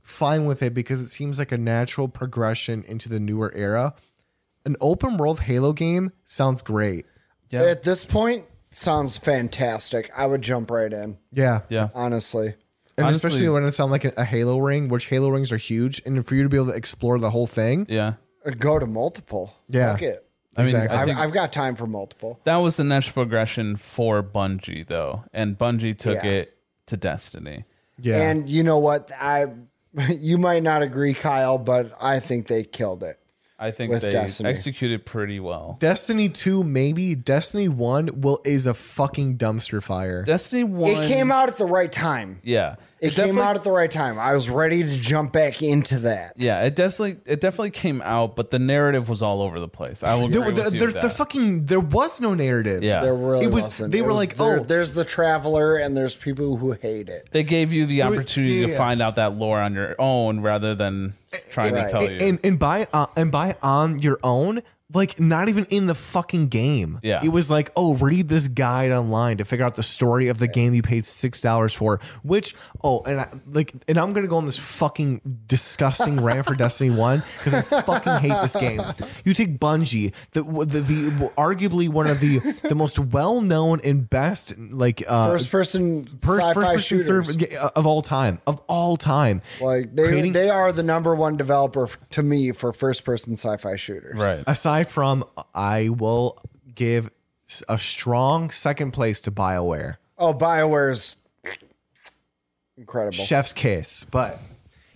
Speaker 1: fine with it because it seems like a natural progression into the newer era. An open world Halo game sounds great.
Speaker 3: Yeah.
Speaker 2: At this point, sounds fantastic. I would jump right in,
Speaker 1: Yeah.
Speaker 3: Yeah.
Speaker 2: honestly.
Speaker 1: And
Speaker 3: Honestly-
Speaker 1: especially when it sounds like a, a Halo ring, which Halo rings are huge. And for you to be able to explore the whole thing,
Speaker 3: Yeah.
Speaker 2: Uh, Go to multiple.
Speaker 1: Yeah.
Speaker 2: Fuck it.
Speaker 3: I mean,
Speaker 1: Exactly.
Speaker 3: I
Speaker 2: I've,
Speaker 3: think
Speaker 2: I've got time for multiple.
Speaker 3: that was the natural progression for Bungie, though. And Bungie took
Speaker 2: Yeah.
Speaker 3: it to Destiny.
Speaker 1: yeah.
Speaker 2: And you know what? I <laughs> you might not agree, Kyle, but I think they killed it.
Speaker 3: I think
Speaker 2: With
Speaker 3: they
Speaker 2: Destiny.
Speaker 3: executed pretty well.
Speaker 1: Destiny 2, maybe. Destiny 1 will is a fucking dumpster fire.
Speaker 3: Destiny 1.
Speaker 2: It came out at the right time.
Speaker 3: Yeah.
Speaker 2: It, came
Speaker 3: definitely-
Speaker 2: out at the right time. I was ready to jump back into that.
Speaker 3: Yeah, it definitely it definitely came out, but the narrative was all over the place. I will agree
Speaker 1: There-
Speaker 3: with
Speaker 1: there-
Speaker 3: you
Speaker 1: there-
Speaker 3: with
Speaker 1: the
Speaker 3: that.
Speaker 1: fucking there was no narrative.
Speaker 3: Yeah.
Speaker 2: There really
Speaker 1: It was-
Speaker 2: wasn't.
Speaker 1: they
Speaker 2: It
Speaker 1: were
Speaker 2: was
Speaker 1: like,
Speaker 2: there-
Speaker 1: oh.
Speaker 2: there's the traveler, and there's people who hate it.
Speaker 3: they gave you the
Speaker 1: was-
Speaker 3: opportunity
Speaker 1: yeah.
Speaker 3: to find out that lore on your own rather than trying
Speaker 2: Right.
Speaker 3: to tell
Speaker 1: and,
Speaker 3: you.
Speaker 1: and and by uh, and by on your own like not even in the fucking game
Speaker 3: Yeah.
Speaker 1: it was like oh read this guide online to figure out the story of the game you paid six dollars for which oh and I, like and i'm gonna go on this fucking disgusting <laughs> rant for destiny one because i fucking hate this game you take bungie the the, the arguably one of the the most well-known and best like uh
Speaker 2: First person
Speaker 1: First,
Speaker 2: sci-fi
Speaker 1: first person
Speaker 2: shooters.
Speaker 1: server of all time, of all time.
Speaker 2: Like they
Speaker 1: Creating-
Speaker 2: they are the number one developer f- to me for first person sci-fi shooters.
Speaker 3: right.
Speaker 1: aside from I will give s- a strong second place to BioWare.
Speaker 2: Oh, BioWare's incredible.
Speaker 1: Chef's kiss. But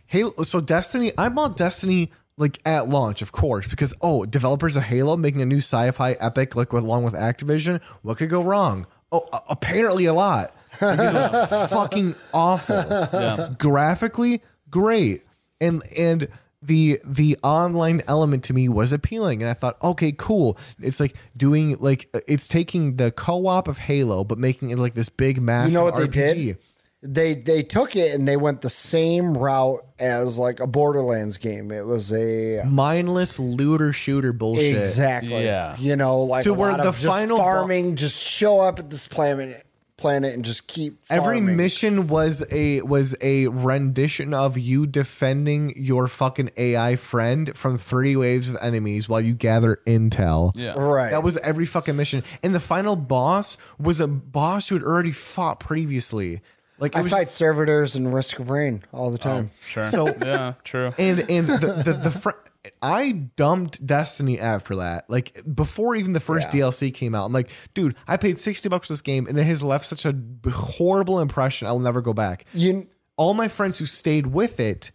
Speaker 1: Halo so Destiny, I'm on Destiny like at launch, of course, because oh, developers of Halo making a new sci-fi epic like with, along with Activision. What could go wrong? Oh, a- apparently a lot. Because it
Speaker 2: <laughs>
Speaker 1: was fucking awful. Graphically, great. And and the the online element to me was appealing and I thought, okay, cool. It's like doing like it's taking the co-op of Halo but making it like this big massive
Speaker 2: You know what they
Speaker 1: RPG.
Speaker 2: did? They they took it and they went the same route as like a Borderlands game. It was a
Speaker 1: mindless looter shooter bullshit.
Speaker 2: exactly
Speaker 3: Yeah.
Speaker 2: you know like
Speaker 1: To
Speaker 2: a
Speaker 1: where
Speaker 2: lot
Speaker 1: the
Speaker 2: of just
Speaker 1: final bo-
Speaker 2: farming. just show up at this planet planet and just keep
Speaker 1: Every
Speaker 2: farming.
Speaker 1: mission was a was a rendition of you defending your fucking AI friend from three waves of enemies while you gather intel.
Speaker 3: Yeah.
Speaker 2: Right.
Speaker 1: That was every fucking mission. And the final boss was a boss who had already fought previously. Like it
Speaker 2: I
Speaker 1: was
Speaker 2: fight servitors and Risk of Rain all
Speaker 1: Oh.
Speaker 2: the time.
Speaker 3: Sure.
Speaker 1: So-
Speaker 3: yeah, true.
Speaker 1: and and the the, the fr- I dumped Destiny after that. Like before even the first DLC came out, I'm like, dude, I paid sixty bucks for this game, and it has left such a horrible impression. I'll never go back.
Speaker 2: you
Speaker 1: All my friends who stayed with it,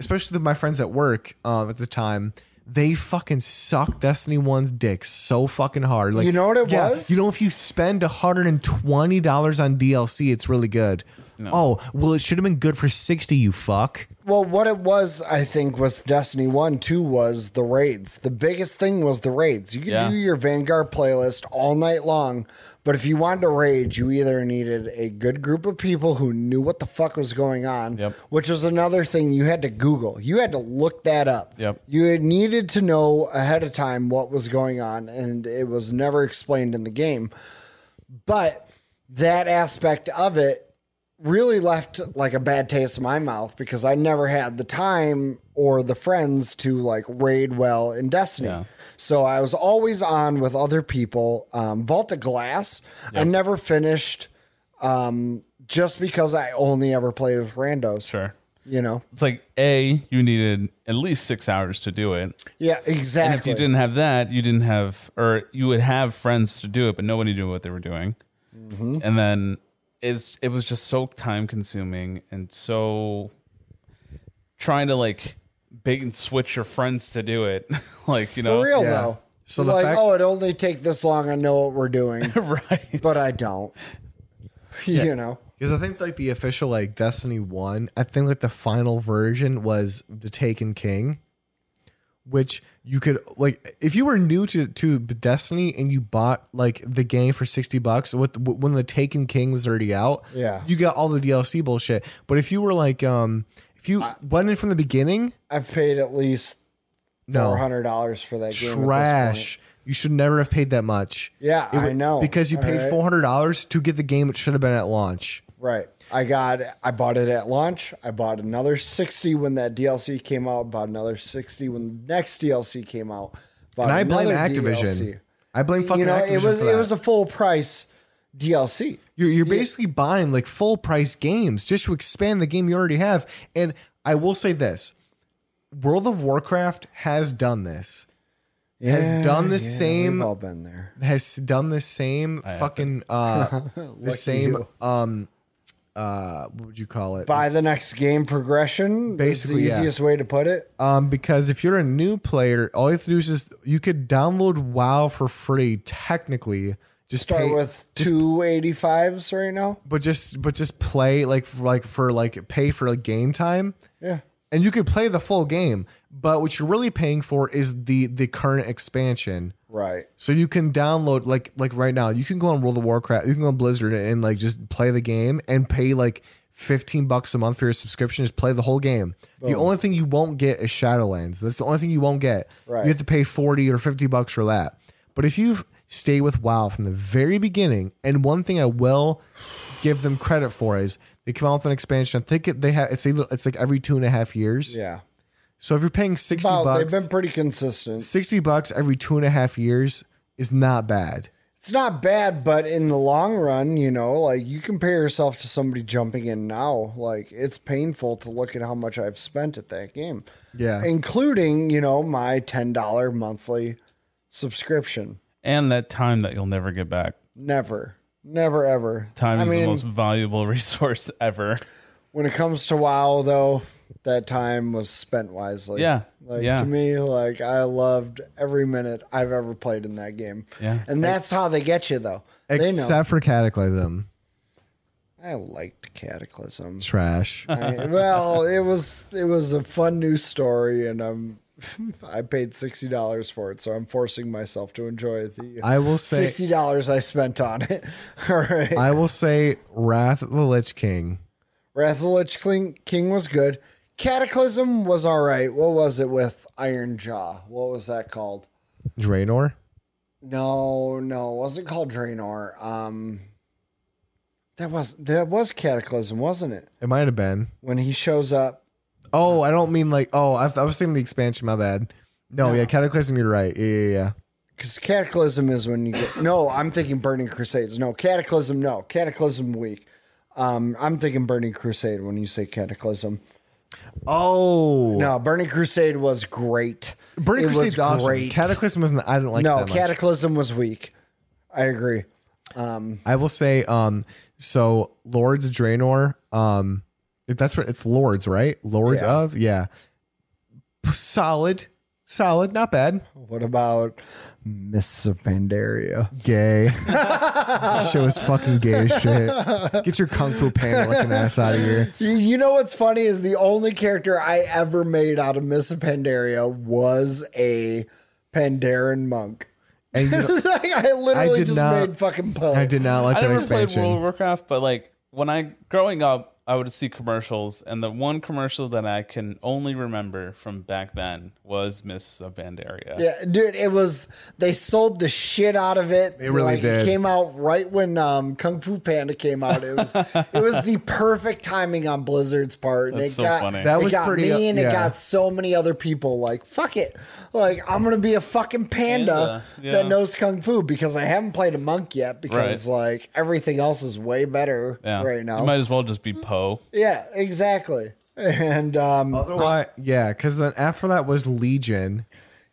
Speaker 1: especially the, my friends at work um, at the time. They fucking sucked Destiny 1's dick so fucking hard. Like
Speaker 2: You know what it was?
Speaker 1: You know if you spend hundred and twenty dollars on DLC, it's really good. Oh well, it should have been good for sixty. You fuck.
Speaker 2: Well, what it was, I think, was Destiny 1 2 was the raids. The biggest thing was the raids. You could
Speaker 3: Yeah.
Speaker 2: do your Vanguard playlist all night long, but if you wanted to raid, you either needed a good group of people who knew what the fuck was going on,
Speaker 3: Yep.
Speaker 2: which was another thing you had to Google. You had to look that up.
Speaker 3: Yep.
Speaker 2: You had needed to know ahead of time what was going on, and it was never explained in the game. But that aspect of it really left like a bad taste in my mouth because I never had the time or the friends to like raid well in Destiny.
Speaker 3: Yeah.
Speaker 2: So I was always on with other people. Um, Vault of Glass, I never finished um, just because I only ever played with randos.
Speaker 3: Sure.
Speaker 2: You know?
Speaker 3: It's like A, you needed at least six hours to do it.
Speaker 2: Yeah,
Speaker 3: And if
Speaker 2: exactly.
Speaker 3: you didn't have that, you didn't have, or you would have friends to do it, but nobody knew what they were doing.
Speaker 2: Mm-hmm.
Speaker 3: And then it's, it was just so time consuming and so trying to like bait and switch your friends to do it. <laughs> like, you know,
Speaker 2: For real
Speaker 1: Yeah.
Speaker 2: though.
Speaker 1: So
Speaker 2: So
Speaker 1: the
Speaker 2: like,
Speaker 1: fact-
Speaker 2: oh, it only take this long. I know what we're
Speaker 3: <laughs>
Speaker 2: doing,
Speaker 3: <laughs> right.
Speaker 2: but I don't. <laughs> You know?
Speaker 1: Because I think like the official like Destiny One, I think like the final version was the Taken King, which you could like if you were new to to Destiny and you bought like the game for sixty bucks, with when the Taken King was already out,
Speaker 2: Yeah.
Speaker 1: you got all the DLC bullshit. But if you were like um, if you went in from the beginning,
Speaker 2: I've paid at least four
Speaker 1: no
Speaker 2: hundred dollars for that game. At this point.
Speaker 1: trash. You should never have paid that much.
Speaker 2: Yeah,
Speaker 1: It wa-
Speaker 2: I know.
Speaker 1: because you
Speaker 2: All
Speaker 1: paid
Speaker 2: right.
Speaker 1: four hundred dollars to get the game it should have been at launch.
Speaker 2: Right. I got I bought it at launch. I bought another 60 when that DLC came out, bought another 60 when the next DLC came out. Bought
Speaker 1: And I blame
Speaker 2: another
Speaker 1: Activision.
Speaker 2: DLC.
Speaker 1: I blame fucking
Speaker 2: You know,
Speaker 1: Activision
Speaker 2: it was
Speaker 1: for that.
Speaker 2: it was a full price DLC.
Speaker 1: You're, you're basically buying like full price games just to expand the game you already have. And I will say this World of Warcraft has done this. has done the same
Speaker 2: We've all been there.
Speaker 1: has done the same
Speaker 2: <laughs>
Speaker 1: fucking uh the same
Speaker 2: you.
Speaker 1: um uh what would you call it?
Speaker 2: Buy the next game progression.
Speaker 1: Basically,
Speaker 2: Basically,
Speaker 1: yeah.
Speaker 2: the easiest way to put it.
Speaker 1: Um, because if you're a new player, all you have to do is just you could download WoW for free, technically. Just
Speaker 2: Start
Speaker 1: pay-
Speaker 2: with two eighty fives right now.
Speaker 1: but just but just play like for, like for like pay for like game time.
Speaker 2: Yeah.
Speaker 1: and you could play the full game but what you're really paying for is the the current expansion
Speaker 2: Right.
Speaker 1: so you can download like like right now you can go on world of warcraft you can go on blizzard and like just play the game and pay like 15 bucks a month for your subscription just play the whole game the only thing you won't get is shadowlands that's the only thing you won't get
Speaker 2: Right.
Speaker 1: you have to pay 40 or 50 bucks for that but if you stay with wow from the very beginning and one thing i will give them credit for is they come out with an expansion i think it, they have it's, either, it's like every two and a half years
Speaker 2: Yeah.
Speaker 1: so if you're paying sixty
Speaker 2: Wow, they've
Speaker 1: bucks,
Speaker 2: been pretty consistent.
Speaker 1: sixty bucks every two and a half years is not bad.
Speaker 2: it's not bad, but in the long run, you know, like you compare yourself to somebody jumping in now, like it's painful to look at how much I've spent at that game.
Speaker 1: Yeah.
Speaker 2: Including, you know, my $10 monthly subscription.
Speaker 3: and that time that you'll never get back.
Speaker 2: Never, never, ever.
Speaker 3: Time
Speaker 2: I
Speaker 3: is the
Speaker 2: mean,
Speaker 3: most valuable <laughs> resource ever.
Speaker 2: when it comes to WoW, though, that time was spent wisely.
Speaker 3: Yeah,
Speaker 2: Like
Speaker 3: yeah.
Speaker 2: to me, like I loved every minute I've ever played in that game.
Speaker 3: Yeah.
Speaker 2: And that's how they get you, though. they know.
Speaker 1: Except for Cataclysm,
Speaker 2: I liked Cataclysm.
Speaker 1: trash.
Speaker 2: I- <laughs> well, it was it was a fun news story, and I'm <laughs> I paid sixty dollars for it, so I'm forcing myself to enjoy the
Speaker 1: I will say,
Speaker 2: sixty dollars I spent on it. <laughs> All right,
Speaker 1: I will say, Wrath of the Lich King.
Speaker 2: Wrath of the Lich King, King was good. Cataclysm was all right. What was it with Iron Jaw? What was that called?
Speaker 1: Draenor.
Speaker 2: No, no, it wasn't called Draenor. Um, That was that was Cataclysm, wasn't it?
Speaker 1: It might have been.
Speaker 2: When he shows up,
Speaker 1: Oh, I don't mean like. Oh, I, I was thinking the expansion. My bad. No, yeah, Cataclysm. You're right. Yeah, yeah, yeah.
Speaker 2: because Cataclysm is when you get. No, I'm thinking Burning Crusades. No, Cataclysm. No, Cataclysm week. Um, I'm thinking Burning Crusade when you say Cataclysm.
Speaker 1: Oh,
Speaker 2: No, Burning Crusade was great.
Speaker 1: Burning
Speaker 2: It was
Speaker 1: Crusade's awesome. Cataclysm wasn't. I didn't like.
Speaker 2: no,
Speaker 1: that much.
Speaker 2: Cataclysm was weak. I agree.
Speaker 1: I will say, um, so Lords of Draenor, um, if that's what it's Lords, right? Lords
Speaker 2: Yeah.
Speaker 1: of, yeah. P- Solid, solid, not bad.
Speaker 2: What about Mists of Pandaria?
Speaker 1: Gay. Show is fucking gay as shit. Get your kung fu panda looking ass out of here.
Speaker 2: You, you know what's funny is the only character I ever made out of Mists of Pandaria was a Pandaren monk. <laughs>
Speaker 1: And you know-
Speaker 2: like, I literally
Speaker 1: did
Speaker 2: just
Speaker 1: not-
Speaker 2: made fucking Poe.
Speaker 1: I did not like
Speaker 3: I
Speaker 1: that
Speaker 3: never played World of
Speaker 1: expansion.
Speaker 3: Warcraft, but like when I growing up, I would see commercials, and the one commercial that I can only remember from back then was Miss of Bandaria.
Speaker 2: Yeah, dude, it was they sold the shit out of it. They
Speaker 1: really
Speaker 2: like,
Speaker 1: did.
Speaker 2: It came out right when um, Kung Fu Panda came out.
Speaker 1: <laughs>
Speaker 2: It was it was the perfect timing on Blizzard's part. And
Speaker 3: That's
Speaker 2: it
Speaker 3: so
Speaker 2: got,
Speaker 3: funny.
Speaker 1: That
Speaker 2: it
Speaker 1: was
Speaker 2: got
Speaker 1: pretty-
Speaker 2: me and
Speaker 1: yeah.
Speaker 2: it got so many other people like fuck it. Like I'm gonna be a fucking panda,
Speaker 3: Panda, yeah.
Speaker 2: that knows kung fu because I haven't played a monk yet because like everything else is way better
Speaker 3: Yeah.
Speaker 2: right now.
Speaker 3: You might as well just be Poe.
Speaker 2: yeah, exactly. <laughs> And um,
Speaker 1: Otherwise, yeah, because then after that was Legion.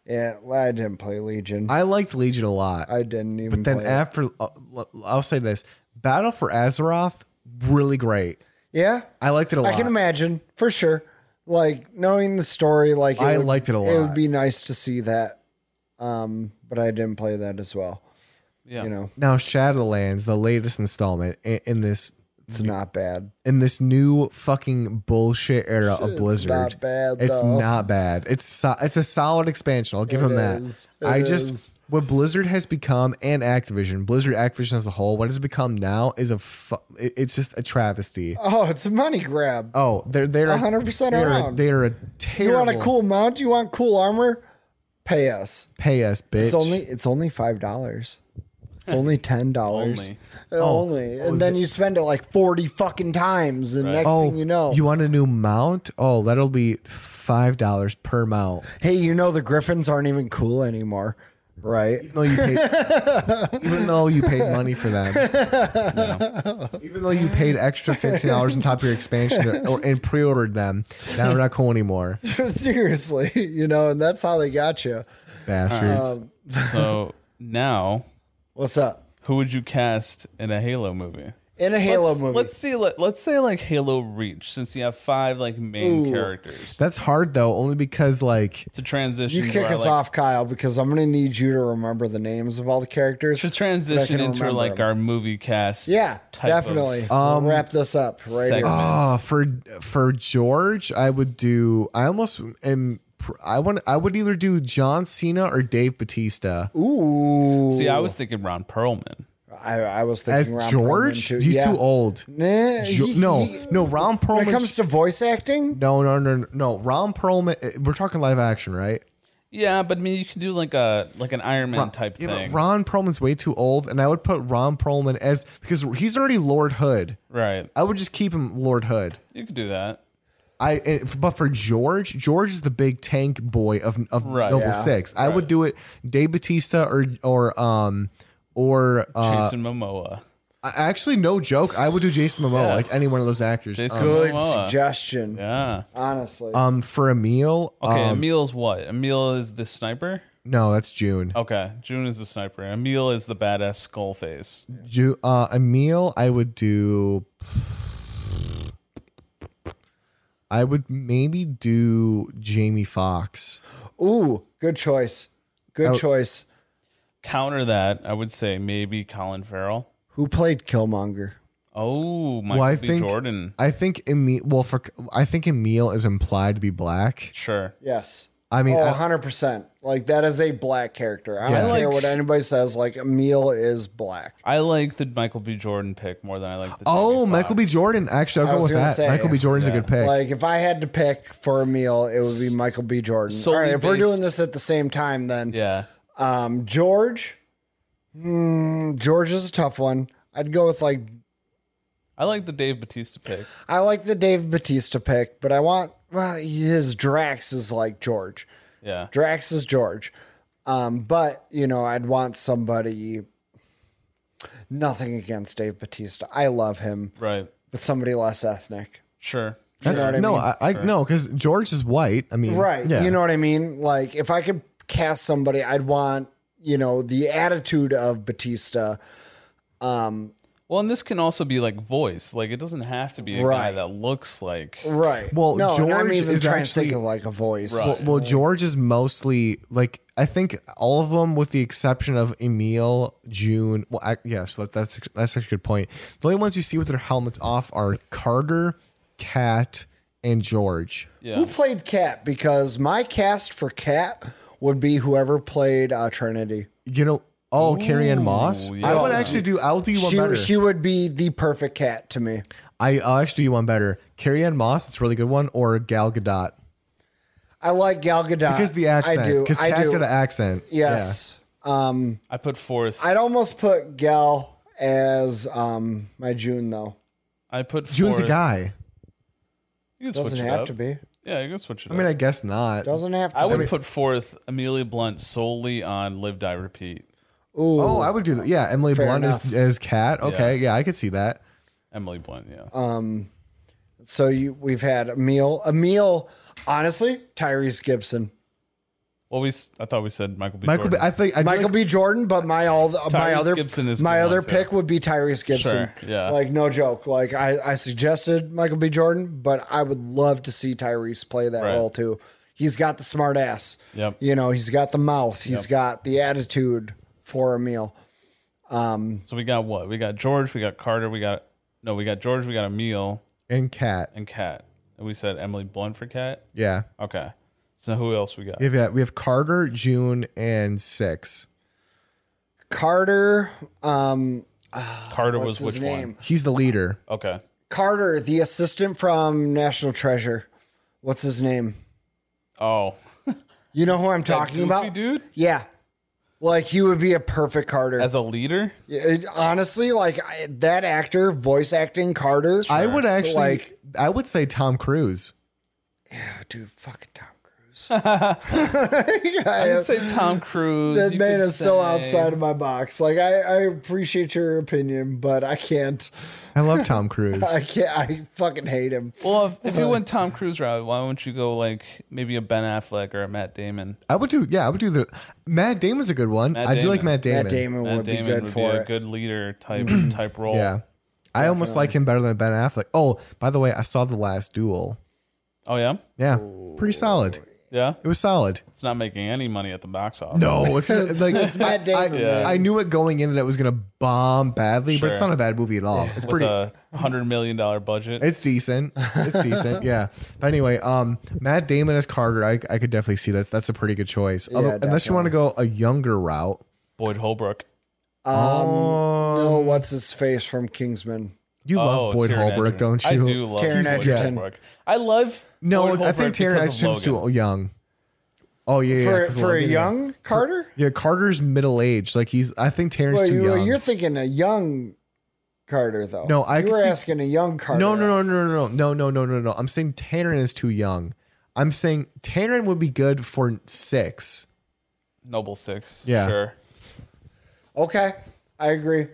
Speaker 2: yeah, I didn't play Legion. I,
Speaker 1: I liked Legion a lot.
Speaker 2: didn't even.
Speaker 1: but then
Speaker 2: play it.
Speaker 1: after, uh, I'll say this Battle for Azeroth, really great.
Speaker 2: yeah,
Speaker 1: I liked it a lot.
Speaker 2: I can imagine for sure. Like knowing the story, like it
Speaker 1: I liked it a
Speaker 2: It
Speaker 1: lot.
Speaker 2: would be nice to see that, um, but I didn't play that as well.
Speaker 3: Yeah.
Speaker 2: You know,
Speaker 1: now Shadowlands, the latest installment in, in this
Speaker 2: it's not bad.
Speaker 1: in this new fucking bullshit era of Blizzard.
Speaker 2: not bad,
Speaker 1: It's
Speaker 2: though.
Speaker 1: not bad. It's so, it's a solid expansion. I'll give
Speaker 2: It
Speaker 1: them that.
Speaker 2: is. It
Speaker 1: I just
Speaker 2: is.
Speaker 1: what Blizzard has become and Activision, Blizzard Activision as a whole, what it's become now is a fu- it- it's just a travesty.
Speaker 2: Oh, it's a money grab.
Speaker 1: Oh, they're they're
Speaker 2: 100%
Speaker 1: they're a-
Speaker 2: around.
Speaker 1: They're a
Speaker 2: you
Speaker 1: terrible.
Speaker 2: want a cool mount? You want cool armor? Pay us.
Speaker 1: pay us, bitch.
Speaker 2: It's only it's only five dollars. It's
Speaker 3: <laughs>
Speaker 2: only ten dollars.
Speaker 3: Only.
Speaker 2: only, and then you spend it like forty fucking times, and next
Speaker 1: oh,
Speaker 2: thing you know,
Speaker 1: you want a new mount? Oh, that'll be five dollars per mount.
Speaker 2: hey, you know the Griffins aren't even cool anymore, right?
Speaker 1: though you paid,
Speaker 2: <laughs>
Speaker 1: even though you paid money for them, even though you paid extra fifteen dollars on top of your expansion or, and pre-ordered them, now they're not cool
Speaker 2: <laughs>
Speaker 1: anymore,
Speaker 2: Seriously, <laughs> you know, and that's how they got you. Uh,
Speaker 1: bastards.
Speaker 2: Um,
Speaker 3: So now,
Speaker 2: What's up?
Speaker 3: who would you cast in a Halo movie?
Speaker 2: In a Halo
Speaker 3: let's,
Speaker 2: movie.
Speaker 3: Let's see. Let, let's say like Halo Reach, since you have five like main characters
Speaker 1: That's hard though, only because like
Speaker 3: to transition.
Speaker 2: you
Speaker 3: to
Speaker 2: kick
Speaker 3: our,
Speaker 2: us
Speaker 3: like-
Speaker 2: off, Kyle, because I'm going to need you to remember the names of all the characters.
Speaker 3: to transition
Speaker 2: can
Speaker 3: into
Speaker 2: remember
Speaker 3: like
Speaker 2: them.
Speaker 3: our movie cast.
Speaker 2: yeah,
Speaker 3: type of-
Speaker 2: definitely.
Speaker 1: Um,
Speaker 2: we'll wrap this up right here.
Speaker 3: segment.
Speaker 1: oh for for George, I would do. I almost am. I want. I would either do John Cena or Dave Batista
Speaker 2: Ooh.
Speaker 3: See, I was thinking Ron Perlman.
Speaker 2: I, I was thinking
Speaker 1: as
Speaker 2: Ron
Speaker 1: George.
Speaker 2: Perlman, too.
Speaker 1: He's
Speaker 2: Yeah.
Speaker 1: too old.
Speaker 2: Nah,
Speaker 1: Jo-
Speaker 2: he-
Speaker 1: no,
Speaker 2: he-
Speaker 1: no. Ron
Speaker 2: when
Speaker 1: Perlman.
Speaker 2: it comes to voice acting,
Speaker 1: no, no, no, no. Ron Perlman. eh, We're talking live action, right?
Speaker 3: Yeah, but I mean, you can do like a like an Iron Man type
Speaker 1: Yeah, but
Speaker 3: thing,
Speaker 1: Ron Perlman's way too old, and I would put Ron Perlman as because he's already Lord Hood.
Speaker 3: right?
Speaker 1: I would just keep him Lord Hood.
Speaker 3: You could do that.
Speaker 1: I and, but for George, George is the big tank boy of of
Speaker 3: Right.
Speaker 1: Noble
Speaker 3: Yeah.
Speaker 1: Six. I would do it Dave Batista or or um or uh,
Speaker 3: Jason Momoa.
Speaker 1: I- actually no joke. I would do Jason Momoa like any one of those actors.
Speaker 3: Jason
Speaker 1: Um,
Speaker 2: good
Speaker 3: Momoa.
Speaker 2: suggestion.
Speaker 3: uh, Yeah.
Speaker 2: Honestly.
Speaker 1: um, for Emil,
Speaker 3: Okay,
Speaker 1: um,
Speaker 3: Emil's what? Emil is the sniper.
Speaker 1: no, that's June.
Speaker 3: Okay, June is the sniper. Emil is the badass skull face.
Speaker 1: Ju- uh, Emil, I would do. I would maybe do Jamie Fox.
Speaker 2: Ooh, good choice. Good
Speaker 1: Oh.
Speaker 2: choice.
Speaker 3: Counter that, I would say maybe Colin Farrell.
Speaker 2: Who played Killmonger?
Speaker 3: Oh, Michael
Speaker 1: Well, I
Speaker 3: B.
Speaker 1: think
Speaker 3: Jordan.
Speaker 1: I think Emil. Well, for I think Emil is implied to be black.
Speaker 3: Sure.
Speaker 2: Yes.
Speaker 1: I mean,
Speaker 2: Oh,
Speaker 1: I-
Speaker 2: 100%. Like, that is a black character. I
Speaker 1: Yeah.
Speaker 2: don't
Speaker 1: I
Speaker 2: care
Speaker 3: like-
Speaker 2: what anybody says. Like, Emil is black.
Speaker 3: I like the Michael B. Jordan pick more than I like the.
Speaker 1: Oh,
Speaker 3: Jamie
Speaker 1: Michael B.
Speaker 3: Foxx.
Speaker 1: Jordan. Actually,
Speaker 2: I
Speaker 1: I'll go
Speaker 2: was
Speaker 1: with
Speaker 2: gonna
Speaker 1: that.
Speaker 2: say,
Speaker 1: Michael B. Jordan's a
Speaker 3: yeah.
Speaker 1: good pick.
Speaker 2: Like, if I had to pick for Emil, it would be Michael B. Jordan.
Speaker 3: Solely
Speaker 2: All right, if we're
Speaker 3: based-
Speaker 2: doing this at the same time, then
Speaker 3: Yeah.
Speaker 2: um, George. Hmm, George is a tough one. I'd go with, like,
Speaker 3: I like the Dave Batista pick.
Speaker 2: I like the Dave Batista pick, but I want well, his Drax is like George.
Speaker 3: Yeah.
Speaker 2: Drax is George. Um, but you know, I'd want somebody nothing against Dave Batista. I love him,
Speaker 3: Right.
Speaker 2: but somebody less ethnic.
Speaker 3: Sure.
Speaker 1: That's,
Speaker 2: know what I
Speaker 1: no,
Speaker 2: mean?
Speaker 1: I, I no, because George is white. I mean,
Speaker 2: Right.
Speaker 1: Yeah.
Speaker 2: You know what I mean? Like if I could cast somebody, I'd want, you know, the attitude of Batista.
Speaker 3: Well, and this can also be like voice. Like it doesn't have to be a guy
Speaker 2: Right.
Speaker 3: that looks like
Speaker 2: Right.
Speaker 1: Well,
Speaker 2: no, and I'm
Speaker 1: George
Speaker 2: even
Speaker 1: is
Speaker 2: trying
Speaker 1: actually-
Speaker 2: to think of like a voice.
Speaker 1: Well, well, George is mostly like I think all of them, with the exception of Emil, June. Well, I, yeah, so that, that's that's actually a good point. The only ones you see with their helmets off are Carter, Cat, and George.
Speaker 3: yeah.
Speaker 2: Who played Cat? Because my cast for Cat would be whoever played uh, Trinity.
Speaker 1: You know, oh, Carrie Ann Moss.
Speaker 3: yeah.
Speaker 1: I would actually do. I'll do you one
Speaker 2: She,
Speaker 1: better.
Speaker 2: she would be the perfect cat to me.
Speaker 1: I, I'll actually do you one better. Carrie Ann Moss. It's a really good one. Or Gal Gadot
Speaker 2: I like Gal Gadot
Speaker 1: because the accent.
Speaker 2: Uh, I do.
Speaker 1: Because
Speaker 2: I
Speaker 1: Cat's
Speaker 2: do.
Speaker 1: got an accent.
Speaker 2: yes. Um,
Speaker 3: I put forth. I,
Speaker 2: I'd almost put Gal as um my June though.
Speaker 3: put forth.
Speaker 1: Yeah. June's a guy.
Speaker 3: You can switch
Speaker 2: Doesn't
Speaker 3: it
Speaker 2: have
Speaker 3: up.
Speaker 2: to be.
Speaker 3: Yeah, you can switch it
Speaker 1: I mean,
Speaker 3: up.
Speaker 1: I guess not.
Speaker 2: Doesn't have to.
Speaker 3: I, would
Speaker 2: Be.
Speaker 3: put forth Amelia Blunt solely on Live Die Repeat.
Speaker 2: Ooh,
Speaker 1: Oh, I would do that. Yeah, Emily
Speaker 2: Fair
Speaker 1: Blunt as,
Speaker 2: enough.
Speaker 1: as Cat. Okay, yeah. I could see that.
Speaker 3: Emily Blunt, yeah.
Speaker 2: so you we've had Emil. Emil, honestly, Tyrese Gibson,
Speaker 3: well, we s- I thought we said Michael B.
Speaker 1: Michael, B-
Speaker 3: Jordan.
Speaker 1: I think I
Speaker 2: Michael
Speaker 1: Michael.
Speaker 2: B. Jordan, but my all my other
Speaker 3: Gibson is
Speaker 2: my
Speaker 3: good
Speaker 2: other
Speaker 3: one, too.
Speaker 2: pick would be Tyrese Gibson.
Speaker 3: Sure, yeah.
Speaker 2: like no joke. Like I I suggested Michael B. Jordan, but I would love to see Tyrese play that
Speaker 3: Right.
Speaker 2: role too. He's got the smart ass.
Speaker 3: Yep.
Speaker 2: You know, he's got the mouth. He's got the attitude for a meal.
Speaker 3: so we got what? We got George, we got Carter, we got no, we got George, we got Emil
Speaker 1: and Cat.
Speaker 3: and Kat. And we said Emily Blunt for Kat.
Speaker 1: Yeah,
Speaker 3: Okay. So who else we got?
Speaker 1: we have yeah, we have Carter, June, and Six.
Speaker 2: Carter, um,
Speaker 3: Carter
Speaker 2: what's
Speaker 3: was
Speaker 2: his
Speaker 3: which
Speaker 2: name?
Speaker 3: one?
Speaker 1: He's the leader.
Speaker 3: Okay.
Speaker 2: Carter, the assistant from National Treasure. What's his name?
Speaker 3: Oh.
Speaker 2: You know who I'm talking
Speaker 3: Goofy
Speaker 2: about?
Speaker 3: dude
Speaker 2: Yeah. Like he would be a perfect Carter.
Speaker 3: as a leader?
Speaker 2: Yeah, it- honestly, like I, that actor, voice acting Carter.
Speaker 1: I would actually
Speaker 2: Like-
Speaker 1: I would say Tom Cruise.
Speaker 2: Oh, dude, fucking Tom Cruise. <laughs> I-
Speaker 3: I'd say Tom Cruise.
Speaker 2: that
Speaker 3: you
Speaker 2: man
Speaker 3: could
Speaker 2: is so
Speaker 3: say-
Speaker 2: outside of my box. Like I, I appreciate your opinion, but I can't.
Speaker 1: I love Tom
Speaker 2: <laughs>
Speaker 1: Cruise.
Speaker 2: I can't. I fucking hate him.
Speaker 3: Well, if, if you went Tom Cruise route, why wouldn't you go like maybe a Ben Affleck or a Matt Damon?
Speaker 1: I would do yeah. I would do the Matt Damon's a good one. I do like
Speaker 3: Damon.
Speaker 1: Matt Damon.
Speaker 2: Matt Damon
Speaker 3: Matt
Speaker 2: would
Speaker 3: Damon
Speaker 2: be good
Speaker 3: would
Speaker 2: for
Speaker 3: be a
Speaker 2: it.
Speaker 3: good leader
Speaker 1: <clears throat>
Speaker 3: type type role.
Speaker 1: Yeah, I almost like him better than Ben Affleck. Oh, by the way, I saw the Last Duel.
Speaker 3: Oh yeah,
Speaker 1: Yeah, pretty solid.
Speaker 3: yeah.
Speaker 1: It was solid.
Speaker 3: It's not making any money at the box office.
Speaker 1: No, it's gonna- like
Speaker 2: <laughs>
Speaker 1: it's
Speaker 2: Matt Damon. man.
Speaker 1: I knew it going in that it was gonna bomb badly, but it's
Speaker 3: Sure.
Speaker 1: not a bad movie at all. It's
Speaker 3: with
Speaker 1: pretty.
Speaker 3: a hundred million dollar budget.
Speaker 1: it's decent.
Speaker 3: <laughs>
Speaker 1: It's decent. Yeah. But anyway, um, Matt Damon as Carter, I, I could definitely see that. That's a pretty good choice. Although, unless you want to go a younger route.
Speaker 3: Boyd Holbrook.
Speaker 2: Um, No, what's his face from Kingsman?
Speaker 1: You love Boyd
Speaker 3: Taron
Speaker 1: Holbrook,
Speaker 3: Egerton.
Speaker 1: don't you?
Speaker 3: Oh, I do
Speaker 2: Taron
Speaker 3: love Boyd
Speaker 2: Egerton.
Speaker 3: Holbrook. I love.
Speaker 1: No,
Speaker 3: Boyd
Speaker 1: I
Speaker 3: Holbrook
Speaker 1: think Taron
Speaker 3: because of
Speaker 1: Egerton's
Speaker 3: Logan.
Speaker 1: too young. Oh yeah, yeah,
Speaker 2: For
Speaker 1: 'cause of
Speaker 2: for a
Speaker 1: Logan, yeah.
Speaker 2: young Carter?
Speaker 1: Yeah, Carter's middle aged. Like he's. I think Taron's
Speaker 2: Well,
Speaker 1: too
Speaker 2: you,
Speaker 1: young.
Speaker 2: you're thinking a young Carter though.
Speaker 1: No, I
Speaker 2: you
Speaker 1: could
Speaker 2: were
Speaker 1: see-
Speaker 2: asking a young Carter.
Speaker 1: No, no, no, no, no, no, no, no, no, no. I'm saying Taron is too young. I'm saying Taron would be good for six.
Speaker 3: Noble Six.
Speaker 1: Yeah.
Speaker 3: Sure.
Speaker 2: Okay, I agree.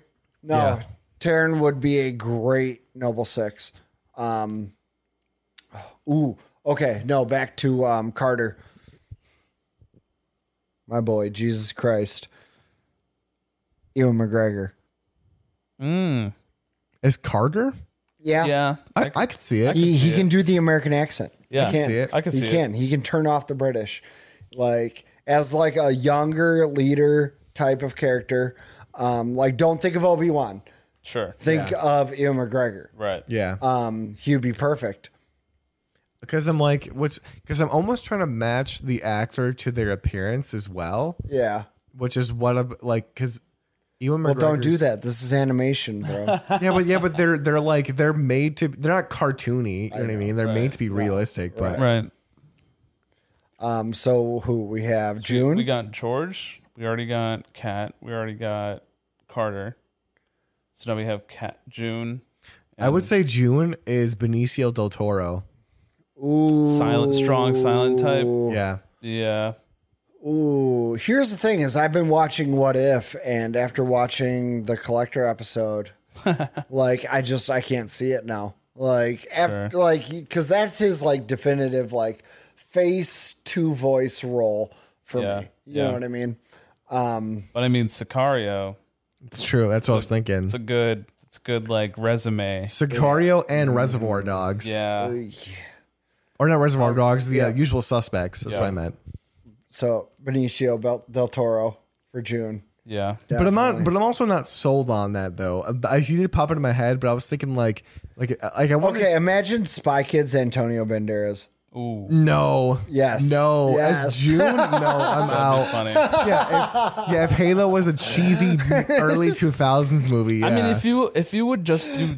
Speaker 2: No,
Speaker 1: Yeah.
Speaker 2: Taryn would be a great Noble Six. Um, ooh, okay. No, back to um, Carter. My boy, Jesus Christ. Ewan McGregor.
Speaker 1: Is Carter?
Speaker 2: Yeah.
Speaker 3: Mm, Yeah.
Speaker 1: I, I could see it.
Speaker 2: He,
Speaker 3: see
Speaker 2: he
Speaker 3: it.
Speaker 2: can do the American accent.
Speaker 3: Yeah. I
Speaker 2: He
Speaker 3: can
Speaker 2: can.
Speaker 1: see it.
Speaker 3: I can
Speaker 2: he
Speaker 3: see it.
Speaker 2: can. He can turn off the British. Like as like a younger leader type of character. Um, like don't think of Obi-Wan.
Speaker 3: Sure.
Speaker 2: Think of Ewan McGregor.
Speaker 3: Right.
Speaker 1: Yeah.
Speaker 2: um, he'd be perfect.
Speaker 1: because I'm like, what's because I'm almost trying to match the actor to their appearance as well,
Speaker 2: Yeah.
Speaker 1: which is what I'm like because Ewan
Speaker 2: Well,
Speaker 1: McGregor.
Speaker 2: don't do that. This is animation,
Speaker 3: <laughs>
Speaker 2: bro.
Speaker 1: Yeah, but yeah, but they're they're like they're made to they're not cartoony. You know, what I mean? They're made to be realistic, but
Speaker 3: Right.
Speaker 2: um, so who we have? June.
Speaker 3: We got George. We already got Kat. We already got Carter. So now we have Kat, June,
Speaker 1: I would say June is Benicio del Toro.
Speaker 2: Ooh.
Speaker 3: Silent, strong, silent type.
Speaker 1: Yeah.
Speaker 3: Yeah.
Speaker 2: Ooh, here's the thing: is I've been watching What If, and after watching the Collector
Speaker 3: <laughs>
Speaker 2: episode, like I just I can't see it now. Like, after, like because that's his like definitive like face to voice role for
Speaker 3: Yeah,
Speaker 2: me. You
Speaker 3: yeah.
Speaker 2: know what I mean? Um,
Speaker 3: But I mean, Sicario.
Speaker 1: It's true. That's what I was thinking.
Speaker 3: It's a good. It's a good like resume.
Speaker 1: Sicario and
Speaker 2: Mm-hmm.
Speaker 1: Reservoir Dogs.
Speaker 3: Yeah.
Speaker 1: Or not Reservoir Dogs, the uh,
Speaker 2: yeah.
Speaker 1: usual suspects. That's what I meant.
Speaker 2: so Benicio Bel- del Toro for June.
Speaker 3: Yeah.
Speaker 1: But I'm not. But I'm also not sold on that though. Uh, I, he did pop into my head, but I was thinking like, like, uh, like I wonder.
Speaker 2: Okay, imagine Spy Kids Antonio Banderas.
Speaker 3: Ooh.
Speaker 1: No.
Speaker 2: Yes.
Speaker 1: No.
Speaker 2: Yes.
Speaker 1: As June.
Speaker 2: <laughs>
Speaker 1: No. I'm out. <laughs>
Speaker 3: Funny.
Speaker 1: Yeah. If, yeah. If Halo was a
Speaker 2: <laughs>
Speaker 1: cheesy early 2000s movie, yeah.
Speaker 3: I mean, if you if you would
Speaker 1: <laughs>
Speaker 3: just do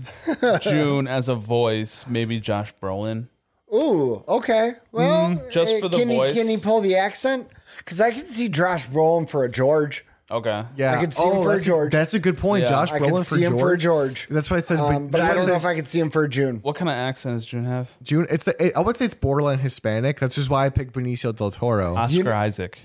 Speaker 3: June as a voice, maybe Josh Brolin.
Speaker 2: Ooh, okay. Well,
Speaker 3: just
Speaker 2: eh,
Speaker 3: for the
Speaker 2: can
Speaker 3: voice.
Speaker 2: He, can he pull the accent? Because I can see Josh Brolin for a George.
Speaker 3: Okay.
Speaker 1: yeah. Oh,
Speaker 2: I could see him for
Speaker 1: that's
Speaker 2: George.
Speaker 1: A, that's a good point.
Speaker 3: Yeah.
Speaker 1: Josh
Speaker 2: I
Speaker 1: Brolin
Speaker 2: can
Speaker 1: for,
Speaker 2: see
Speaker 1: George.
Speaker 2: him for George.
Speaker 1: That's why I said.
Speaker 2: Um, but
Speaker 1: that's
Speaker 2: I
Speaker 1: why
Speaker 2: don't
Speaker 1: said
Speaker 2: know if I could see him for June.
Speaker 3: What kind of accent does June have?
Speaker 1: June. It's. A, it, I would say it's borderline Hispanic. That's just why I picked Benicio del Toro.
Speaker 3: Oscar Isaac.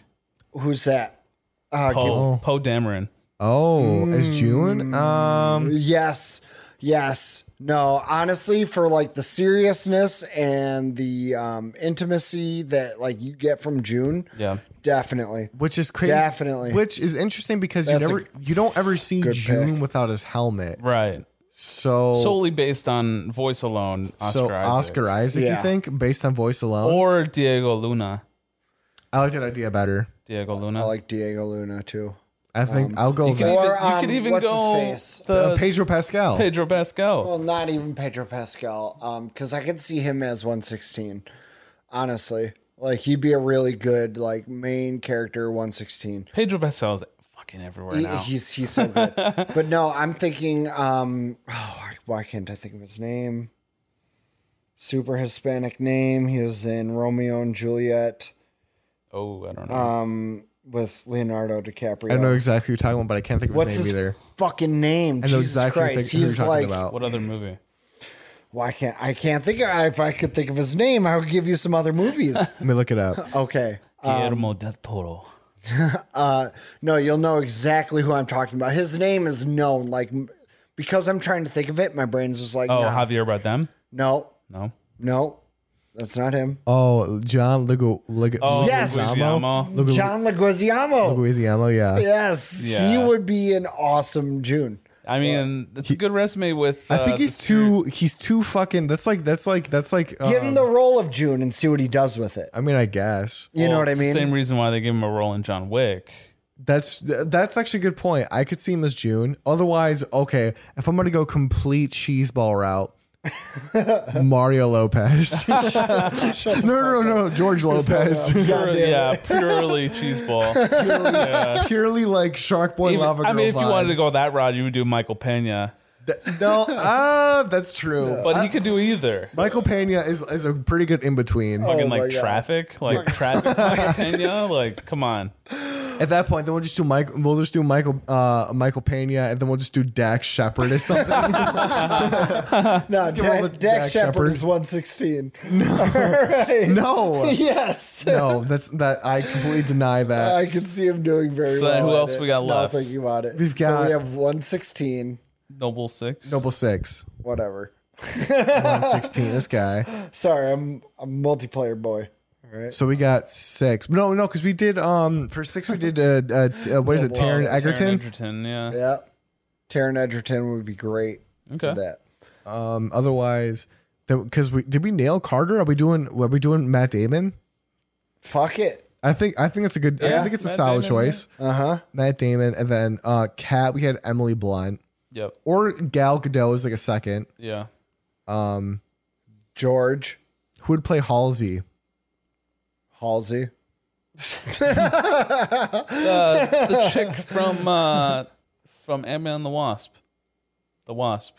Speaker 2: Who's that? Uh, give-
Speaker 3: Poe. Poe Dameron.
Speaker 1: oh, as
Speaker 2: Hmm.
Speaker 1: June. Um.
Speaker 2: yes, yes. No, honestly, for like the seriousness and the um, intimacy that like you get from June,
Speaker 3: Yeah.
Speaker 2: definitely.
Speaker 1: Which is crazy.
Speaker 2: Definitely.
Speaker 1: Which is interesting because
Speaker 2: That's a
Speaker 1: you never, you don't ever see
Speaker 2: good
Speaker 1: June
Speaker 2: pick.
Speaker 1: without his helmet.
Speaker 3: Right.
Speaker 1: So,
Speaker 3: Solely based on voice alone, Oscar
Speaker 1: so
Speaker 3: Isaac.
Speaker 1: Oscar Isaac,
Speaker 2: Yeah.
Speaker 1: you think, based on voice alone?
Speaker 3: Or Diego Luna.
Speaker 1: I like that idea better.
Speaker 3: Diego
Speaker 2: I
Speaker 3: Luna.
Speaker 2: like Diego Luna too.
Speaker 1: I think
Speaker 2: Um,
Speaker 1: I'll go with
Speaker 3: You could
Speaker 1: that.
Speaker 2: Or,
Speaker 3: even- you could
Speaker 2: um,
Speaker 3: even
Speaker 2: what's his
Speaker 3: go
Speaker 2: face?
Speaker 1: Uh,
Speaker 3: the
Speaker 1: Pedro Pascal.
Speaker 3: Pedro Pascal.
Speaker 2: Well, not even Pedro Pascal, um, because I could see him as 116. Honestly, like he'd be a really good like main character 116.
Speaker 3: Pedro Pascal is fucking everywhere
Speaker 2: He-
Speaker 3: now.
Speaker 2: he's he's
Speaker 1: <laughs>
Speaker 2: so good. but no, I'm thinking. Um, oh, why can't I think of his name? Super Hispanic name. He was in Romeo and Juliet
Speaker 3: oh, I don't know.
Speaker 2: um, with Leonardo DiCaprio.
Speaker 1: I don't know exactly who you're talking about. but I can't think of
Speaker 2: What's
Speaker 1: his name
Speaker 2: his
Speaker 1: either.
Speaker 2: fucking name?
Speaker 1: I know
Speaker 2: Jesus
Speaker 1: exactly
Speaker 2: Christ,
Speaker 1: who you're
Speaker 2: he's
Speaker 1: talking
Speaker 2: like.
Speaker 1: about.
Speaker 3: what other movie?
Speaker 2: Why can't I can't think of if I could think of his name, I would give you some
Speaker 1: <laughs>
Speaker 2: other movies.
Speaker 1: Let me look it
Speaker 2: <laughs>
Speaker 1: up.
Speaker 2: okay. Uh,
Speaker 3: Guillermo del Toro.
Speaker 2: uh, no, you'll know exactly who I'm talking about. His name is known, like m- because I'm trying to think of it, my brain's just like,
Speaker 3: Oh,
Speaker 2: no,
Speaker 3: Javier Bardem?
Speaker 2: no,
Speaker 3: No.
Speaker 2: no, that's not him.
Speaker 1: Oh, John Ligu, Ligu,
Speaker 3: Oh,
Speaker 2: Yes.
Speaker 3: Leguizamo.
Speaker 1: Ligu,
Speaker 2: John Leguizamo.
Speaker 1: Leguizamo, yeah.
Speaker 2: Yes, he
Speaker 3: Yeah.
Speaker 2: would be an awesome June.
Speaker 3: I mean, it's a good resume with.
Speaker 1: I
Speaker 3: uh,
Speaker 1: think
Speaker 3: the
Speaker 1: he's
Speaker 3: ser-
Speaker 1: too. He's too fucking. That's like. That's like. That's like. Um,
Speaker 2: Give him the role of June and see what he does with it.
Speaker 1: I mean, I guess
Speaker 2: You know
Speaker 3: Well,
Speaker 2: what I
Speaker 3: Oh, it's the
Speaker 2: mean?
Speaker 3: same reason why they gave him a role in John Wick.
Speaker 1: that's that's actually a good point. I could see him as June. Otherwise, okay. If I'm gonna go complete cheese ball route, Mario Lopez. no, no,
Speaker 2: <laughs>
Speaker 1: no, no, George Lopez.
Speaker 2: God damn
Speaker 3: yeah, purely cheeseball.
Speaker 1: <laughs> Purely like Shark Boy Lava Girl.
Speaker 3: I mean, if you wanted to
Speaker 1: vibes.
Speaker 3: go that route, you would do Michael Pena,
Speaker 1: Th-
Speaker 3: <laughs>
Speaker 1: no, ah, that's true.
Speaker 3: but he could do either.
Speaker 1: Michael Pena is is a pretty good in between.
Speaker 3: Fucking
Speaker 2: Oh my
Speaker 3: like
Speaker 2: God.
Speaker 3: traffic, like traffic, Michael Pena. Like, come on.
Speaker 1: At that point, then we'll just do Michael. We'll just do Michael uh, Michael Pena, and then we'll just do Dax Shepard or something.
Speaker 2: No,
Speaker 1: all
Speaker 2: Dak,
Speaker 1: the
Speaker 2: Dak
Speaker 1: Dak
Speaker 2: Shepard
Speaker 1: Shepard.
Speaker 2: is 116.
Speaker 3: <laughs>
Speaker 2: <laughs> No. right.
Speaker 1: no,
Speaker 2: Yes.
Speaker 1: no, that's that. I completely deny that.
Speaker 2: I can see him doing very
Speaker 3: So
Speaker 2: well.
Speaker 3: then who
Speaker 2: at
Speaker 3: else
Speaker 2: it,
Speaker 3: we got
Speaker 2: now
Speaker 3: left?
Speaker 2: thinking about it.
Speaker 1: We've
Speaker 2: so
Speaker 1: got-
Speaker 2: we have 116,
Speaker 3: Noble Six.
Speaker 1: Noble six.
Speaker 2: whatever.
Speaker 1: 116 this guy
Speaker 2: Sorry, I'm a multiplayer boy. All right.
Speaker 1: so we got six no no because we did um for six we did uh, uh, t- uh what is it
Speaker 2: Well,
Speaker 1: Taryn
Speaker 2: Taron
Speaker 1: Egerton
Speaker 3: Egerton, yeah.
Speaker 2: Yeah. Taryn Edgerton would be great for
Speaker 3: Okay.
Speaker 2: that.
Speaker 1: um otherwise because we did we nail Carter are we doing are we doing Matt Damon
Speaker 2: Fuck it.
Speaker 1: I think I think it's a good I think it's a
Speaker 3: Matt
Speaker 1: solid
Speaker 3: Damon,
Speaker 1: choice
Speaker 2: Uh huh.
Speaker 1: Matt Damon and then uh Cat we had Emily Blunt
Speaker 3: Yep.
Speaker 1: or Gal Gadot is like a second
Speaker 3: Yeah.
Speaker 1: um
Speaker 2: George
Speaker 1: who would play Halsey
Speaker 2: Halsey.
Speaker 3: Uh, the chick from uh, from Ant Man and the Wasp. The Wasp.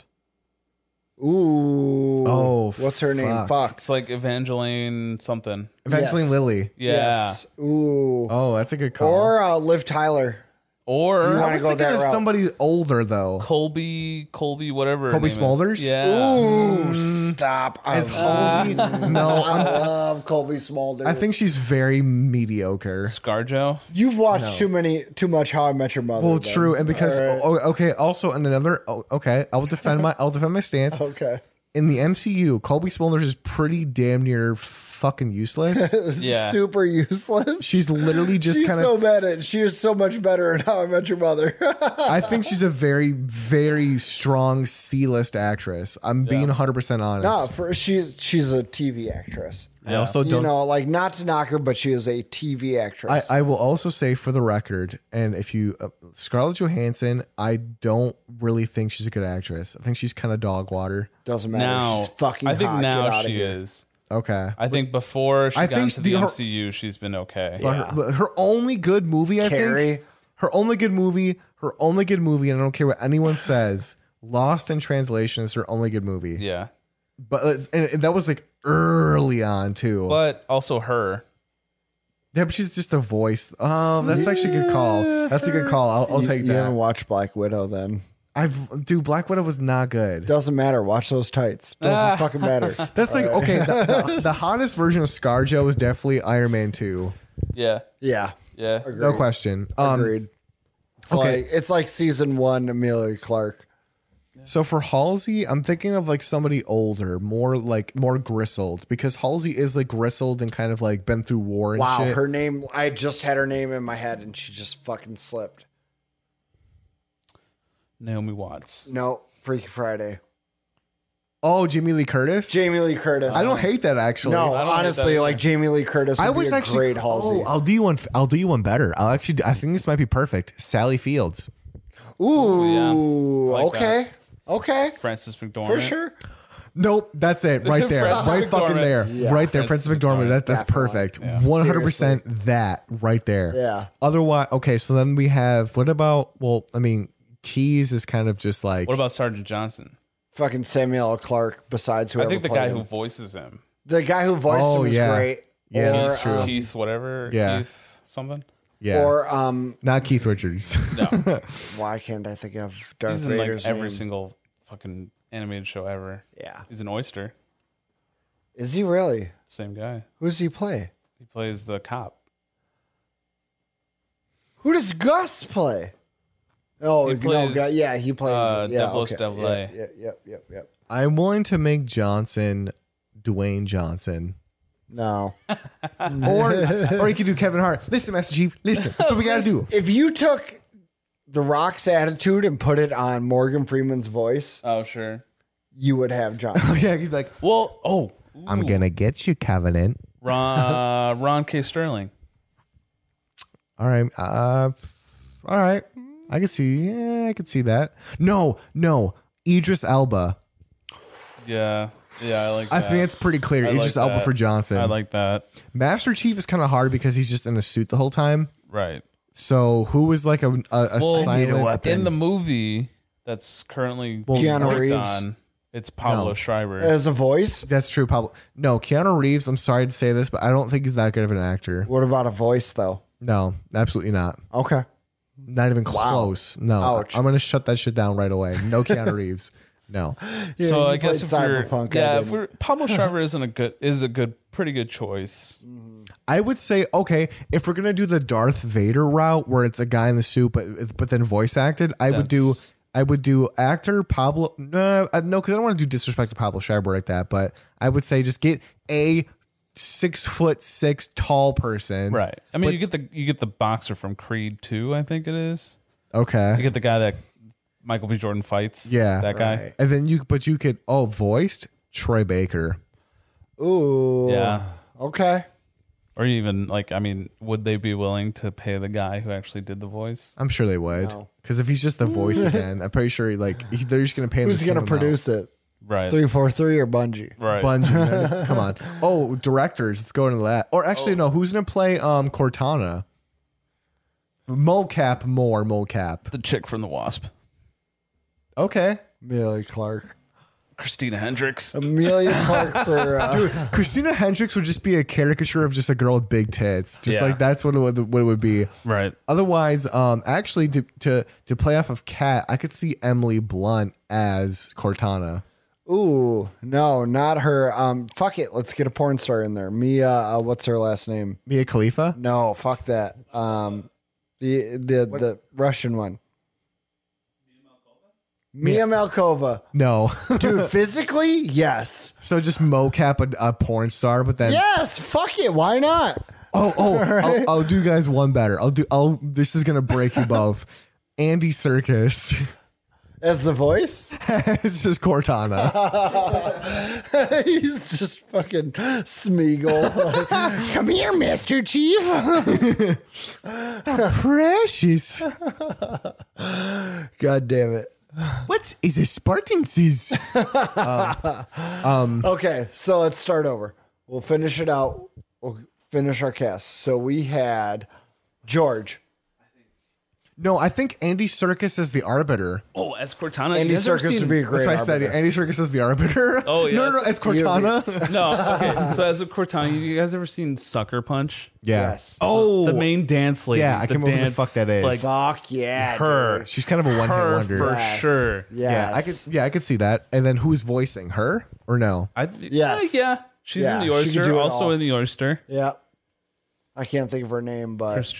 Speaker 2: Ooh.
Speaker 1: Oh,
Speaker 2: What's her name?
Speaker 1: fuck.
Speaker 2: Fox.
Speaker 3: It's like Evangeline something.
Speaker 1: Evangeline
Speaker 2: Yes.
Speaker 1: Lilly
Speaker 3: Yeah.
Speaker 2: Yes. Ooh.
Speaker 1: Uh-huh. oh that's a good call
Speaker 2: Or uh, Liv Tyler.
Speaker 3: Or
Speaker 2: You
Speaker 1: I
Speaker 2: wanna
Speaker 1: was
Speaker 2: go
Speaker 1: thinking
Speaker 2: that
Speaker 1: of
Speaker 2: route.
Speaker 1: somebody older though.
Speaker 3: Colby, Colby, whatever. her
Speaker 1: Colby
Speaker 3: name is.
Speaker 1: Smulders?
Speaker 3: Yeah.
Speaker 2: Ooh, stop! I
Speaker 1: Is
Speaker 2: love,
Speaker 1: Halsey? <laughs> no,
Speaker 2: I
Speaker 1: I'm,
Speaker 2: love Colby Smulders.
Speaker 1: I think she's very mediocre.
Speaker 3: Scarjo.
Speaker 2: you've watched too many, too much How I Met Your Mother.
Speaker 1: Well,
Speaker 2: then.
Speaker 1: true, and because
Speaker 2: All right.
Speaker 1: oh, okay, also and another oh, okay, I will defend my I'll defend my
Speaker 2: <laughs>
Speaker 1: stance
Speaker 2: okay,
Speaker 1: in the MCU. Colby Smulders is pretty damn near fucking
Speaker 2: <laughs>
Speaker 1: useless.
Speaker 3: Yeah.
Speaker 2: super useless.
Speaker 1: She's literally just
Speaker 2: She's
Speaker 1: kind of.
Speaker 2: so bad at. She is so much better at How I Met Your Mother. <laughs>
Speaker 1: I think she's a very very strong C list actress. I'm being 100 percent honest.
Speaker 2: no, for she's she's a TV actress.
Speaker 1: I also
Speaker 2: You
Speaker 1: don't.
Speaker 2: know, like not to knock her, but she is a TV
Speaker 1: I,
Speaker 2: actress.
Speaker 1: I will also say for the record, and if you uh, Scarlett Johansson, I don't really think she's a good actress. I think she's kind of dog water.
Speaker 2: Doesn't matter.
Speaker 3: Now,
Speaker 2: she's fucking.
Speaker 3: I think
Speaker 2: hot. Get
Speaker 3: now
Speaker 2: outta
Speaker 3: she
Speaker 2: here.
Speaker 3: is.
Speaker 1: Okay,
Speaker 3: I think before she
Speaker 1: I
Speaker 3: got
Speaker 1: think
Speaker 3: into
Speaker 1: the-
Speaker 3: the,
Speaker 1: her-
Speaker 3: MCU, she's been okay.
Speaker 1: But her, but her only good movie, I
Speaker 2: Carrie.
Speaker 1: think. Her only good movie. Her only good movie, and I don't care what anyone says. Lost in Translation is her only good movie.
Speaker 3: Yeah.
Speaker 1: But it's- and, and that was like early on too.
Speaker 3: But also her.
Speaker 1: yeah, but she's just a voice. Oh, that's actually a good call. That's a good call. I'll, I'll
Speaker 2: You-
Speaker 1: take
Speaker 2: You haven't
Speaker 1: that.
Speaker 2: watched Black Widow then.
Speaker 1: I've dude, Black Widow was not good.
Speaker 2: Doesn't matter. Watch those tights.
Speaker 3: Ah.
Speaker 2: Doesn't fucking matter.
Speaker 3: <laughs>
Speaker 1: That's like okay. The, the,
Speaker 2: <laughs>
Speaker 1: the hottest version of ScarJo is definitely Iron Man Two.
Speaker 3: Yeah.
Speaker 2: Yeah.
Speaker 3: Yeah.
Speaker 1: No question. Um,
Speaker 2: Agreed. It's
Speaker 1: okay.
Speaker 2: like it's like season one Amelia Clark.
Speaker 1: So for Halsey, I'm thinking of like somebody older, more like more gristled, because Halsey is like gristled and kind of like been through war and
Speaker 2: Wow,
Speaker 1: shit.
Speaker 2: her name I just had her name in my head and she just fucking slipped.
Speaker 3: Naomi Watts.
Speaker 2: No, Freaky Friday.
Speaker 1: oh, Jamie Lee Curtis.
Speaker 2: Jamie Lee Curtis.
Speaker 1: I don't hate that actually.
Speaker 2: No,
Speaker 3: I don't hate
Speaker 2: honestly,
Speaker 3: that
Speaker 2: like Jamie Lee Curtis would
Speaker 1: I was
Speaker 2: be a
Speaker 1: actually
Speaker 2: great Halsey.
Speaker 1: Oh, I'll do you one. I'll do you one better. I'll actually. do- I think this might be perfect. Sally Fields. oh,
Speaker 2: Ooh,
Speaker 3: yeah. I like
Speaker 2: okay. Okay.
Speaker 3: Francis McDormand.
Speaker 2: For sure.
Speaker 1: Nope, that's it <laughs> right there,
Speaker 3: Frances
Speaker 1: right fucking
Speaker 3: McDormand.
Speaker 1: there, right there,
Speaker 3: Frances
Speaker 1: Francis McDormand.
Speaker 3: McDormand,
Speaker 1: That that's
Speaker 2: definitely.
Speaker 1: perfect, one hundred percent. That right there.
Speaker 2: Yeah.
Speaker 1: Otherwise, okay. So then we have what about? Well, I mean, Keys is kind of just like
Speaker 3: What about Sergeant Johnson?
Speaker 2: Fucking Samuel L. Clark besides whoever
Speaker 3: I think the
Speaker 2: played
Speaker 3: guy
Speaker 2: him.
Speaker 3: who voices him.
Speaker 2: the guy who voiced
Speaker 1: Oh,
Speaker 2: him is
Speaker 1: yeah.
Speaker 2: great.
Speaker 1: Yeah,
Speaker 2: or,
Speaker 1: that's true.
Speaker 2: um,
Speaker 3: Keith, whatever.
Speaker 1: Yeah.
Speaker 3: Keith something.
Speaker 1: yeah,
Speaker 2: Or um
Speaker 1: not Keith
Speaker 3: <laughs>
Speaker 1: Richards.
Speaker 2: why can't I think of Darth
Speaker 3: He's in like
Speaker 2: Vader's
Speaker 3: every
Speaker 2: name?
Speaker 3: single fucking animated show ever.
Speaker 2: Yeah.
Speaker 3: He's an oyster.
Speaker 2: Is he really?
Speaker 3: Same guy.
Speaker 2: Who does he play?
Speaker 3: He plays the cop.
Speaker 2: Who does Gus play? Oh,
Speaker 3: He
Speaker 2: no,
Speaker 3: plays,
Speaker 2: Gus, yeah, he plays.
Speaker 3: uh,
Speaker 2: yeah,
Speaker 3: Devil Is
Speaker 2: okay.
Speaker 3: Devil
Speaker 2: yeah,
Speaker 3: A.
Speaker 2: Yep, yep, yep, yep.
Speaker 1: I'm willing to make Johnson Dwayne Johnson,
Speaker 3: <laughs>
Speaker 2: No.
Speaker 1: or or you could do Kevin Hart. Listen, Master Chief, listen. That's what we gotta do.
Speaker 2: if you took The Rock's attitude and put it on Morgan Freeman's voice,
Speaker 3: Oh, sure.
Speaker 2: you would have
Speaker 1: <laughs>
Speaker 2: John.
Speaker 1: yeah, he's like,
Speaker 3: Well, oh.
Speaker 1: I'm gonna get you, Covenant.
Speaker 3: Ron, <laughs> uh, Ron K. Sterling.
Speaker 1: All right. Uh, all right. I can see. Yeah, I can see that. No, no. Idris Elba.
Speaker 3: Yeah. Yeah, I like
Speaker 1: I
Speaker 3: that.
Speaker 1: think that's pretty clear.
Speaker 3: I like
Speaker 1: Idris Elba
Speaker 3: that.
Speaker 1: for Johnson.
Speaker 3: I like that.
Speaker 1: Master Chief is kind of hard because he's just in a suit the whole time.
Speaker 3: Right.
Speaker 1: So who was like a a, a
Speaker 3: Well,
Speaker 1: silent?
Speaker 3: In the movie that's currently
Speaker 2: Keanu
Speaker 3: worked
Speaker 2: Reeves. Uh,
Speaker 3: on, it's Pablo Schreiber.
Speaker 2: As a voice?
Speaker 1: That's true, Pablo. No, Keanu Reeves. I'm sorry to say this, but I don't think he's that good of an actor.
Speaker 2: What about a voice, though?
Speaker 1: No, absolutely not.
Speaker 2: Okay.
Speaker 1: Not even close. No,
Speaker 2: Ouch.
Speaker 1: I'm gonna shut that shit down right away. <laughs> No Keanu Reeves. No.
Speaker 2: Yeah,
Speaker 3: so I
Speaker 2: you
Speaker 3: guess
Speaker 2: played
Speaker 3: if we're,
Speaker 2: Cyberpunk, I
Speaker 3: yeah, if
Speaker 2: didn't.
Speaker 3: we're
Speaker 2: <laughs>
Speaker 3: Pablo Schreiber isn't a good is a good pretty good choice.
Speaker 2: Mm.
Speaker 1: I would say okay if we're gonna do the Darth Vader route where it's a guy in the suit but but then voice acted. I would do I would do actor Pablo. No, uh, no, because I don't want to do disrespect to Pablo Schreiber like that. But I would say just get a six foot six tall person.
Speaker 3: Right. I mean, you get the you get the boxer from Creed 2, I think it is. You
Speaker 1: Okay.
Speaker 3: get the guy that Michael B. Jordan fights.
Speaker 1: Yeah.
Speaker 3: That guy.
Speaker 2: Right.
Speaker 1: And then you but you could oh voiced Troy Baker.
Speaker 2: Ooh.
Speaker 3: Yeah.
Speaker 2: Okay.
Speaker 3: Or even like, I mean, would they be willing to pay the guy who actually did the voice?
Speaker 1: I'm sure they would. Because if he's just the voice again, I'm pretty sure like he, they're just gonna pay him.
Speaker 2: Who's
Speaker 1: the
Speaker 2: going to
Speaker 1: same
Speaker 2: produce it?
Speaker 3: Right.
Speaker 2: 343 or Bungie?
Speaker 3: right.
Speaker 1: Bungie. man. Come on. Oh, directors. Let's go into that. Or actually, no. Who's gonna play um Cortana? Mocap more mocap.
Speaker 3: the chick from the Wasp.
Speaker 1: Okay.
Speaker 2: Millie Clark.
Speaker 3: Christina Hendricks.
Speaker 2: Um, Amelia Clark for uh,
Speaker 1: Christina Hendricks would just be a caricature of just a girl with big tits. Just
Speaker 3: Yeah.
Speaker 1: like that's what it would, what it would be.
Speaker 3: Right.
Speaker 1: Otherwise, um, actually, to to to play off of Cat, I could see Emily Blunt as Cortana.
Speaker 2: Ooh, no, not her. Um, fuck it. Let's get a porn star in there. Mia, uh, what's her last name?
Speaker 1: Mia Khalifa.
Speaker 2: No, fuck that. Um, the the the Russian one. Mia Malkova,
Speaker 1: No, <laughs>
Speaker 2: <laughs> dude. physically, yes,
Speaker 1: so just mocap a, a porn star, but then
Speaker 2: yes. Fuck it. Why not?
Speaker 1: oh
Speaker 2: <laughs>
Speaker 1: oh, I'll, I'll do you guys one better. I'll do. I'll. This is gonna break you
Speaker 2: <laughs>
Speaker 1: both. Andy Circus <laughs>
Speaker 2: As the <laughs> voice,
Speaker 1: it's just
Speaker 2: <laughs>
Speaker 1: Cortana.
Speaker 2: he's just fucking Smeagol. <laughs> Like, Come here, Master Chief.
Speaker 1: Precious.
Speaker 2: <laughs> God damn it.
Speaker 1: What is a Spartan's?
Speaker 2: Okay, so let's start over. We'll finish it out. We'll finish our cast. So we had George,
Speaker 1: No, I think Andy Circus is the arbiter.
Speaker 3: Oh, as Cortana.
Speaker 2: Andy
Speaker 3: you guys ever
Speaker 2: Serkis
Speaker 3: seen-
Speaker 2: would be a great.
Speaker 1: That's why I said
Speaker 2: arbiter.
Speaker 1: Andy Circus is the arbiter.
Speaker 3: Oh,
Speaker 1: <laughs>
Speaker 3: yeah,
Speaker 1: no, no, no, as
Speaker 3: that's-
Speaker 1: <laughs> Cortana.
Speaker 3: No. Okay. So as a Cortana, you guys ever seen Sucker Punch?
Speaker 1: Yeah.
Speaker 2: Yes.
Speaker 1: Oh,
Speaker 3: The main dance lady.
Speaker 1: Yeah, I
Speaker 3: the
Speaker 1: can't remember who the
Speaker 3: dance,
Speaker 1: fuck that is.
Speaker 3: Like
Speaker 2: Fuck yeah,
Speaker 3: her.
Speaker 2: dude.
Speaker 1: she's kind of a one hit
Speaker 3: Her
Speaker 1: wonder.
Speaker 3: for
Speaker 2: Yes.
Speaker 3: sure.
Speaker 2: Yes.
Speaker 1: Yeah, I could. Yeah, I could see that. And then who's voicing her or no?
Speaker 3: I,
Speaker 2: Yes.
Speaker 3: uh, Yeah. She's
Speaker 2: Yeah,
Speaker 3: in
Speaker 2: she
Speaker 3: the
Speaker 2: could do
Speaker 3: oyster.
Speaker 2: it
Speaker 3: Also
Speaker 2: all.
Speaker 3: in the oyster.
Speaker 2: Yeah. I can't think of her name, but Chris.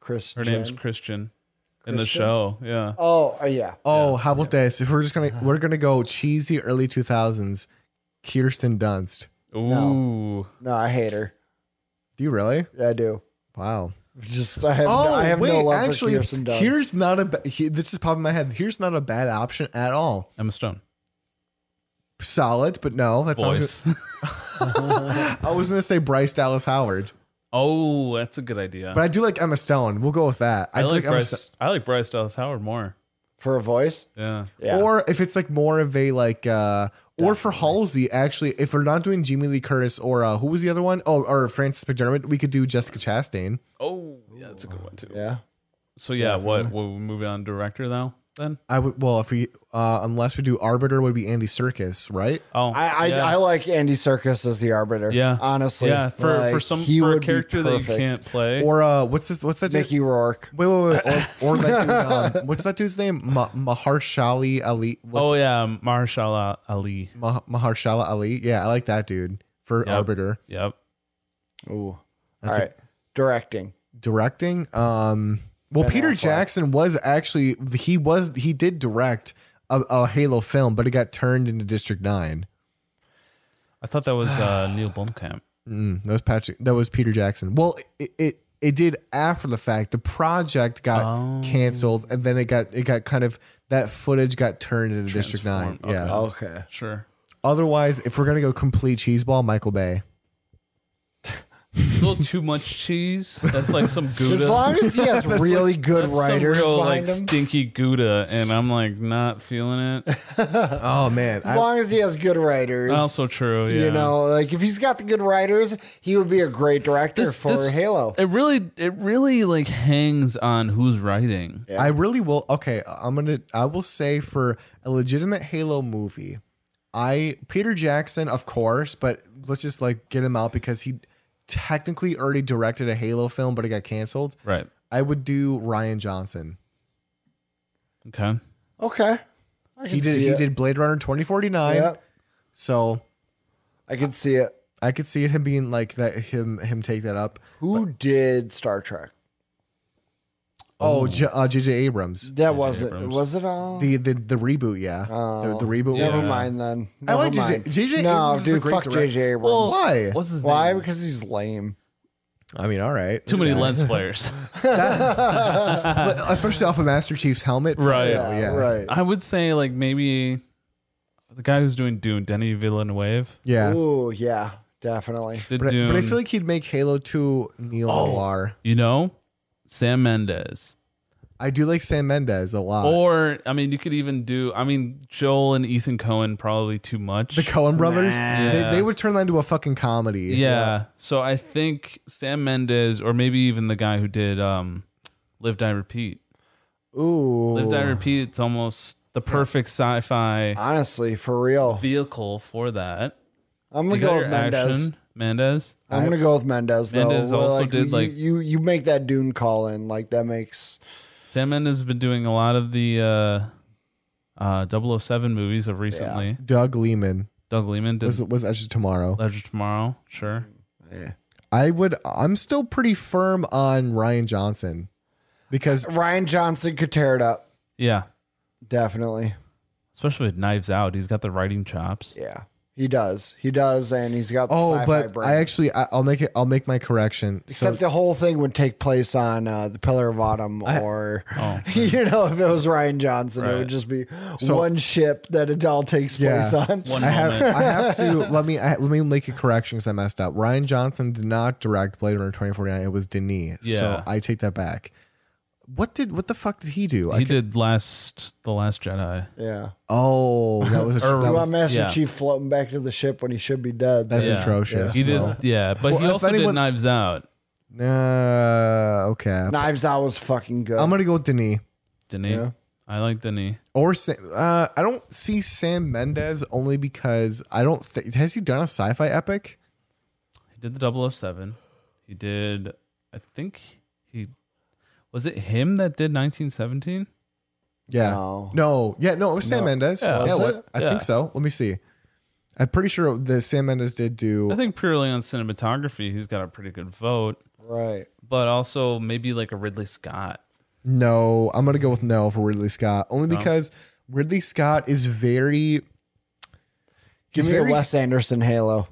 Speaker 3: Christian. Her name's Christian. In the
Speaker 2: Christian?
Speaker 3: show. Yeah.
Speaker 2: oh uh, yeah.
Speaker 1: Oh, how about this? If we're just <laughs> gonna we're gonna go cheesy early two thousands, Kirsten Dunst.
Speaker 3: Ooh.
Speaker 2: No, I hate her.
Speaker 1: Do you really?
Speaker 2: Yeah, I do.
Speaker 1: Wow.
Speaker 2: Just I have no, I have no love for Kirsten Dunst.
Speaker 1: Oh, here's not a. Ba- he, this is popping in my head. Here's not a bad option at all.
Speaker 3: Emma Stone.
Speaker 1: Solid, but no, that's
Speaker 3: Voice. <laughs>
Speaker 1: not. I was gonna say Bryce Dallas Howard,
Speaker 3: oh, that's a good idea.
Speaker 1: but I do like Emma Stone. We'll go with that.
Speaker 3: I,
Speaker 1: do
Speaker 3: like
Speaker 1: Emma
Speaker 3: Bryce.
Speaker 1: Sto-
Speaker 3: I like Bryce Dallas Howard more.
Speaker 2: for a voice.
Speaker 3: Yeah.
Speaker 2: Yeah.
Speaker 1: Or if it's like more of a like uh or for Halsey, actually, if we're not doing Jimmy Lee Curtis or uh, who was the other one? Oh, or Francis McDermott, we could do Jessica Chastain.
Speaker 3: Oh, yeah, that's a good one too.
Speaker 2: yeah.
Speaker 3: So yeah, what? We're moving on to director now. Then
Speaker 1: I would well if we uh unless we do Arbiter would be Andy Circus, right?
Speaker 3: oh,
Speaker 2: I I,
Speaker 3: yeah.
Speaker 2: I like Andy Circus as the arbiter.
Speaker 3: Yeah.
Speaker 2: Honestly.
Speaker 3: yeah for
Speaker 2: Like,
Speaker 3: for some
Speaker 2: he
Speaker 3: for a
Speaker 2: would be
Speaker 3: character that you
Speaker 2: perfect.
Speaker 3: can't play.
Speaker 1: Or uh what's this what's that dude?
Speaker 2: Mickey Rourke.
Speaker 1: Wait, wait, wait.
Speaker 3: <laughs>
Speaker 1: Or, or that dude, um, what's that dude's name? Ma- Mahershala Ali. What,
Speaker 3: oh yeah, Mahershala Ali.
Speaker 1: Ma- Mahershala Ali. Yeah, I like that dude for
Speaker 3: Yep.
Speaker 1: Arbiter.
Speaker 3: Yep.
Speaker 2: Ooh. All right. Directing.
Speaker 1: directing. Um, well, Peter
Speaker 2: Affleck.
Speaker 1: Jackson was actually he was he did direct a, a Halo film, but it got turned into District Nine.
Speaker 3: I thought that was <sighs> uh, Neil Blomkamp.
Speaker 1: Mm, that was Patrick. That was Peter Jackson. Well, it it, it did after the fact. The project got
Speaker 2: Oh.
Speaker 1: canceled, and then it got it got kind of that footage got turned into District Nine.
Speaker 3: Transformed,
Speaker 1: Yeah.
Speaker 3: okay.
Speaker 2: Okay.
Speaker 3: Sure.
Speaker 1: Otherwise, if we're gonna go complete cheeseball, Michael Bay.
Speaker 3: A little too much cheese. That's like some Gouda.
Speaker 2: As long as he has really good
Speaker 3: <laughs> That's some
Speaker 2: writers
Speaker 3: real,
Speaker 2: behind
Speaker 3: like
Speaker 2: him.
Speaker 3: stinky Gouda, and I'm like not feeling
Speaker 1: <laughs>
Speaker 3: it.
Speaker 1: Oh man,
Speaker 2: as long as he has good writers.
Speaker 3: also true. Yeah.
Speaker 2: You know, like if he's got the good writers, he would be a great director
Speaker 3: This-
Speaker 2: for
Speaker 3: this-
Speaker 2: Halo.
Speaker 3: It really, it really like hangs on who's writing.
Speaker 1: I really will. Okay, I'm gonna. I will say for a legitimate Halo movie, I Peter Jackson, of course, but let's just like get him out because he technically already directed a Halo film, but it got canceled.
Speaker 3: Right.
Speaker 1: I would do Ryan Johnson.
Speaker 3: Okay.
Speaker 2: Okay. I can
Speaker 1: He did.
Speaker 2: see
Speaker 1: He
Speaker 2: it.
Speaker 1: did Blade Runner 2049.
Speaker 2: Yeah,
Speaker 1: So
Speaker 2: I can see it.
Speaker 1: I could see him being like that. Him him take that up.
Speaker 2: Who did Star Trek?
Speaker 1: Oh, J.J. Uh, J.J. Abrams.
Speaker 2: That wasn't
Speaker 3: Abrams.
Speaker 2: was it all?
Speaker 1: The the the reboot. Yeah. The- the, reboot.
Speaker 2: Oh. Never
Speaker 1: one.
Speaker 2: mind then.
Speaker 1: I
Speaker 2: Never
Speaker 1: like J.J.
Speaker 2: mind.
Speaker 1: J.J.
Speaker 2: No,
Speaker 1: Abrams is a
Speaker 2: dude,
Speaker 1: great
Speaker 2: fuck
Speaker 1: director.
Speaker 2: JJ Abrams.
Speaker 3: Well,
Speaker 1: Why?
Speaker 3: What's his name?
Speaker 2: Why? Because he's lame.
Speaker 1: I mean, all
Speaker 3: <laughs>
Speaker 1: right.
Speaker 3: Too
Speaker 1: <laughs>
Speaker 3: many lens flares.
Speaker 1: But especially off of Master Chief's helmet.
Speaker 3: Right.
Speaker 1: Yeah,
Speaker 2: Yeah,
Speaker 1: Oh, yeah.
Speaker 2: right.
Speaker 3: I would say like maybe the guy who's doing Dune, Denny Villeneuve,
Speaker 1: Yeah.
Speaker 2: Ooh, yeah, definitely.
Speaker 3: did
Speaker 1: But, I-
Speaker 3: Dune.
Speaker 1: but I feel like he'd make Halo 2 Neo
Speaker 2: Oh.
Speaker 1: Noir.
Speaker 3: you know Sam Mendes.
Speaker 1: I do like Sam Mendes a lot.
Speaker 2: Oh,
Speaker 3: Or I mean, you could even do. I mean, Joel and Ethan Cohen probably too much.
Speaker 1: the Coen brothers,
Speaker 3: Yeah.
Speaker 1: they, they would turn that into a fucking comedy.
Speaker 3: yeah. So I think Sam Mendes, or maybe even the guy who did um, Live Die Repeat.
Speaker 2: Ooh,
Speaker 3: Live Die Repeat. It's almost the perfect sci-fi
Speaker 2: Honestly, for real.
Speaker 3: vehicle for that.
Speaker 2: I'm gonna
Speaker 3: You got
Speaker 2: go
Speaker 3: your
Speaker 2: with Mendez.
Speaker 3: action, Mendez.
Speaker 2: I'm gonna go with Mendez though.
Speaker 3: Mendez
Speaker 2: Well,
Speaker 3: also
Speaker 2: like,
Speaker 3: did,
Speaker 2: you-
Speaker 3: like-
Speaker 2: you, you make that Dune call in like that makes
Speaker 3: Sam Mendes has been doing a lot of the uh, uh, 007 movies of recently.
Speaker 1: Doug Lehman
Speaker 3: Doug Lehman did
Speaker 1: was was Edge of Tomorrow.
Speaker 3: Ledger Tomorrow. Sure.
Speaker 1: I would. I'm still pretty firm on Ryan Johnson because
Speaker 2: Ryan Johnson could tear it up
Speaker 3: Yeah.
Speaker 2: definitely.
Speaker 3: Especially with Knives Out. He's got the writing chops.
Speaker 2: Yeah, he does. He does, and he's got the
Speaker 1: oh,
Speaker 2: sci-fi
Speaker 1: but
Speaker 2: brain.
Speaker 1: I actually I, I'll make it. I'll make my correction.
Speaker 2: Except the whole thing would take place on uh, the Pillar of Autumn, or <laughs>
Speaker 3: Oh.
Speaker 2: you know, if it was Ryan Johnson, it
Speaker 3: Right.
Speaker 2: would just be
Speaker 1: So-
Speaker 2: one ship that it all takes
Speaker 1: Yeah.
Speaker 2: place on.
Speaker 3: One
Speaker 1: I have,
Speaker 3: moment.
Speaker 1: I have <laughs> to let me I, let me make a correction because I messed up. Ryan Johnson did not direct Blade Runner 2049. It was Denis. So
Speaker 3: Yeah.
Speaker 1: I take that back. What did what the fuck did he do? I
Speaker 3: he
Speaker 1: ca-
Speaker 3: did last the Last Jedi.
Speaker 2: Yeah,
Speaker 1: Oh, that <laughs> was a,
Speaker 3: Or-
Speaker 1: that
Speaker 2: you
Speaker 1: was,
Speaker 2: want Master
Speaker 3: yeah.
Speaker 2: Chief floating back to the ship when he should be dead.
Speaker 1: that's
Speaker 3: Yeah.
Speaker 1: atrocious.
Speaker 3: He did,
Speaker 1: Well,
Speaker 3: yeah, but
Speaker 1: Well,
Speaker 3: he
Speaker 1: if
Speaker 3: also
Speaker 1: anyone-
Speaker 3: did Knives Out.
Speaker 1: Uh, okay.
Speaker 2: Knives Out was fucking good.
Speaker 1: I'm gonna go with Denis
Speaker 3: Denis,
Speaker 2: Yeah.
Speaker 3: I like Denis.
Speaker 1: or Sam, uh, I don't see Sam Mendes only because I don't think has he done a sci-fi epic?
Speaker 3: He did the 007. He did, I think he was it him that did 1917.
Speaker 1: Yeah.
Speaker 2: No.
Speaker 1: No. Yeah. No. It was Sam Mendes. Yeah.
Speaker 3: Yeah, was
Speaker 1: what-
Speaker 3: it?
Speaker 1: I
Speaker 3: Yeah.
Speaker 1: think so. Let me see. I'm pretty sure the Sam Mendes did
Speaker 3: I
Speaker 1: do.
Speaker 3: think purely on cinematography, he's got a pretty good vote,
Speaker 2: right.
Speaker 3: but also maybe like a Ridley Scott.
Speaker 1: No, I'm gonna go with no for Ridley Scott only because Ridley Scott is very.
Speaker 2: Give
Speaker 1: he's
Speaker 2: me
Speaker 1: very-
Speaker 2: a Wes Anderson Halo.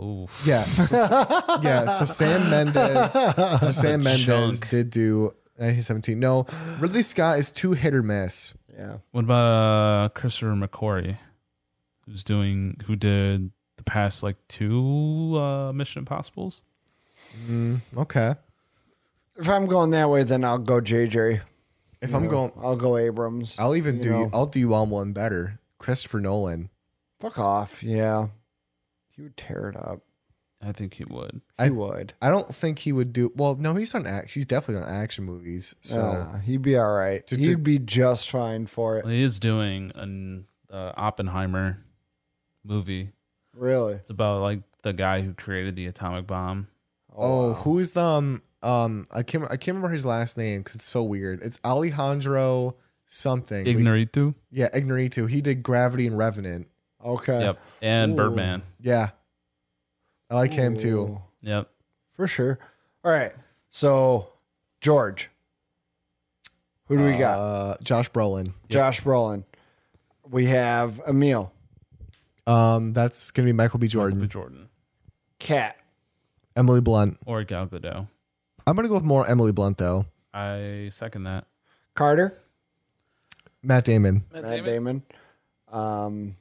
Speaker 3: Oh,
Speaker 1: Yeah. So,
Speaker 2: <laughs>
Speaker 1: yeah. So Sam Mendes. So Sam Mendes
Speaker 3: chunk.
Speaker 1: did do 1917. No, Ridley Scott is too hit or miss.
Speaker 2: Yeah.
Speaker 3: What about uh, Christopher McQuarrie, who's doing who did the past like two uh, Mission Impossible's?
Speaker 1: Okay.
Speaker 2: If I'm going that way, then I'll go JJ.
Speaker 1: If I'm going,
Speaker 2: I'll go Abrams.
Speaker 1: I'll even
Speaker 2: You
Speaker 1: do.
Speaker 2: know.
Speaker 1: I'll do you on one better. Christopher Nolan.
Speaker 2: Fuck off. Yeah. He would tear it up.
Speaker 3: I think he would.
Speaker 2: He
Speaker 1: I-
Speaker 2: would.
Speaker 1: I don't think he would do well. No, he's done. Act, he's definitely done action movies. So
Speaker 2: Nah, Uh, he'd be all right.
Speaker 1: To- to-
Speaker 2: he'd be just fine for it.
Speaker 3: He is doing an uh, Oppenheimer movie.
Speaker 2: Really?
Speaker 3: It's about like the guy who created the atomic bomb.
Speaker 1: oh,
Speaker 2: wow.
Speaker 1: who is the um, um I can't I can't remember his last name because it's so weird. It's Alejandro something. We-
Speaker 3: Ignoritu.
Speaker 1: yeah, Ignorito. He did Gravity and Revenant.
Speaker 2: Okay.
Speaker 3: Yep. And
Speaker 2: Uh, Ooh.
Speaker 3: Birdman.
Speaker 1: Yeah, I like him too.
Speaker 2: Ooh,
Speaker 3: Yep.
Speaker 2: For sure. All right. So, George. Who do we got?
Speaker 1: Uh, Josh Brolin.
Speaker 2: Josh Brolin. We have Emil.
Speaker 1: Um, that's gonna be Michael B. Jordan,
Speaker 3: Michael B. Jordan.
Speaker 2: Cat.
Speaker 1: Emily Blunt.
Speaker 3: Or Gal Gadot.
Speaker 1: I'm gonna go with more Emily Blunt though.
Speaker 3: I second that.
Speaker 2: Carter.
Speaker 1: Matt Damon.
Speaker 2: Matt, Damon. Um,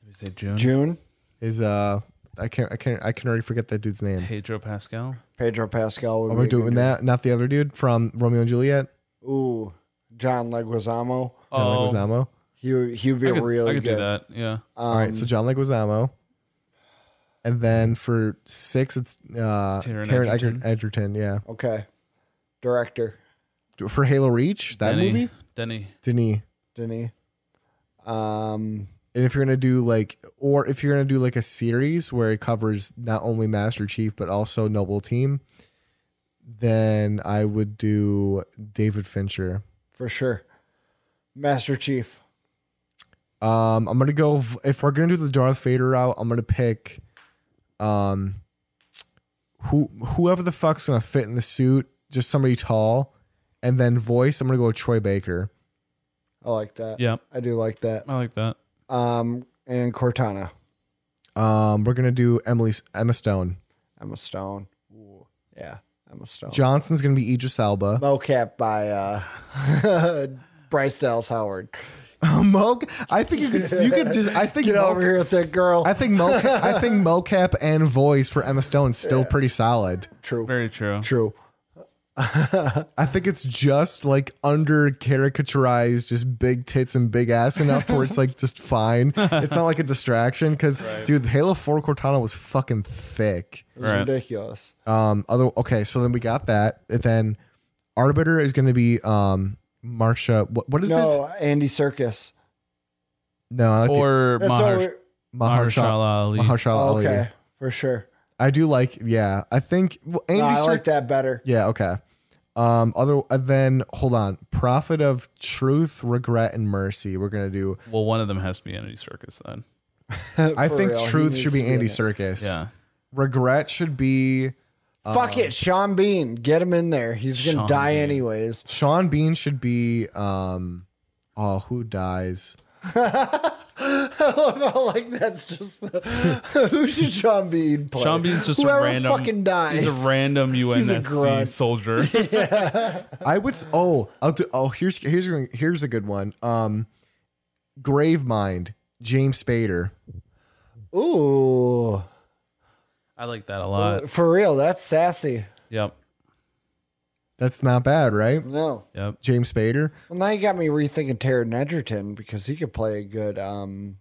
Speaker 3: Did we say June?
Speaker 2: June.
Speaker 1: Is uh, I can't I can't I can already forget that dude's name.
Speaker 3: Pedro Pascal.
Speaker 2: Pedro Pascal. Would
Speaker 1: Are
Speaker 2: be
Speaker 1: we
Speaker 2: a good
Speaker 1: doing that? Not the other dude from Romeo and Juliet.
Speaker 2: dude. Ooh. John Leguizamo.
Speaker 1: John Leguizamo.
Speaker 2: He would- he would be
Speaker 3: Oh. I could,
Speaker 2: really
Speaker 3: I could
Speaker 2: good.
Speaker 3: do that. Yeah.
Speaker 1: All right, so John Leguizamo, and then for six, it's uh,
Speaker 3: Taron
Speaker 1: Taron, Egerton. Egerton. Yeah,
Speaker 2: Okay. Director,
Speaker 1: for Halo Reach, that
Speaker 3: Denny.
Speaker 1: movie,
Speaker 3: Denny.
Speaker 1: Denis.
Speaker 2: Denis. Um,
Speaker 1: And if you're gonna do like, or if you're gonna do like a series where it covers not only Master Chief but also Noble Team, then I would do David Fincher.
Speaker 2: for sure. Master Chief.
Speaker 1: Um, I'm gonna go v- if we're gonna do the Darth Vader route. I'm gonna pick, um, who whoever the fuck's gonna fit in the suit, just somebody tall, and then voice. I'm gonna go with Troy Baker.
Speaker 2: I like that.
Speaker 3: Yep.
Speaker 2: I do like that.
Speaker 3: I like that.
Speaker 2: Um, and Cortana.
Speaker 1: Um, we're gonna do Emily Emma Stone.
Speaker 2: Emma Stone. Ooh, yeah, Emma Stone.
Speaker 1: Johnson's gonna be Idris <laughs> Elba.
Speaker 2: Mocap by uh, <laughs> Bryce Dallas Howard.
Speaker 1: Moke, Uh, I think you could you could just I think
Speaker 2: Get
Speaker 1: mo-
Speaker 2: over here, thick girl.
Speaker 1: I think mo- I think
Speaker 2: <laughs>
Speaker 1: mocap and voice for Emma Stone's still pretty solid.
Speaker 2: true,
Speaker 3: Very true.
Speaker 2: true.
Speaker 1: I think it's just like under caricaturized, just big tits and big ass enough to where it's like just fine. It's not like a distraction because, dude, Halo 4 Cortana was fucking thick.
Speaker 2: It's
Speaker 3: Right.
Speaker 2: ridiculous.
Speaker 1: Um, other okay, so then we got that. And then Arbiter is going to be um, Marsha. What, what is
Speaker 2: no,
Speaker 1: it?
Speaker 2: Andy Circus.
Speaker 1: No, I like the-
Speaker 3: or
Speaker 2: That's all
Speaker 3: Maharsh-
Speaker 2: we're-
Speaker 1: Mahershala.
Speaker 3: Ali.
Speaker 1: Mahershala
Speaker 2: oh,
Speaker 1: Ali.
Speaker 2: okay, for sure.
Speaker 1: I do like. Yeah, I think well, Andy.
Speaker 2: No, I
Speaker 1: Serk-
Speaker 2: like that better. <laughs>
Speaker 1: Yeah. Okay. Um. Other. uh, Then hold on. Prophet of truth, regret, and mercy. We're gonna do.
Speaker 3: Well, one of them has to be Andy Circus then.
Speaker 1: I
Speaker 2: For
Speaker 1: think
Speaker 2: real, he
Speaker 1: truth
Speaker 2: needs
Speaker 1: should
Speaker 2: to
Speaker 1: be
Speaker 2: be in
Speaker 1: Andy
Speaker 2: it.
Speaker 1: Circus.
Speaker 3: Yeah.
Speaker 1: Regret should be
Speaker 2: Fuck it, Sean Bean, get him in there. He's gonna
Speaker 3: Sean
Speaker 2: die
Speaker 3: Bean.
Speaker 2: anyways. <laughs>
Speaker 1: Sean Bean should be um. Oh, who dies?
Speaker 2: I love how, like that's just the, <laughs> who should Sean Bean play?
Speaker 3: Sean Bean's just
Speaker 2: Whoever
Speaker 3: a random.
Speaker 2: fucking dies.
Speaker 3: He's a random UNSC
Speaker 2: grunt.
Speaker 3: soldier.
Speaker 1: I would. s- <laughs> Oh, I'll do. Oh, here's here's here's a good one. Um, Gravemind, James Spader.
Speaker 2: Ooh,
Speaker 3: I like that a lot.
Speaker 2: for real, that's sassy.
Speaker 3: Yep.
Speaker 1: That's not bad, right?
Speaker 2: No,
Speaker 3: Yep.
Speaker 1: James Spader.
Speaker 2: well now you got me rethinking Taron Egerton because he could play a good. um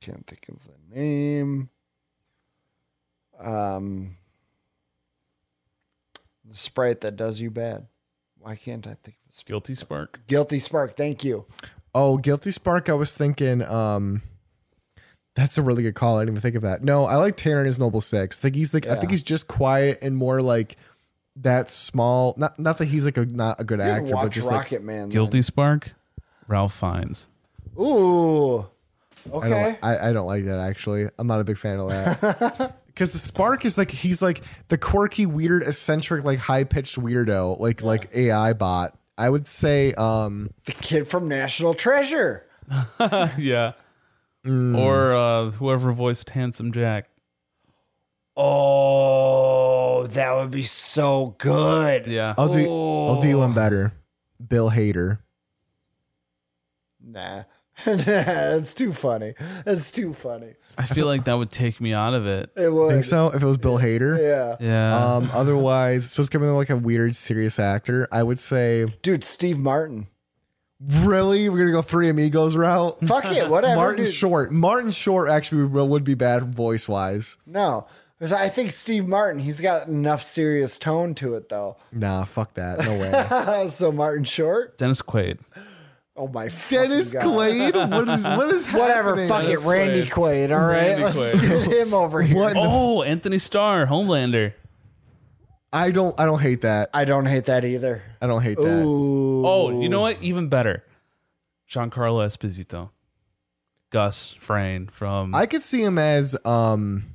Speaker 2: Can't think of the name. Um, the sprite that does you bad. Why can't I think of a sprite?
Speaker 3: Guilty spark.
Speaker 2: Guilty Spark? Thank you.
Speaker 1: Oh, Guilty Spark. I was thinking. Um, that's a really good call. I didn't even think of that. No, I like Tanner in his Noble Six. I think he's like. I think
Speaker 2: Yeah.
Speaker 1: he's just quiet and more like that small. Not not that he's like a not a good
Speaker 2: You can
Speaker 1: actor, but
Speaker 2: watch
Speaker 1: just
Speaker 2: Rocket Man. then.
Speaker 3: Guilty spark. Ralph Fiennes.
Speaker 2: Ooh.
Speaker 1: like. I don't,
Speaker 2: Okay.
Speaker 1: like- I, I don't like that actually. I'm not a big fan of that.
Speaker 2: <laughs>
Speaker 1: Because the spark is like he's like the quirky, weird, eccentric, like high pitched weirdo, like like AI bot. I would say um
Speaker 2: The kid from National Treasure.
Speaker 3: <laughs> yeah. Or uh, whoever voiced Handsome Jack.
Speaker 2: Oh, that would be so good.
Speaker 3: Yeah.
Speaker 1: I'll do I'll
Speaker 2: Oh.
Speaker 1: do one better. Bill Hader.
Speaker 2: Nah. <laughs> nah, that's too funny. That's too funny.
Speaker 3: I feel like that would take me out of it.
Speaker 2: It would.
Speaker 1: Think so? If it was Bill Hader.
Speaker 2: Yeah.
Speaker 1: <laughs>
Speaker 3: Yeah.
Speaker 1: Um, otherwise, so it's coming in like a weird, serious actor. I would say,
Speaker 2: Dude, Steve Martin.
Speaker 1: really, we're gonna go three amigos route.
Speaker 2: Fuck it,
Speaker 1: <laughs>
Speaker 2: whatever.
Speaker 1: Martin
Speaker 2: dude.
Speaker 1: Short. Martin Short actually would would be bad voice wise.
Speaker 2: No. 'Cause I think Steve Martin, he's got enough serious tone to it though. <laughs>
Speaker 1: Nah, fuck that. No <laughs> way.
Speaker 2: so Martin Short?
Speaker 3: Dennis Quaid.
Speaker 2: Oh my fucking
Speaker 1: Dennis
Speaker 2: God.
Speaker 1: Quaid. What is what is
Speaker 2: Whatever,
Speaker 1: happening?
Speaker 2: fuck it,
Speaker 3: Dennis
Speaker 2: Randy Quaid. All right,
Speaker 3: Randy
Speaker 2: let's
Speaker 3: Quaid.
Speaker 2: get him over here.
Speaker 1: What?
Speaker 3: Oh, Anthony Starr, Homelander.
Speaker 1: I don't. I don't hate that.
Speaker 2: I don't hate that either.
Speaker 1: I don't hate that.
Speaker 2: Ooh.
Speaker 3: Oh, you know what? Even better. Giancarlo Esposito. Gus Frayne from
Speaker 1: I could see him as um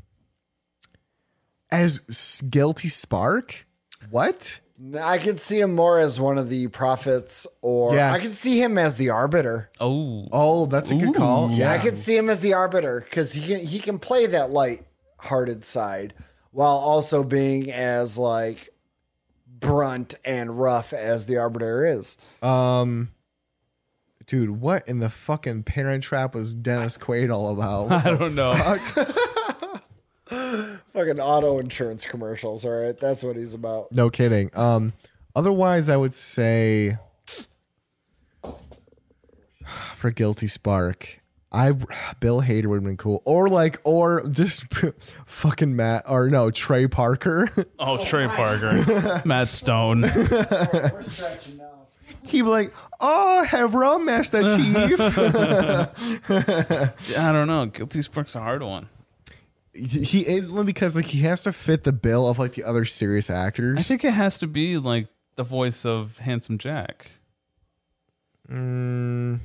Speaker 1: as s- guilty spark. What?
Speaker 2: I could see him more as one of the prophets, or
Speaker 1: Yes.
Speaker 2: I could see him as the arbiter.
Speaker 3: Oh, <laughs>
Speaker 1: Oh, that's a good call.
Speaker 3: Ooh.
Speaker 1: Yeah,
Speaker 2: I could see him as the arbiter because he can he can play that light-hearted side while also being as like brunt and rough as the arbiter is.
Speaker 1: Um, dude, what in the fucking Parent Trap was Dennis Quaid all
Speaker 3: <laughs>
Speaker 1: about?
Speaker 3: I don't know.
Speaker 2: Fucking auto insurance commercials. All right, that's what he's about.
Speaker 1: no kidding. Um, otherwise, I would say <sighs> for Guilty Spark, I Bill Hader would have been cool, or like, or just <laughs> fucking Matt, or no Trey Parker. <laughs>
Speaker 3: Oh, Trey <laughs> Parker, Matt Stone.
Speaker 2: We're stretching now.
Speaker 1: He'd be like, "Oh, have rum, Master Chief."
Speaker 3: <laughs>
Speaker 1: <laughs>
Speaker 3: I don't know. Guilty Spark's a hard one.
Speaker 1: he is only because like he has to fit the bill of like the other serious actors.
Speaker 3: I think it has to be like the voice of Handsome Jack.
Speaker 1: Mm,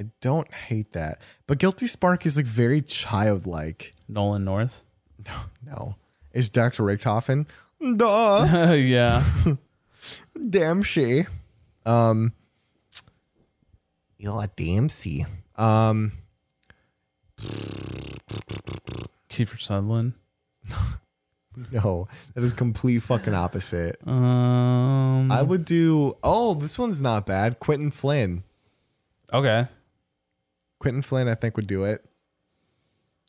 Speaker 1: I don't hate that, but Guilty Spark is like very childlike. <laughs>
Speaker 3: Nolan North.
Speaker 1: No, is Dr. Richtofen? Duh,
Speaker 3: <laughs> yeah.
Speaker 1: damn she. Um, you're a damn she. Um,
Speaker 3: Kiefer Sutherland.
Speaker 1: <laughs> no, that is complete fucking opposite.
Speaker 3: Um.
Speaker 1: I would do. Oh, this one's not bad. Quentin Flynn.
Speaker 3: okay.
Speaker 1: Quentin Flynn, I think would do it.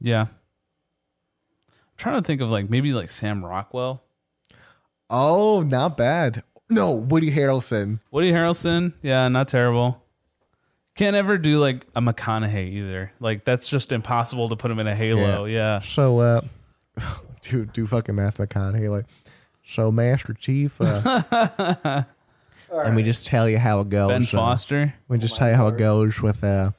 Speaker 3: Yeah. I'm trying to think of like maybe like Sam Rockwell,
Speaker 1: Oh, not bad. No, Woody Harrelson.
Speaker 3: Woody Harrelson. Yeah, not terrible. Can't ever do like a McConaughey either. Like that's just impossible to put him in a Halo. Yeah.
Speaker 1: <laughs>
Speaker 3: Oh,
Speaker 1: So, uh, dude, do fucking math, McConaughey. Like, So Master Chief, uh,
Speaker 3: <laughs>
Speaker 1: and we just tell you how it goes.
Speaker 3: Ben
Speaker 1: uh,
Speaker 3: Foster.
Speaker 1: we just tell you how it goes with uh,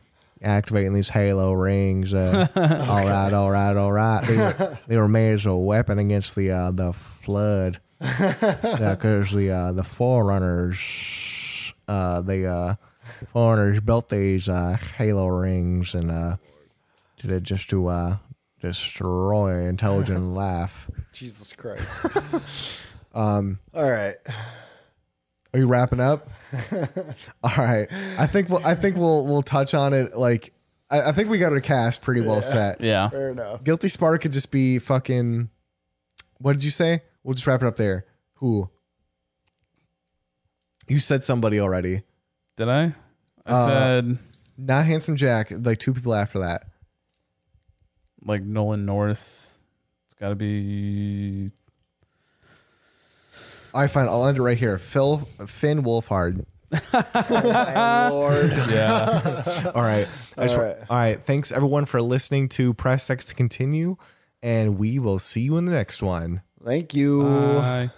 Speaker 1: activating these Halo rings. <laughs> Uh, All right, all right, all right. They <laughs> were, they were made as a weapon against the uh, the <laughs> flood because the uh, the forerunners uh, the uh, foreigners built these uh, Halo rings and uh, to just to uh, destroy <laughs> intelligent life.
Speaker 2: Jesus <laughs> Christ. um. All right. <laughs>
Speaker 1: Are you wrapping up? All right. I think we'll I think we'll we'll touch on it like I, I think we got our cast pretty well set.
Speaker 3: Yeah.
Speaker 1: <laughs>
Speaker 2: Fair enough.
Speaker 1: Guilty Spark could just be fucking what did you say? We'll just wrap it up there. Who? You said somebody already.
Speaker 3: Did I? I
Speaker 1: Uh,
Speaker 3: said
Speaker 1: Not handsome Jack, like two people after that.
Speaker 3: like Nolan North. It's got to be
Speaker 1: All right, fine. I'll end it right here. Phil Finn Wolfhard.
Speaker 2: My Lord.
Speaker 3: yeah.
Speaker 1: All right. I just
Speaker 2: All
Speaker 1: wa-
Speaker 2: right.
Speaker 1: all right. Thanks everyone for listening to Press X to Continue, and we will see you in the next one.
Speaker 2: Thank you.
Speaker 3: Bye.